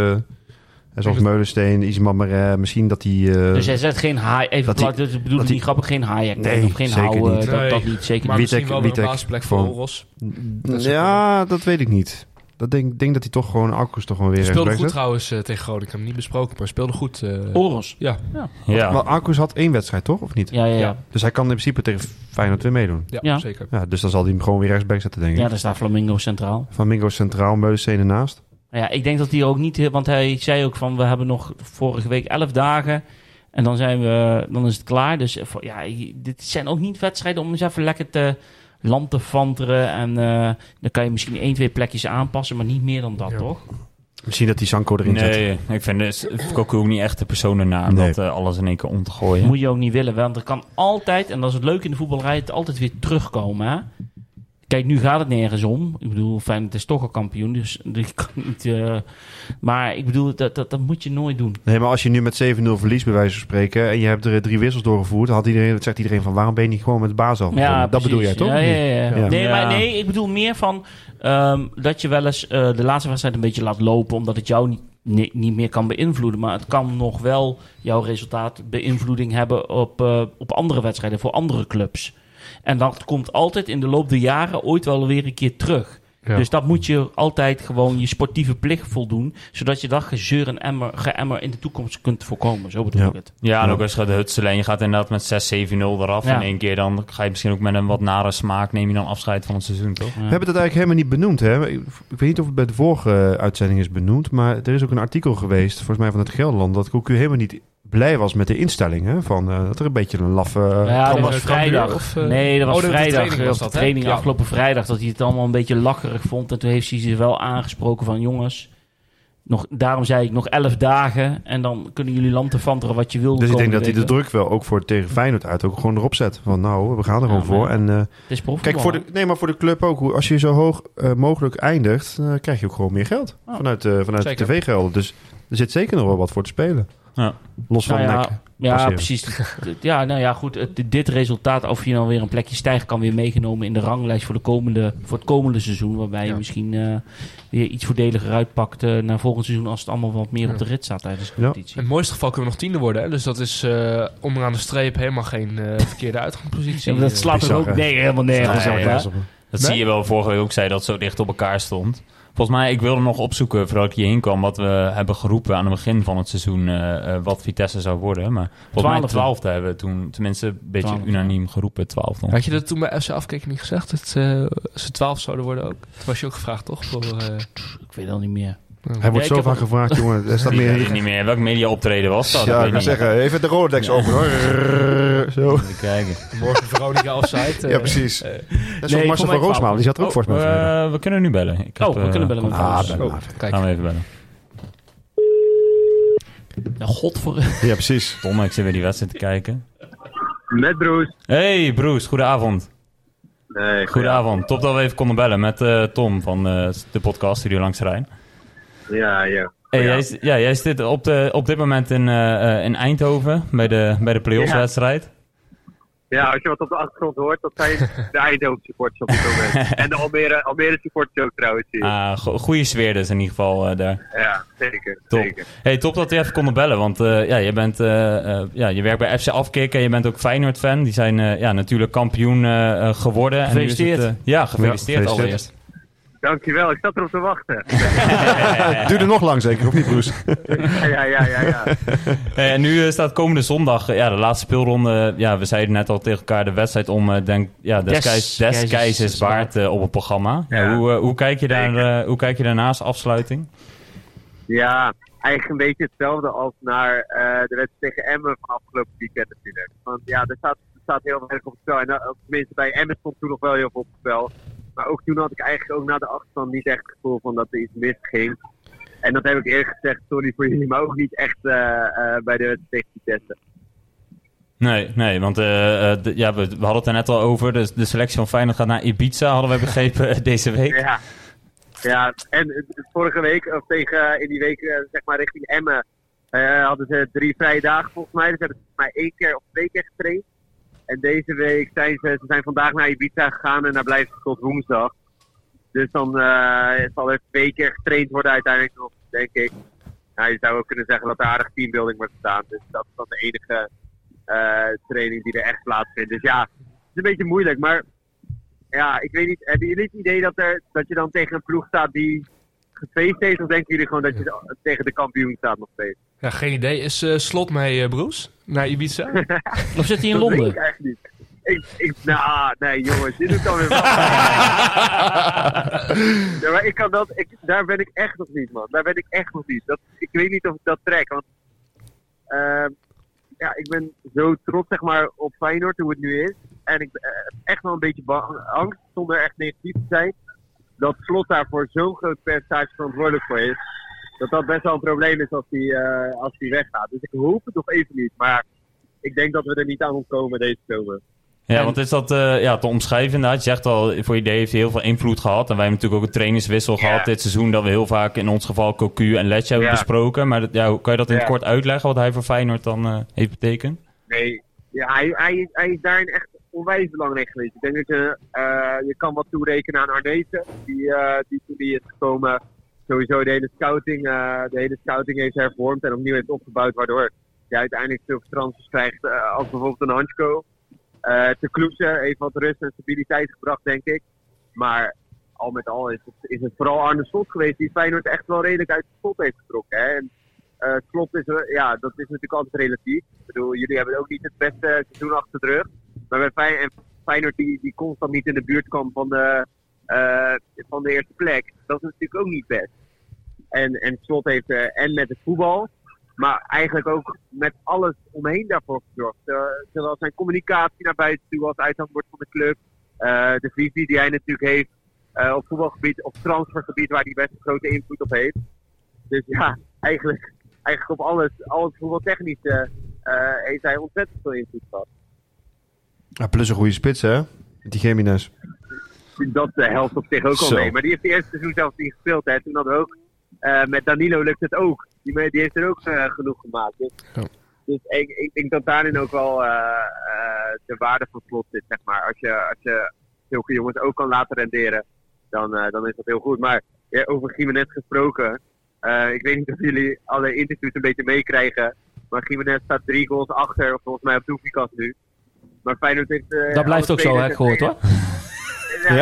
Speaker 2: zoals
Speaker 4: dat-
Speaker 2: Meulensteen, Isman Marais, misschien dat hij... eh,
Speaker 1: dus hij zet geen haai. Even
Speaker 2: dat
Speaker 1: plat,
Speaker 2: die-
Speaker 1: dus ik bedoel
Speaker 2: dat
Speaker 1: het niet
Speaker 2: die-
Speaker 1: grappig, geen Hayek.
Speaker 2: Nee,
Speaker 1: of geen
Speaker 2: zeker
Speaker 1: Houwe.
Speaker 2: niet.
Speaker 1: Dat, dat
Speaker 4: Nee.
Speaker 1: niet, zeker
Speaker 4: maar
Speaker 1: niet.
Speaker 2: Witek-
Speaker 4: misschien wel weer een
Speaker 2: Witek
Speaker 4: basisplek voor
Speaker 2: voor-
Speaker 4: Oros. is ook
Speaker 2: Mm, ja, dat weet ik niet. Dat denk, denk dat hij toch gewoon Alkers toch gewoon weer
Speaker 4: Speelde
Speaker 2: rechtsback
Speaker 4: goed
Speaker 2: zet.
Speaker 4: trouwens eh, tegen Groningen. Ik heb hem niet besproken, maar speelde goed. eh.
Speaker 1: Oros.
Speaker 4: ja,
Speaker 3: Ja,
Speaker 2: Maar Alkers had één wedstrijd, toch? Of niet?
Speaker 1: Ja, ja, ja.
Speaker 4: Ja.
Speaker 2: Dus hij kan in principe tegen Feyenoord weer meedoen.
Speaker 4: ja,
Speaker 1: Ja.
Speaker 4: zeker.
Speaker 2: Ja, dus dan zal hij hem gewoon weer rechtsback zetten, denk ik.
Speaker 1: Ja, daar staat Flamingo centraal.
Speaker 2: Van Mingo Centraal, Meulensteen ernaast.
Speaker 1: Nou Ja, ik denk dat hij ook niet... heel- Want hij zei ook van, we hebben nog vorige week elf dagen... En dan, zijn we, dan is het klaar. Dus eh, voor- ja, je- dit zijn ook niet wedstrijden om eens even lekker te land te vanteren. En eh, dan kan je misschien één, twee plekjes aanpassen, maar niet meer dan dat,
Speaker 4: Ja.
Speaker 1: toch?
Speaker 2: Misschien dat hij Sanko erin zet.
Speaker 3: nee, ik vind dus Cocu ook niet echt de persoon ernaar om
Speaker 2: Nee.
Speaker 3: dat eh, alles in één keer om te gooien.
Speaker 1: Moet je ook niet willen, want er kan altijd, en dat is het leuke in de voetballerij, het altijd weer terugkomen. Hè? Kijk, nu gaat het nergens om. Ik bedoel, Feyenoord is toch al kampioen, dus <laughs> die kan niet... eh, maar ik bedoel, dat, dat, dat moet je nooit doen.
Speaker 2: Nee, maar als je nu met 7-0 verliest, bij wijze van spreken, en je hebt er eh, drie wissels doorgevoerd, dan had iedereen, dan zegt iedereen van, waarom ben je niet gewoon met de baas al? begonnen? dat
Speaker 1: precies.
Speaker 2: bedoel jij toch?
Speaker 1: Ja, ja, ja, ja.
Speaker 2: Ja.
Speaker 1: Nee, maar
Speaker 3: Ja.
Speaker 1: nee, ik bedoel meer van ehm, dat je wel eens eh, de laatste wedstrijd een beetje laat lopen, omdat het jou niet, ni- niet meer kan beïnvloeden. Maar het kan nog wel jouw resultaat beïnvloeding hebben op, eh, op andere wedstrijden voor andere clubs. En dat komt altijd in de loop der jaren ooit wel weer een keer terug.
Speaker 4: Ja.
Speaker 1: Dus dat moet je altijd gewoon je sportieve plicht voldoen. Zodat je dat gezeur en emmer, geëmmer in de toekomst kunt voorkomen. Zo bedoel
Speaker 2: Ja.
Speaker 1: ik het.
Speaker 3: Ja, en
Speaker 2: Ja.
Speaker 3: ook als je gaat hutselen en je gaat inderdaad met 6-7-0 eraf
Speaker 1: Ja.
Speaker 3: in één keer, dan ga je misschien ook met een wat nare smaak neem je dan afscheid van het seizoen, toch?
Speaker 2: We hebben het eigenlijk helemaal niet benoemd. Hè? Ik, ik weet niet of het bij de vorige eh, uitzending is benoemd. Maar er is ook een artikel geweest, volgens mij van het Gelderland. Dat Cocu helemaal niet blij was met de instelling. Hè? Van, eh, dat er een beetje een laffe. eh,
Speaker 1: Ja, dat
Speaker 4: Kan
Speaker 1: was
Speaker 4: dat Cambuur
Speaker 1: vrijdag.
Speaker 4: of, eh,
Speaker 1: nee, dat was
Speaker 4: oh, dat was de
Speaker 1: vrijdag.
Speaker 4: training was
Speaker 1: Op de
Speaker 4: dat, hè?
Speaker 1: training
Speaker 4: Ja.
Speaker 1: afgelopen vrijdag. Dat hij het allemaal een beetje lacherig vond. En toen heeft hij ze wel aangesproken van... Jongens, nog, daarom zei ik nog elf dagen. En dan kunnen jullie lantefanteren wat je wil.
Speaker 2: dus ik denk
Speaker 1: komende
Speaker 2: dat hij de
Speaker 1: weken.
Speaker 2: druk wel ook voor tegen Feyenoord uit ook gewoon erop zet. Van nou, we gaan er
Speaker 1: Ja,
Speaker 2: gewoon voor.
Speaker 1: maar-
Speaker 2: En, eh,
Speaker 1: Het is profvoetbal,
Speaker 2: kijk, voor de, nee, maar voor de club ook. Hoe- Als je zo hoog eh, mogelijk eindigt, dan krijg je ook gewoon meer geld.
Speaker 1: Oh.
Speaker 2: Vanuit, eh, vanuit de
Speaker 4: Zeker.
Speaker 2: tv-gelden. Dus er zit zeker nog wel wat voor te spelen.
Speaker 3: Ja.
Speaker 2: Los van
Speaker 1: Nou ja,
Speaker 2: nek.
Speaker 1: Ja,
Speaker 2: passeren.
Speaker 1: precies. Ja, nou ja, goed. Het, dit resultaat, of je dan weer een plekje stijgt, kan weer meegenomen in de ranglijst voor, de komende, voor het komende seizoen. Waarbij je
Speaker 2: Ja.
Speaker 1: misschien eh, weer iets voordeliger uitpakt eh, naar volgend seizoen. Als het allemaal wat meer op de rit staat tijdens de
Speaker 2: Ja.
Speaker 1: competitie.
Speaker 4: In het mooiste geval kunnen we nog tiende worden. Hè? Dus dat is eh, onderaan de streep helemaal
Speaker 1: <laughs>
Speaker 4: geen eh, verkeerde eh. uitgangspositie.
Speaker 1: Ja, maar dat slaat er
Speaker 2: bizar,
Speaker 1: ook
Speaker 2: hè?
Speaker 1: nee, helemaal nergens
Speaker 3: Nee,
Speaker 1: op.
Speaker 3: ja.
Speaker 1: hè?
Speaker 3: Dat
Speaker 4: Nee?
Speaker 3: zie je wel vorige week ook zei dat het zo dicht op elkaar stond. Volgens mij, ik wilde nog opzoeken voordat ik hierheen kwam, wat we hebben geroepen aan het begin van het seizoen, eh, eh, wat Vitesse zou worden. Maar volgens mij
Speaker 1: Twaalfde.
Speaker 3: twaalfde hebben we toen, tenminste een beetje
Speaker 1: Twaalfde.
Speaker 3: unaniem geroepen, twaalfde.
Speaker 4: Had je dat toen bij FC Afkeken niet gezegd? Dat eh, ze twaalf zouden worden ook? Toen was je ook gevraagd, toch? Voor, eh,
Speaker 1: Ik weet al niet meer.
Speaker 2: Hij wordt
Speaker 1: Ja,
Speaker 2: zo
Speaker 1: ik heb
Speaker 2: vaak gevraagd, jongen.
Speaker 1: <laughs>
Speaker 2: Er staat
Speaker 3: Die weet
Speaker 2: meer
Speaker 3: ik niet meer. Welk media optreden was dat?
Speaker 2: ja,
Speaker 3: dat
Speaker 2: ik
Speaker 3: weet
Speaker 2: kan
Speaker 3: ik niet.
Speaker 2: zeggen, even de Rolodex open hoor. Zo.
Speaker 3: Even kijken.
Speaker 4: morgen
Speaker 1: <laughs>
Speaker 4: Veronica offsite. eh,
Speaker 2: Ja, precies.
Speaker 4: eh,
Speaker 2: Dat is
Speaker 1: Nee,
Speaker 2: ook
Speaker 1: voor
Speaker 2: Marcel
Speaker 1: mij
Speaker 2: van Roosmalen, die zat er ook
Speaker 3: Oh,
Speaker 2: voor volgens mij.
Speaker 3: eh,
Speaker 2: verleden.
Speaker 3: we kunnen nu bellen. Ik heb,
Speaker 1: Oh, we
Speaker 3: eh,
Speaker 1: kunnen bellen met
Speaker 2: Ah,
Speaker 1: Frans.
Speaker 2: bellen.
Speaker 4: oh, kijk.
Speaker 3: Gaan we even bellen.
Speaker 1: Ja, godver... <laughs>
Speaker 2: Ja,
Speaker 3: <laughs>
Speaker 2: precies.
Speaker 3: Tom, ik zit weer die wedstrijd te kijken.
Speaker 6: Met Broes.
Speaker 3: Hey Bruce, goedenavond.
Speaker 6: Nee,
Speaker 3: Goedenavond. Top dat we even konden bellen met eh, Tom van eh, de podcast Studio Langs de Rijn.
Speaker 6: Ja, ja.
Speaker 3: Hey,
Speaker 6: Oh Ja.
Speaker 3: Eh, jij, is- ja, jij zit op, de, op dit moment in, eh, eh, in Eindhoven bij de, bij de play-offs
Speaker 6: Ja.
Speaker 3: wedstrijd.
Speaker 6: Ja, als je wat op de achtergrond hoort, dat zijn
Speaker 3: <laughs>
Speaker 6: de Eindhoven supporters op dit moment. en de Almere, Almere supporters ook trouwens. hier.
Speaker 3: Ah, go- goede sfeer dus in ieder geval eh, daar.
Speaker 6: Ja, zeker.
Speaker 3: Top.
Speaker 6: zeker.
Speaker 3: Hey, top dat we even konden bellen, want eh, ja, je, bent, eh, eh, ja, je werkt bij FC Afkik en je bent ook Feyenoord-fan. Die zijn eh, ja, natuurlijk kampioen eh, eh, geworden. En nu is het,
Speaker 1: Gefeliciteerd.
Speaker 3: eh, ja, gefeliciteerd
Speaker 2: Ja, gefeliciteerd.
Speaker 3: allereerst.
Speaker 6: Dankjewel, ik zat erop te wachten.
Speaker 2: Duurde nog lang zeker, of niet Bruce?
Speaker 6: ja, ja, ja, ja.
Speaker 3: Hey, en nu eh, staat komende zondag eh, ja, de laatste speelronde. eh, ja, we zeiden net al tegen elkaar de wedstrijd om eh, denk, ja, des,
Speaker 1: Des-
Speaker 3: keis- des
Speaker 1: keizers-
Speaker 3: keizers baard eh, op het programma. Ja,
Speaker 6: Ja.
Speaker 3: hoe, eh, hoe, kijk je daar, eh, hoe kijk je daarnaar als afsluiting?
Speaker 6: Ja, eigenlijk een beetje hetzelfde als naar eh, de wedstrijd tegen Emmen van afgelopen weekend natuurlijk. Want ja, er staat, er staat heel veel werk op het spel. En eh, tenminste, bij Emmen stond toen nog wel heel veel op het spel. Maar ook toen had ik eigenlijk ook na de achterstand niet echt het gevoel van dat er iets misging. En dat heb ik eerlijk gezegd, sorry voor jullie, maar ook niet echt eh, eh, bij de wedstrijd tegen Vitesse.
Speaker 3: Nee, nee, want eh, eh, d- ja, we, we hadden het er net al over. De, de selectie van Feyenoord gaat naar Ibiza, hadden we begrepen <laughs> eh, deze week.
Speaker 6: Ja, ja en eh, vorige week, of tegen, eh, in die week, eh, zeg maar richting Emmen, eh, hadden ze drie vrije dagen volgens mij. Dus hebben ze volgens mij één keer of twee keer getraind. En deze week zijn ze, ze zijn vandaag naar Ibiza gegaan en daar blijven ze tot woensdag. Dus dan eh, zal er twee keer getraind worden uiteindelijk nog, denk ik. Nou, je zou ook kunnen zeggen dat er aardig teambuilding wordt gedaan. Dus dat is dan de enige eh, training die er echt plaatsvindt. Dus ja, het is een beetje moeilijk. Maar ja, ik weet niet, hebben jullie het idee dat, er, dat je dan tegen een ploeg staat die gefeest heeft? Of denken jullie gewoon dat je de- tegen de kampioen staat nog steeds?
Speaker 4: ja, geen idee. Is eh, Slot mee, eh Broes?
Speaker 1: <laughs>
Speaker 4: Naar Ibiza?
Speaker 1: Of zit hij in
Speaker 6: Dat weet
Speaker 1: Londen?
Speaker 6: ik eigenlijk niet. Ik, ik, nou, nee jongens, dit doet dan
Speaker 1: <laughs>
Speaker 6: weer wel.
Speaker 4: eh,
Speaker 6: Ja, maar ik kan dat, ik, daar ben ik echt nog niet, man. Daar ben ik echt nog niet. Dat, ik weet niet of ik dat trek, want ehm, ja, ik ben zo trots zeg maar, op Feyenoord, hoe het nu is. En ik eh, heb echt wel een beetje bang, angst, zonder echt negatief te zijn, dat Slot daar voor zo'n groot percentage verantwoordelijk voor is. Dat dat best wel een probleem is als die, eh, als die weggaat. Dus ik hoop het nog even niet, maar ik denk dat we er niet aan ontkomen deze zomer.
Speaker 3: Ja, want is dat eh, ja, te omschrijven inderdaad? Je zegt al, voor je idee heeft hij heel veel invloed gehad. En wij hebben natuurlijk ook een trainingswissel
Speaker 6: Ja.
Speaker 3: gehad dit seizoen. Dat we heel vaak in ons geval Cocu en Letje hebben
Speaker 6: Ja.
Speaker 3: besproken. Maar dat, ja, hoe- kan je dat in het
Speaker 6: Ja.
Speaker 3: kort uitleggen wat hij voor Feyenoord dan eh, heeft betekend?
Speaker 6: Nee, ja, hij, hij, hij is daarin echt onwijs belangrijk geweest. Ik denk dat je, eh, je kan wat toerekenen aan Arnezen, die, eh, die toen die is gekomen sowieso de hele scouting, eh, de hele scouting heeft hervormd en opnieuw heeft opgebouwd, waardoor je uiteindelijk zoveel transfers krijgt eh, als bijvoorbeeld een Hansko. Eh te Kloesen heeft wat rust en stabiliteit gebracht, denk ik. Maar al met al is het, is het vooral Arne Slot geweest die Feyenoord echt wel redelijk uit de slot heeft getrokken. Hè? En eh, Slot is, eh, ja, dat is natuurlijk altijd relatief. Ik bedoel, jullie hebben ook niet het beste seizoen achter de rug. Maar bij Fey- en Feyenoord die, die constant niet in de buurt kwam van de, eh, van de eerste plek, dat is natuurlijk ook niet best. En, en Slot heeft eh, en met het voetbal, maar eigenlijk ook met alles omheen daarvoor gezorgd. Eh, zowel zijn communicatie naar buiten toe als uithangbord van de club. eh, de visie die hij natuurlijk heeft eh, op voetbalgebied, op transfergebied, waar hij best een grote invloed op heeft. Dus ja, eigenlijk, eigenlijk op alles, alles voetbaltechnisch eh, eh, heeft hij ontzettend veel invloed gehad.
Speaker 2: Ja, plus een goede spits, hè? Die Jiménez.
Speaker 6: Dat eh, helpt op zich ook al
Speaker 2: Zo.
Speaker 6: mee. Maar die heeft het eerste seizoen zelfs niet gespeeld. Hè. Toen hadden we ook, eh, met Danilo lukt het ook. Die, me- die heeft er ook eh, genoeg gemaakt. Dus,
Speaker 4: Ja.
Speaker 6: dus ik, ik denk dat daarin ook wel eh, eh, de waarde van slot zit, zeg maar. Als je, als je zulke jongens ook kan laten renderen, dan, eh, dan is dat heel goed. Maar ja, over Gimenez gesproken. eh, ik weet niet of jullie alle interviews een beetje meekrijgen. Maar Gimenez staat drie goals achter, of volgens mij op Doefikas nu. Maar Feyenoord heeft... eh,
Speaker 1: dat blijft
Speaker 6: alle
Speaker 1: ook zo,
Speaker 6: spelers
Speaker 1: heb
Speaker 6: en
Speaker 1: ik gehoord
Speaker 6: trainers-
Speaker 1: hoor.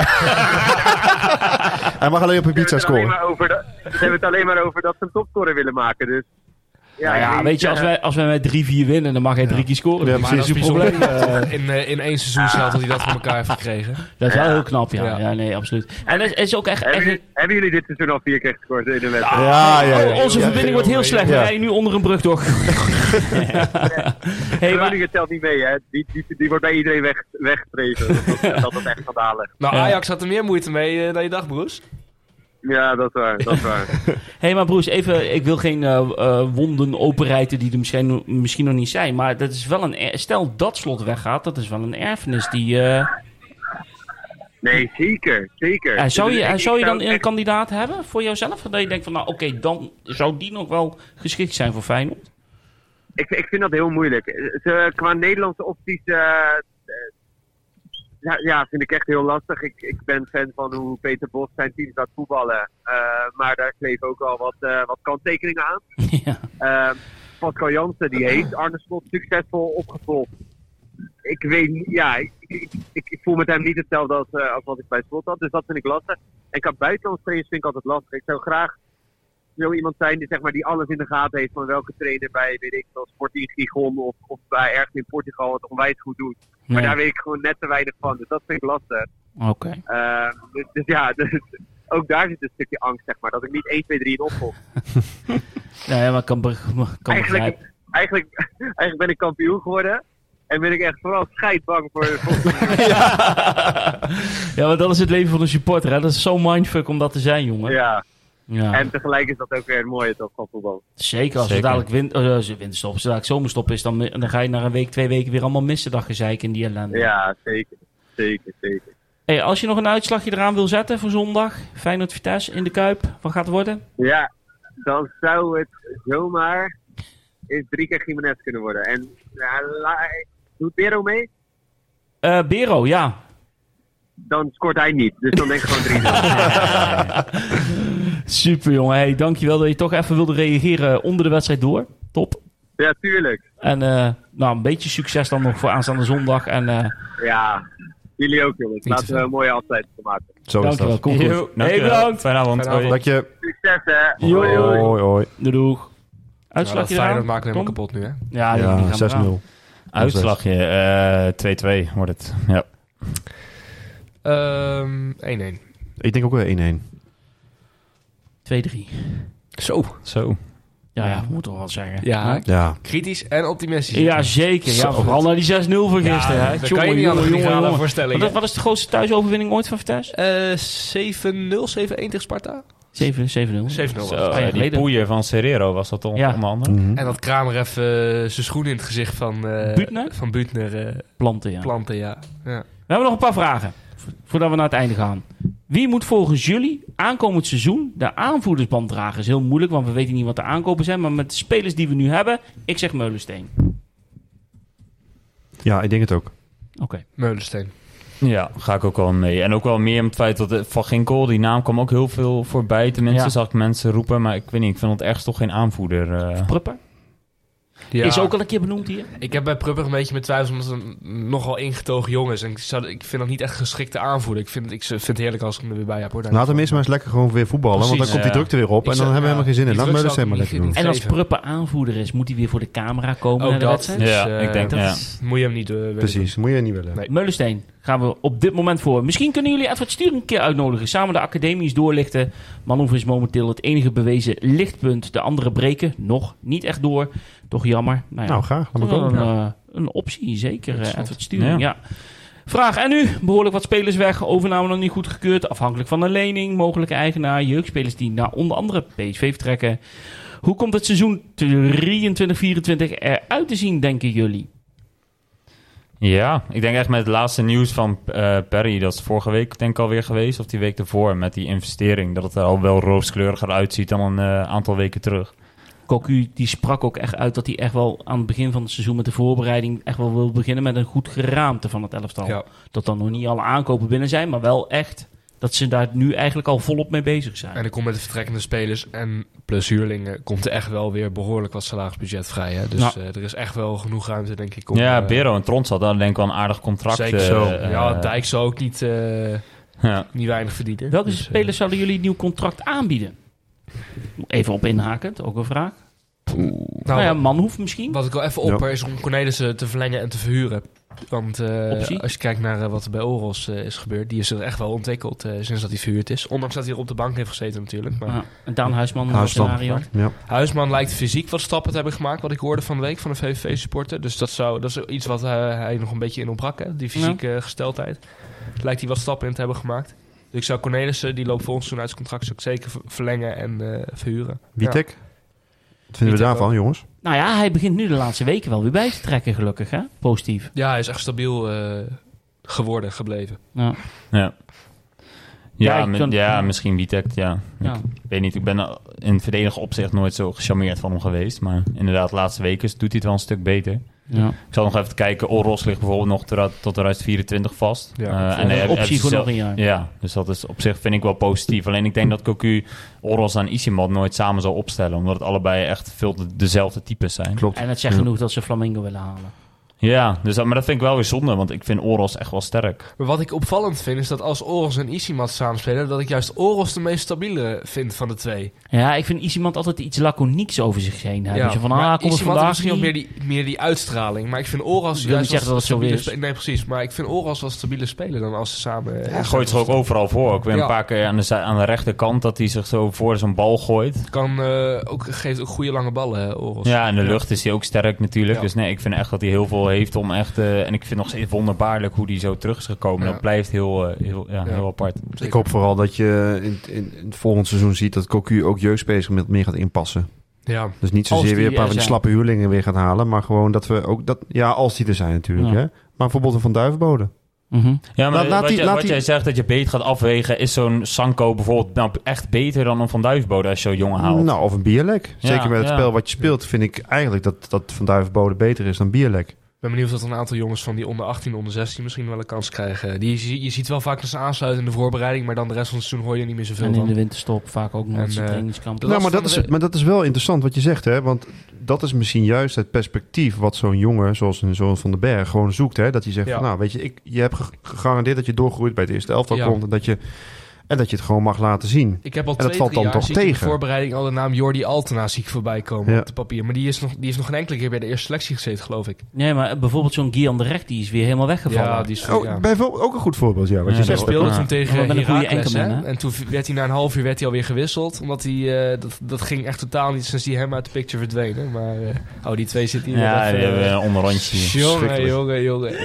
Speaker 2: Hij mag alleen op
Speaker 6: ze
Speaker 2: Ibiza
Speaker 6: hebben, het alleen
Speaker 2: scoren.
Speaker 6: maar over dat, ze hebben het alleen maar over dat ze een topscorer willen maken. Dus, ja,
Speaker 1: Nou ja,
Speaker 6: ik denk,
Speaker 1: weet je, als
Speaker 6: eh,
Speaker 1: wij, als wij met 3-4 winnen, dan mag hij drie keer scoren.
Speaker 2: Ja,
Speaker 1: Maar
Speaker 4: Maar dat
Speaker 2: precies.
Speaker 4: is
Speaker 2: Een
Speaker 4: bijzonder.
Speaker 2: probleem.
Speaker 4: eh, in, eh, in één seizoen zelf dat hij dat voor elkaar heeft gekregen.
Speaker 1: Dat is wel heel knap, ja. Ja,
Speaker 4: Ja.
Speaker 1: nee, absoluut. En het is ook echt...
Speaker 6: hebben,
Speaker 1: echt
Speaker 6: jullie, hebben jullie dit seizoen al vier keer gescoord in de wedstrijd?
Speaker 2: Ja, ja,
Speaker 1: Oh,
Speaker 2: ja.
Speaker 1: onze
Speaker 4: ja.
Speaker 1: verbinding wordt heel slecht. We
Speaker 2: Ja.
Speaker 1: rijden nu onder een brug <laughs> door. hey, maar,
Speaker 6: Groningen telt niet mee, hè? Die, die, die wordt bij iedereen weg, weggedreven.
Speaker 1: <laughs>
Speaker 6: Dat, dat, dat is echt schandalig.
Speaker 4: Nou,
Speaker 1: Ja.
Speaker 4: Ajax had er meer moeite mee eh, dan je dacht, Broes.
Speaker 6: Ja, dat is waar. Dat is waar.
Speaker 1: hey, maar Broes, even, ik wil geen eh, eh, wonden openrijten die er misschien, misschien nog niet zijn. Maar dat is wel een... er- Stel dat slot weggaat, dat is wel een erfenis die... eh,
Speaker 6: Nee, zeker. zeker.
Speaker 1: eh, zou,
Speaker 6: Dus
Speaker 1: je,
Speaker 6: ik-
Speaker 1: eh,
Speaker 6: ik
Speaker 1: zou je dan
Speaker 6: echt-
Speaker 1: een kandidaat hebben voor jouzelf? Dat je denkt van, nou oké, dan zou die nog wel geschikt zijn voor Feyenoord?
Speaker 6: ik, ik vind dat heel moeilijk. Ze, qua Nederlandse opties eh, eh, ja, ja, vind ik echt heel lastig. Ik, ik ben fan van hoe Peter Bos zijn team laat voetballen. Eh, maar daar kleven ook al wat, eh, wat kanttekeningen aan.
Speaker 1: <laughs> ja.
Speaker 6: Ehm, Pascal Jansen, die heeft Arne Slot succesvol opgevolgd. Ik weet niet- ja, ik, ik, ik- ik voel met hem niet hetzelfde als, eh, als wat ik bij Slot had. Dus dat vind ik lastig. En qua buitenlandse trainers vind ik altijd lastig. Ik zou graag zo iemand zijn die, zeg maar, die alles in de gaten heeft van welke trainer bij, weet ik wel, Sporting Gijon of, of bij ergens in Portugal het onwijs goed doet. Maar
Speaker 1: Ja.
Speaker 6: daar weet ik gewoon net te weinig van. Dus dat vind ik lastig.
Speaker 1: Oké.
Speaker 6: Eh, dus, dus ja, <laughs> dus, ook daar zit een stukje angst, zeg maar. Dat ik niet 1, 2, 3 in opvolg.
Speaker 1: Nee, maar ik kan, be- <laughs> kan begrijpen.
Speaker 6: eigenlijk, eigenlijk, eigenlijk ben ik kampioen geworden. En ben ik echt vooral scheidbang voor de volgende.
Speaker 1: <laughs> Ja, want dat is het leven van een supporter. Hè? Dat is zo mindfuck om dat te zijn, jongen.
Speaker 6: ja.
Speaker 1: Ja.
Speaker 6: En tegelijk is dat ook weer het mooie toch van voetbal.
Speaker 1: Zeker als
Speaker 3: Zeker.
Speaker 1: er dadelijk win eh, als er winterstop, als er dadelijk zomerstop is, dan, dan ga je na een week, twee weken weer allemaal missen dat gezeik in die ellende.
Speaker 6: Ja, zeker. Zeker, zeker.
Speaker 1: Hey, als je nog een uitslagje eraan wil zetten voor zondag, Feyenoord-Vitesse in de Kuip, wat gaat het worden?
Speaker 6: Ja, dan zou het zomaar eens drie keer Jiménez kunnen worden. En ja, la- doet Bero mee,
Speaker 1: Eh, Bero, ja.
Speaker 6: dan scoort hij niet. Dus dan denk ik gewoon drie.
Speaker 1: <laughs> Super jongen, hey, dankjewel dat je toch even wilde reageren onder de wedstrijd door. Top.
Speaker 6: ja, tuurlijk.
Speaker 1: En eh, nou, een beetje succes dan nog voor aanstaande zondag. En eh
Speaker 6: Ja, jullie ook jongens. Laten we een mooie afsluiting van maken.
Speaker 2: Zo is
Speaker 1: dankjewel,
Speaker 2: dat.
Speaker 1: kom goed. Hey, bedankt.
Speaker 3: Fijne avond.
Speaker 4: Fijne avond.
Speaker 2: Dank je.
Speaker 6: Succes hè.
Speaker 1: Jo.
Speaker 6: Hoi, hoi.
Speaker 2: Hoi, hoi.
Speaker 1: Doei, Doeg.
Speaker 4: Ja, Nou, dat
Speaker 1: Uitslagje
Speaker 4: Feyenoord
Speaker 1: eraan,
Speaker 4: maakt helemaal
Speaker 1: Tom?
Speaker 4: kapot nu, hè?
Speaker 1: Ja, Ah, die- die
Speaker 2: Ja,
Speaker 1: gaan we eraan.
Speaker 2: 6-0.
Speaker 3: Uitslagje eh, 2-2 wordt het. Ja.
Speaker 4: Ehm, 1-1.
Speaker 2: Ik denk ook weer 1-1.
Speaker 1: 2-3.
Speaker 4: Zo.
Speaker 3: Zo.
Speaker 1: Ja, ja, moet toch wel zeggen.
Speaker 4: Ja,
Speaker 2: Ja.
Speaker 4: kritisch en optimistisch.
Speaker 1: Ja, zeker. Ja,
Speaker 2: Zo.
Speaker 1: vooral naar die 6-0 van
Speaker 4: Ja,
Speaker 1: gisteren. hè.
Speaker 4: dat kan
Speaker 1: Tjonge,
Speaker 4: je niet
Speaker 1: jonge,
Speaker 4: anders
Speaker 1: jonge,
Speaker 4: gaan
Speaker 1: jonge.
Speaker 4: dan voorstellen.
Speaker 1: Wat, wat is de grootste thuisoverwinning ooit van Vitesse?
Speaker 4: Eh, 7-0, 7-1 tegen Sparta?
Speaker 1: 7-0.
Speaker 4: 7-0. was
Speaker 3: Zo,
Speaker 4: het.
Speaker 1: jaar
Speaker 3: eh, die
Speaker 1: geleden.
Speaker 3: poeier van Serrero was dat on-
Speaker 1: Ja.
Speaker 3: onder andere.
Speaker 2: Mhm.
Speaker 4: En dat Kramer even eh, zijn schoen in het gezicht van... eh,
Speaker 1: Buutner?
Speaker 4: Van Buutner eh,
Speaker 1: Planten, ja.
Speaker 4: planten, ja. ja.
Speaker 1: We hebben nog een paar vragen. vo- Voordat we naar het einde gaan. Wie moet volgens jullie aankomend seizoen de aanvoerdersband dragen? Is heel moeilijk, want we weten niet wat de aankopen zijn. Maar met de spelers die we nu hebben, ik zeg Meulensteen.
Speaker 2: Ja, ik denk het ook.
Speaker 1: Oké.
Speaker 4: Meulensteen.
Speaker 3: Ja, ga ik ook wel mee. En ook wel meer om het feit dat eh, Van Ginkel, die naam kwam ook heel veel voorbij. Tenminste
Speaker 1: Ja.
Speaker 3: zag ik mensen roepen, maar ik weet niet, ik vind het ergens toch geen aanvoerder. eh.
Speaker 1: Prupper?
Speaker 4: Ja.
Speaker 1: Is ook al een keer benoemd hier.
Speaker 4: Ik heb bij Prupper een beetje mijn twijfels, omdat het een nogal ingetogen jongen is. En ik, zou, ik vind dat niet echt geschikte aanvoerder. Ik vind, ik vind het heerlijk als ik hem er weer bij heb. Hoor.
Speaker 2: Laat hem eerst maar eens lekker gewoon weer voetballen. want dan
Speaker 1: Precies,
Speaker 2: komt die
Speaker 3: ja.
Speaker 2: drukte weer op.
Speaker 4: Ik
Speaker 2: en dan
Speaker 4: zou-
Speaker 2: hebben we
Speaker 4: ja,
Speaker 2: helemaal geen zin in.
Speaker 4: die
Speaker 2: Laat Mullis
Speaker 4: druk zou
Speaker 2: helemaal
Speaker 4: ik
Speaker 2: lekker
Speaker 4: niet-
Speaker 2: doen.
Speaker 4: niet-
Speaker 1: En als
Speaker 4: Zeven.
Speaker 1: Pruppen aanvoerder is, moet hij weer voor de camera komen
Speaker 4: Ook
Speaker 1: naar de
Speaker 4: dat.
Speaker 1: wedstrijd?
Speaker 4: Dus,
Speaker 3: Ja,
Speaker 4: eh,
Speaker 3: ik denk
Speaker 1: dat
Speaker 3: dat. Ja.
Speaker 1: is-
Speaker 4: Moet je hem niet eh, willen
Speaker 2: Precies, moet je niet willen.
Speaker 4: Nee.
Speaker 1: Meulensteen gaan we op dit moment voor. Misschien kunnen jullie Edward Stuur een keer uitnodigen. Samen de academies doorlichten. Manhoef is momenteel het enige bewezen lichtpunt. De andere breken nog niet echt door. Toch jammer. Nou, ja,
Speaker 2: Nou, graag. Laat maar
Speaker 1: toch wel
Speaker 2: komen.
Speaker 1: een, eh, een optie, zeker. eh, Edward Stuur. Ja.
Speaker 3: Ja.
Speaker 1: Vraag en nu. Behoorlijk wat spelers weg. Overname nog niet goedgekeurd. Afhankelijk van een lening. Mogelijke eigenaar. Jeugdspelers die naar onder andere PSV vertrekken. Hoe komt het seizoen 23-24 eruit te zien, denken jullie?
Speaker 3: Ja, ik denk echt met het laatste nieuws van eh, Perry, dat is vorige week denk ik alweer geweest, of die week ervoor, met die investering, dat het er al wel rooskleuriger uitziet dan een eh, aantal weken terug.
Speaker 1: Cocu die sprak ook echt uit dat hij echt wel aan het begin van het seizoen met de voorbereiding echt wel wil beginnen met een goed geraamte van het elftal.
Speaker 4: Ja.
Speaker 1: Dat dan nog niet alle aankopen binnen zijn, maar wel echt dat ze daar nu eigenlijk al volop mee bezig zijn.
Speaker 4: En ik kom met de vertrekkende spelers en plus huurlingen komt er echt wel weer behoorlijk wat salarisbudget vrij. Hè? Dus
Speaker 1: Nou.
Speaker 4: eh, er is echt wel genoeg ruimte, denk ik. Om,
Speaker 3: ja,
Speaker 4: eh,
Speaker 3: Bero en Trons hadden denk ik wel een aardig contract.
Speaker 4: Zeker
Speaker 3: eh,
Speaker 4: zo.
Speaker 3: eh,
Speaker 4: ja, Dijk zou ook niet, eh,
Speaker 3: ja.
Speaker 4: niet weinig verdienen.
Speaker 1: Welke
Speaker 4: Dus, eh,
Speaker 1: spelers zouden jullie een nieuw contract aanbieden? Even op inhakend, ook een vraag.
Speaker 4: nou,
Speaker 1: nou ja, Manhoef misschien.
Speaker 4: Wat ik wel even opper is om Cornelissen te verlengen en te verhuren. Want eh,
Speaker 1: Optie?
Speaker 4: als je kijkt naar eh, wat er bij Oros eh, is gebeurd, die is er echt wel ontwikkeld eh, sinds dat hij verhuurd is. Ondanks dat hij er op de bank heeft gezeten natuurlijk. Maar
Speaker 1: Ja, en Ah, Daan Huisman,
Speaker 2: Huisman.
Speaker 1: scenario.
Speaker 2: Ja.
Speaker 4: Huisman lijkt fysiek wat stappen te hebben gemaakt, wat ik hoorde van de week van een VVV-supporter. Dus dat, zou, dat is iets wat eh, hij nog een beetje in ontbrak, hè? die fysieke eh, gesteldheid. Lijkt hij wat stappen in te hebben gemaakt. Dus ik zou Cornelissen, die loopt volgens toen uit zijn contract, zou ik zeker ver- verlengen en eh, verhuren.
Speaker 2: Witek? Wat vinden we
Speaker 4: Witek
Speaker 2: daarvan, jongens?
Speaker 1: Nou ja, hij begint nu de laatste weken wel weer bij te trekken, gelukkig. Hè? Positief.
Speaker 4: Ja, hij is echt stabiel eh, geworden, gebleven.
Speaker 1: Ja. Ja,
Speaker 3: Ja,
Speaker 1: ik
Speaker 3: mi-
Speaker 1: kan-
Speaker 3: ja, misschien Witek, ja.
Speaker 1: Ja.
Speaker 3: Ik weet niet, ik ben eh, in het verdedigend opzicht nooit zo gecharmeerd van hem geweest. Maar inderdaad, de laatste weken doet hij het wel een stuk beter.
Speaker 1: Ja.
Speaker 3: Ik zal nog even kijken, Oros ligt bijvoorbeeld nog ter- tot eruit 24 vast.
Speaker 4: Ja,
Speaker 3: Eh,
Speaker 4: dat is
Speaker 1: En
Speaker 3: hij
Speaker 1: een
Speaker 3: heeft-
Speaker 1: optie
Speaker 3: heeft
Speaker 1: voor nog
Speaker 3: zelf-
Speaker 1: een jaar.
Speaker 3: Ja, dus dat is op zich vind ik wel positief. Alleen ik denk dat Cocu Oros en Isimod nooit samen zou opstellen. Omdat het allebei echt veel de- dezelfde types zijn.
Speaker 2: Klopt.
Speaker 1: En het zegt genoeg dat ze Flamingo willen halen.
Speaker 3: Ja, dus, dat- maar dat vind ik wel weer zonde. Want ik vind Oros echt wel sterk.
Speaker 4: Maar wat ik opvallend vind, is dat als Oros en Isimat samenspelen, dat ik juist Oros de meest stabiele vind van de twee.
Speaker 1: Ja, ik vind Isimant altijd iets laconieks over zich heen hebben. Zo van,
Speaker 4: maar
Speaker 1: ah, kom eens
Speaker 4: Isimat heeft
Speaker 1: vandaag
Speaker 4: misschien ook meer
Speaker 1: niet.
Speaker 4: die, meer die uitstraling. Maar ik vind Oros
Speaker 1: Ik wil niet zeggen dat het zo
Speaker 4: stabiele
Speaker 1: is.
Speaker 4: spe- Nee, precies. Maar ik vind Oros wel stabieler spelen dan als ze samen... eh,
Speaker 3: Hij gooit zich ook overal voor. Ik weet
Speaker 4: Ja.
Speaker 3: een paar keer aan de, zij- aan de rechterkant dat hij zich zo voor zo'n bal gooit.
Speaker 4: Kan, eh, ook, geeft ook goede lange ballen, hè, Oros.
Speaker 3: Ja, in de lucht is hij ook sterk natuurlijk.
Speaker 4: Ja.
Speaker 3: Dus nee, ik vind echt dat hij heel veel heeft om echt... eh, en ik vind nog steeds wonderbaarlijk hoe hij zo terug is gekomen.
Speaker 4: Ja.
Speaker 3: Dat blijft heel, eh, heel, ja,
Speaker 4: Ja.
Speaker 3: heel apart.
Speaker 4: Zeker.
Speaker 2: Ik hoop vooral dat je in, in, in het volgend seizoen ziet dat Cocu ook jeugdspelers met meer gaat inpassen.
Speaker 4: Ja.
Speaker 2: Dus niet
Speaker 1: Als die
Speaker 2: zozeer weer een
Speaker 1: er
Speaker 2: paar van die
Speaker 1: zijn.
Speaker 2: slappe huurlingen weer gaan halen. Maar gewoon dat we ook dat. Ja, als die er zijn natuurlijk.
Speaker 1: Ja.
Speaker 2: Hè? Maar bijvoorbeeld een Van Duivenbode.
Speaker 1: Mhm.
Speaker 3: Ja, maar
Speaker 2: Laat- laat
Speaker 3: wat,
Speaker 2: die-
Speaker 3: jij,
Speaker 2: laat
Speaker 3: wat
Speaker 2: die-
Speaker 3: jij zegt dat je beet gaat afwegen, is zo'n Sanko bijvoorbeeld nou echt beter dan een Van Duisbode als je zo'n jongen haalt.
Speaker 2: Nou, of een Bierlek.
Speaker 3: Ja,
Speaker 2: Zeker met het
Speaker 3: ja.
Speaker 2: spel wat je speelt, vind ik eigenlijk dat, dat Van Duivenbode beter is dan Bierlek.
Speaker 4: Ik ben benieuwd of dat een aantal jongens van die onder 18, onder 16 misschien wel een kans krijgen. Die, zie- je ziet wel vaak dat ze aansluiten in de voorbereiding, maar dan de rest van het seizoen hoor je niet meer zoveel
Speaker 1: En in
Speaker 4: van.
Speaker 1: de winterstop vaak ook nog
Speaker 4: En,
Speaker 1: eens een
Speaker 4: eh,
Speaker 1: trainingskamp.
Speaker 4: de
Speaker 2: Nou, maar
Speaker 4: last
Speaker 2: dat,
Speaker 4: van de
Speaker 2: is, maar dat is wel interessant wat je zegt, hè? Want dat is misschien juist het perspectief wat zo'n jongen, zoals een zoon van den Berg, gewoon zoekt. Hè? Dat hij zegt:
Speaker 4: Ja.
Speaker 2: van, Nou, weet je, ik, je hebt ge- gegarandeerd dat je doorgroeit bij het eerste elftal
Speaker 4: Ja.
Speaker 2: komt. En dat, je, en dat je het gewoon mag laten zien.
Speaker 4: Ik heb al
Speaker 2: En dat
Speaker 4: twee,
Speaker 2: valt
Speaker 4: drie
Speaker 2: dan
Speaker 4: jaar
Speaker 2: toch
Speaker 4: zie ik in
Speaker 2: tegen.
Speaker 4: de voorbereiding al de naam Jordi Altena zie ik voorbij komen
Speaker 2: Ja.
Speaker 4: op het papier. Maar die is, nog, die is nog geen enkele keer bij de eerste selectie gezeten, geloof ik.
Speaker 1: Nee, maar bijvoorbeeld zo'n Gian de Recht, die is weer helemaal weggevallen.
Speaker 4: Ja, die is
Speaker 2: Oh,
Speaker 4: ja.
Speaker 2: bijvoorbeeld ook een goed voorbeeld, ja. Wat
Speaker 3: Ja,
Speaker 2: je
Speaker 3: dat
Speaker 4: Zij
Speaker 2: zegt.
Speaker 3: is
Speaker 4: speelde
Speaker 3: Ja.
Speaker 4: toen tegen
Speaker 1: Maar met een goede
Speaker 4: Heracles, hè?
Speaker 1: enkelman, hè?
Speaker 4: En toen werd hij na een half uur werd hij alweer gewisseld. Omdat hij, eh, dat, dat ging echt totaal niet sinds hij hem uit de picture verdween. hè. Maar, eh, oh, die twee zitten hier.
Speaker 3: ja,
Speaker 4: nog
Speaker 3: die
Speaker 4: even,
Speaker 3: hebben
Speaker 4: eh,
Speaker 3: een onderrandje. hier.
Speaker 4: jongen,
Speaker 2: Verschrikkelijk.
Speaker 4: jongen, jongen. <laughs>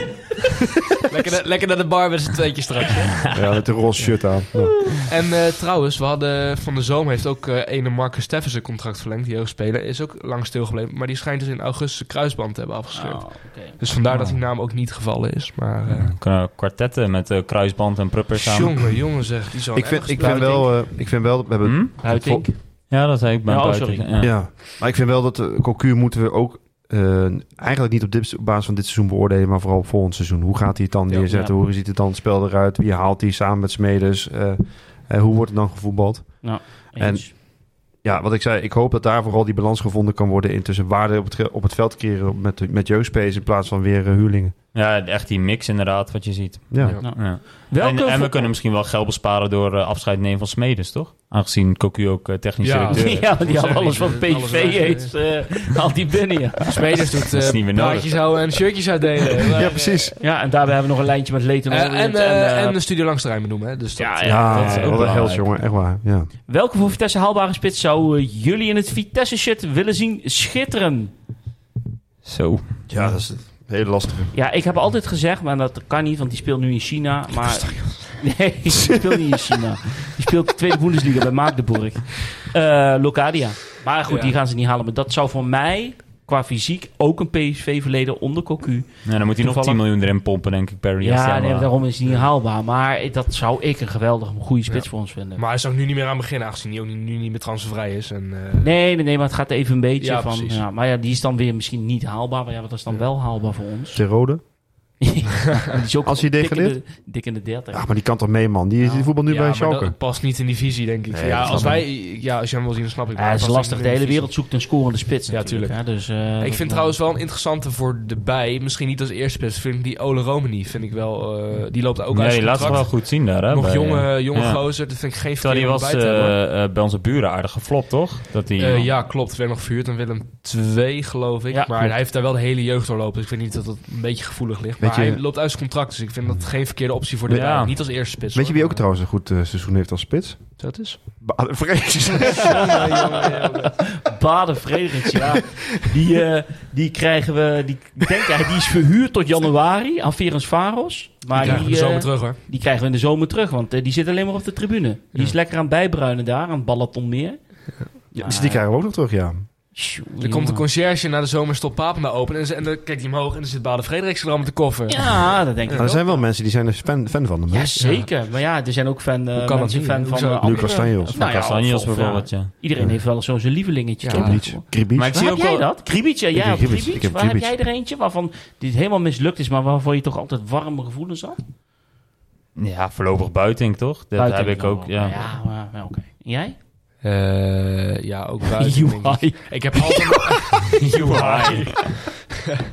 Speaker 4: lekker, na- lekker naar de bar met z'n tweetjes straks. hè.
Speaker 2: Ja, met een roze shirt aan. Ja.
Speaker 4: En eh, trouwens, we hadden Van de Zoom heeft ook eh ene Marcus Steffens een contract verlengd. Die jeugdspeler is ook lang stilgebleven. Maar die schijnt dus in augustus zijn kruisband te hebben afgescheurd.
Speaker 1: Oh, oké.
Speaker 4: Dus vandaar dat die naam ook niet gevallen is. Maar eh,
Speaker 3: Dan kunnen we Kwartetten met eh, kruisband en prupper samen.
Speaker 4: jongen, jongen zeg, die zou
Speaker 2: Ik vind, ik, vind wel, eh, ik vind wel, dat we hebben...
Speaker 3: Hm?
Speaker 1: Huitink.
Speaker 3: Ja, dat zei ik bij
Speaker 1: Ja, oh,
Speaker 3: buiten.
Speaker 1: sorry.
Speaker 3: Ja.
Speaker 2: Ja. Maar ik vind wel dat eh, Cocu moeten we ook eh, eigenlijk niet op, dit, op basis van dit seizoen beoordelen, maar vooral op volgend seizoen. Hoe gaat hij het dan
Speaker 4: Ja,
Speaker 2: neerzetten?
Speaker 1: ja.
Speaker 2: Hoe ziet het dan het spel eruit? Wie haalt hij samen met Smedes? Eh, eh, hoe wordt het dan gevoetbald?
Speaker 1: Eens.
Speaker 2: Ja, ja, wat ik zei, ik hoop dat daar vooral die balans gevonden kan worden in tussen waarde op het, ge- op het veld keren met, met jeugdspace in plaats van weer eh, huurlingen.
Speaker 3: Ja, echt die mix inderdaad, wat je ziet.
Speaker 2: Ja.
Speaker 4: Ja.
Speaker 3: Ja.
Speaker 1: Welke
Speaker 3: en, en we
Speaker 1: voor-
Speaker 3: kunnen misschien wel geld besparen door eh, afscheid nemen van Smedes, toch? Aangezien Cocu ook eh, technisch
Speaker 4: Ja.
Speaker 3: directeur is.
Speaker 1: Ja, want die had
Speaker 4: Zeggen,
Speaker 1: alles van
Speaker 4: die- alles
Speaker 1: PSV
Speaker 4: weg,
Speaker 1: eens. eh, al die binnen, ja.
Speaker 4: Spelers doet
Speaker 3: Dat is niet meer
Speaker 4: eh
Speaker 3: nodig.
Speaker 4: plaatjes houden en shirtjes uitdelen. Maar,
Speaker 2: Ja,
Speaker 4: eh,
Speaker 2: precies.
Speaker 1: Ja, en daarbij hebben we nog een lijntje met Leighton.
Speaker 4: eh, en,
Speaker 1: Orient
Speaker 4: eh,
Speaker 1: eh,
Speaker 4: en de studio langs de Rijn benoemen. Hè? Dus dat,
Speaker 1: Ja,
Speaker 4: eh,
Speaker 2: Ja,
Speaker 3: dat is ook
Speaker 2: wat een
Speaker 3: belangrijk.
Speaker 2: held, jongen. Echt waar. Ja.
Speaker 1: Welke voor Vitesse haalbare spits zou eh, jullie in het Vitesse-shirt willen zien schitteren?
Speaker 3: Zo.
Speaker 2: ja, dat is een hele lastige.
Speaker 1: Ja, ik heb altijd gezegd, maar dat kan niet, want die speelt nu in China. Maar... Nee, die speelt niet in China. Die speelt de tweede Bundesliga bij Magdeburg. Eh, Locadia. Maar goed,
Speaker 4: Ja.
Speaker 1: die gaan ze niet halen. Maar dat zou voor mij, qua fysiek, ook een PSV-verleden onder Cocu.
Speaker 3: Ja, Nou, dan moet hij nog
Speaker 1: Toevallig-
Speaker 3: 10 miljoen erin pompen, denk ik, per
Speaker 1: Ja,
Speaker 3: jaar.
Speaker 1: nee, daarom is het niet haalbaar. Maar ik- dat zou ik een geweldige, goede spits voor ons vinden.
Speaker 4: Maar hij zou ook nu niet meer aan beginnen, aangezien hij ook nu, nu niet meer transfervrij is. En, eh,
Speaker 1: Nee, nee, nee, maar het gaat even een beetje
Speaker 4: Ja,
Speaker 1: van...
Speaker 4: precies.
Speaker 1: Ja, maar ja, die is dan weer misschien niet haalbaar. Maar ja, wat is dan wel haalbaar voor
Speaker 2: <laughs>
Speaker 1: ons?
Speaker 2: De rode.
Speaker 1: Die is ook
Speaker 2: Als hij
Speaker 1: dik in de-
Speaker 2: degradeert? Ah,
Speaker 1: Dik in de 30.
Speaker 2: Ja, maar die kan toch mee, man. Die, die voetbal nu
Speaker 4: ja,
Speaker 2: bij
Speaker 4: maar
Speaker 2: Schalke.
Speaker 4: dat past niet in die visie, denk ik.
Speaker 2: Nee,
Speaker 4: ja,
Speaker 2: dat
Speaker 4: als
Speaker 2: snap
Speaker 4: wij, ja, als jij hem wil zien, dan snap ik.
Speaker 1: Ja, het is
Speaker 4: Past
Speaker 1: lastig.
Speaker 4: niet
Speaker 1: De
Speaker 4: in
Speaker 1: hele
Speaker 4: visie.
Speaker 1: wereld zoekt een scorende spits
Speaker 4: Ja,
Speaker 1: natuurlijk. hè, dus, eh, dat
Speaker 4: Ik
Speaker 1: is wel-
Speaker 4: vind trouwens wel een interessante voor de bij, misschien niet als eerste spits, vind ik die Ole Romani, vind ik wel, eh, die loopt ook uit
Speaker 3: Nee,
Speaker 4: zijn
Speaker 3: laat het wel
Speaker 4: contract.
Speaker 3: goed zien daar, hè?
Speaker 4: Nog
Speaker 3: bij- eh,
Speaker 4: jonge, jonge
Speaker 3: Ja.
Speaker 4: gozer, dat vind ik geen
Speaker 3: Terwijl
Speaker 4: verkeerde
Speaker 3: die
Speaker 4: om
Speaker 3: was
Speaker 4: bij te hebben.
Speaker 3: eh, eh, bij onze buren aardig geflopt, toch? Dat die,
Speaker 4: Eh, ja, klopt. Werd nog verhuurd aan Willem 2, geloof ik.
Speaker 1: Ja,
Speaker 4: maar
Speaker 1: klopt.
Speaker 4: hij heeft daar wel de hele jeugd doorlopen. Dus ik vind niet dat dat een beetje gevoelig ligt.
Speaker 2: Weet
Speaker 4: Maar
Speaker 2: je-
Speaker 4: hij loopt uit zijn contract. Dus ik vind dat geen verkeerde optie voor de
Speaker 3: Ja.
Speaker 4: bij. Niet als eerste
Speaker 2: Weet
Speaker 4: spits.
Speaker 2: je
Speaker 4: hoor,
Speaker 2: wie ook
Speaker 4: maar-
Speaker 2: trouwens een goed eh, seizoen heeft als spits?
Speaker 4: Dat is.
Speaker 2: Ba- Vrees.
Speaker 4: <laughs>
Speaker 1: <laughs> Baden Frederiks, ja. Die, eh, die krijgen we... Die, ik denk, hij die is verhuurd tot januari aan Ferens Faros. Maar die,
Speaker 4: Ja, die
Speaker 1: eh,
Speaker 4: zomer terug hoor.
Speaker 1: die krijgen we in de zomer terug. Want eh, die zit alleen maar op de tribune. Die
Speaker 4: Ja.
Speaker 1: is lekker aan het bijbruinen daar, aan het Balatonmeer.
Speaker 2: Ja, dus die krijgen we ook nog terug, ja.
Speaker 1: Tjoe,
Speaker 4: Er komt een
Speaker 1: jongen.
Speaker 4: conciërge na de zomer stop Papenda open. En, ze- en dan kijkt hij omhoog en dan zit Baden Frederiks er al met de koffer.
Speaker 1: Ja, dat denk ik
Speaker 2: Maar er
Speaker 1: wel.
Speaker 2: zijn wel mensen die zijn er fan, fan van hem. hè?
Speaker 1: Ja, zeker. Maar ja, er zijn ook fan, eh,
Speaker 4: Hoe kan dat
Speaker 1: mensen
Speaker 4: niet?
Speaker 1: fan
Speaker 4: Hoe
Speaker 1: van
Speaker 4: zou-
Speaker 1: eh,
Speaker 4: Nu
Speaker 2: Nu
Speaker 1: andere-
Speaker 2: Castanjos.
Speaker 1: Nou ja,
Speaker 3: Castanjos
Speaker 1: of- of, ja,
Speaker 3: bijvoorbeeld, ja.
Speaker 1: Iedereen heeft wel zo'n zijn lievelingetje.
Speaker 4: Ja.
Speaker 1: toch?
Speaker 2: Kribic. Kribic.
Speaker 3: Maar ik zie
Speaker 1: Waar heb
Speaker 3: ook
Speaker 1: jij
Speaker 3: wel...
Speaker 1: dat? Kribic, ja,
Speaker 2: Ik
Speaker 1: jij
Speaker 2: heb
Speaker 1: op
Speaker 2: Kribic.
Speaker 1: Kribic.
Speaker 2: Ik heb
Speaker 1: Waar heb jij
Speaker 2: Kribic.
Speaker 1: er eentje waarvan dit helemaal mislukt is, maar waarvoor je toch altijd warme gevoelens had?
Speaker 3: Ja, voorlopig buiting, toch? Dat
Speaker 1: Buiten
Speaker 3: heb ik
Speaker 1: dan
Speaker 3: ook,
Speaker 1: wel.
Speaker 3: ja.
Speaker 1: Ja, <laughs> maar ja, oké. En Jij?
Speaker 4: Eh, ja, ook
Speaker 1: <laughs>
Speaker 4: buiten. denk ik. Ik heb altijd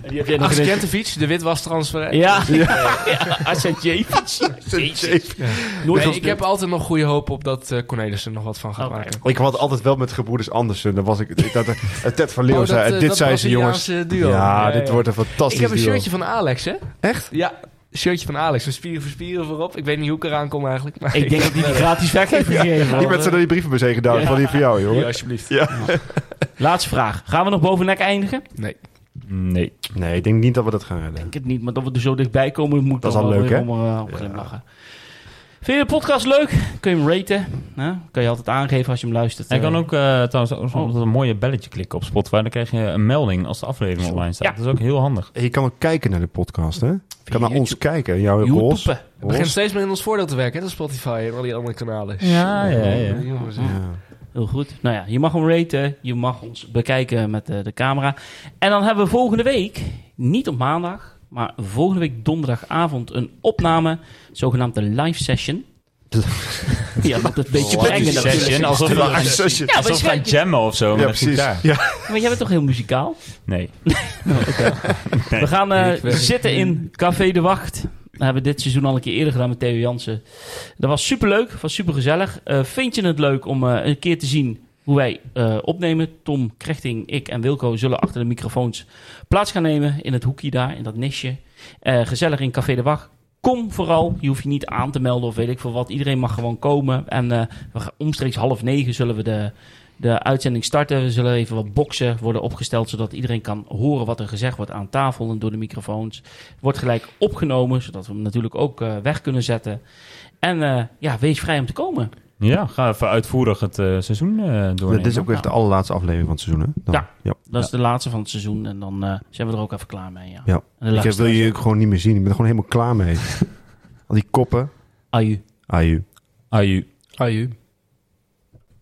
Speaker 1: Die heb jij nog in
Speaker 4: Askentevic, de witwastransfer.
Speaker 1: Ja, ja. Jezus. Nooit
Speaker 4: Nee,
Speaker 1: als
Speaker 4: ik heb altijd nog goede hoop op dat eh, Cornelis er nog wat van gaat
Speaker 1: Oké.
Speaker 4: maken.
Speaker 2: Ik had altijd wel met gebroeders Andersen. Dan was ik, dat, eh, Ted van Leeuw
Speaker 4: Oh,
Speaker 2: zei,
Speaker 4: dat,
Speaker 2: en
Speaker 4: eh,
Speaker 2: dit
Speaker 4: dat
Speaker 2: zijn ze jongens.
Speaker 4: Braziliaanse duo.
Speaker 2: Ja,
Speaker 4: Ja,
Speaker 2: dit
Speaker 4: ja.
Speaker 2: wordt een fantastisch
Speaker 4: Ik heb een
Speaker 2: duo.
Speaker 4: shirtje van Alex, hè?
Speaker 2: Echt?
Speaker 4: Ja, shirtje van Alex. Met spieren voor spieren voorop. Ik weet niet hoe ik eraan kom eigenlijk. <laughs> Maar
Speaker 1: Ik denk dat die die gratis weg heeft gegeven.
Speaker 2: Die
Speaker 1: hoor.
Speaker 2: mensen door die brievenbus heen gedaan.
Speaker 1: Ja.
Speaker 2: Van die voor jou, jongen.
Speaker 4: Ja, alsjeblieft.
Speaker 1: Laatste vraag. Gaan we nog boven nek eindigen?
Speaker 4: Nee.
Speaker 3: Nee.
Speaker 2: Nee, ik denk niet dat we dat gaan redden.
Speaker 1: Ik het niet, maar dat we er zo dichtbij komen, moet ik
Speaker 2: Dat is
Speaker 1: dan
Speaker 2: al
Speaker 1: wel
Speaker 2: leuk,
Speaker 1: weer
Speaker 2: hè?
Speaker 1: om, eh, om glimlachen. Vind je de podcast leuk? Kun je hem raten? hè? Kan je altijd aangeven als je hem luistert.
Speaker 3: Hij
Speaker 1: eh.
Speaker 3: kan ook eh, trouwens ook soms een mooie belletje klikken op Spotify. Dan krijg je een melding als de aflevering online staat.
Speaker 1: Ja.
Speaker 3: Dat is ook heel handig.
Speaker 2: En Je kan ook kijken naar de podcast, hè? Je kan naar
Speaker 1: YouTube.
Speaker 2: ons kijken. Jouw
Speaker 1: YouTube.
Speaker 2: roze.
Speaker 4: Het begint steeds meer in ons voordeel te werken, hè? Dat Spotify en al die andere kanalen.
Speaker 3: Ja, ja, ja.
Speaker 4: Jongens,
Speaker 2: Ja.
Speaker 1: Heel goed. Nou ja, je mag hem raten. Je mag ons bekijken met eh, de camera. En dan hebben we volgende week, niet op maandag, maar volgende week donderdagavond een opname. Zogenaamd de live session. ja, dat is een beetje
Speaker 3: Live
Speaker 1: brengen natuurlijk.
Speaker 3: session, alsof we,
Speaker 2: Ah, zusje.
Speaker 1: Ja,
Speaker 3: alsof we
Speaker 1: maar,
Speaker 3: gaan jammen of zo. met
Speaker 2: Ja,
Speaker 3: een
Speaker 2: precies.
Speaker 3: gitaar.
Speaker 2: Ja.
Speaker 1: maar jij bent toch heel muzikaal?
Speaker 3: Nee.
Speaker 1: We gaan eh,
Speaker 4: Ik weet het.
Speaker 1: zitten in Café de Wacht. Dat hebben we dit seizoen al een keer eerder gedaan met Theo Jansen. Dat was superleuk, was supergezellig. Eh vind je het leuk om eh, een keer te zien hoe wij eh, opnemen? Tom, Krechting, ik en Wilco zullen achter de microfoons plaats gaan nemen in het hoekje daar, in dat nestje. Eh, gezellig in Café de Wacht. Kom vooral, je hoeft je niet aan te melden of weet ik veel wat. Iedereen mag gewoon komen. En eh, we gaan, omstreeks half negen zullen we de, de uitzending starten. We zullen even wat boxen worden opgesteld, zodat iedereen kan horen wat er gezegd wordt aan tafel en door de microfoons. Wordt gelijk opgenomen, zodat we hem natuurlijk ook eh, weg kunnen zetten. En eh, ja, wees vrij om te komen.
Speaker 3: Ja, ga even uitvoerig het eh, seizoen eh doornemen.
Speaker 2: Dit is ook echt de allerlaatste aflevering van het seizoen, hè? Dan.
Speaker 1: Ja.
Speaker 2: ja.
Speaker 1: Dat is de laatste van het seizoen en dan eh, zijn we er ook even klaar mee. Ja.
Speaker 2: Ja.
Speaker 1: En de
Speaker 2: Ik heb-
Speaker 1: laatste
Speaker 2: wil je ook gewoon niet meer zien. Ik ben er gewoon
Speaker 1: <laughs>
Speaker 2: helemaal klaar mee. Al die koppen.
Speaker 1: Aju.
Speaker 2: Aju.
Speaker 3: Aju.
Speaker 4: Aju.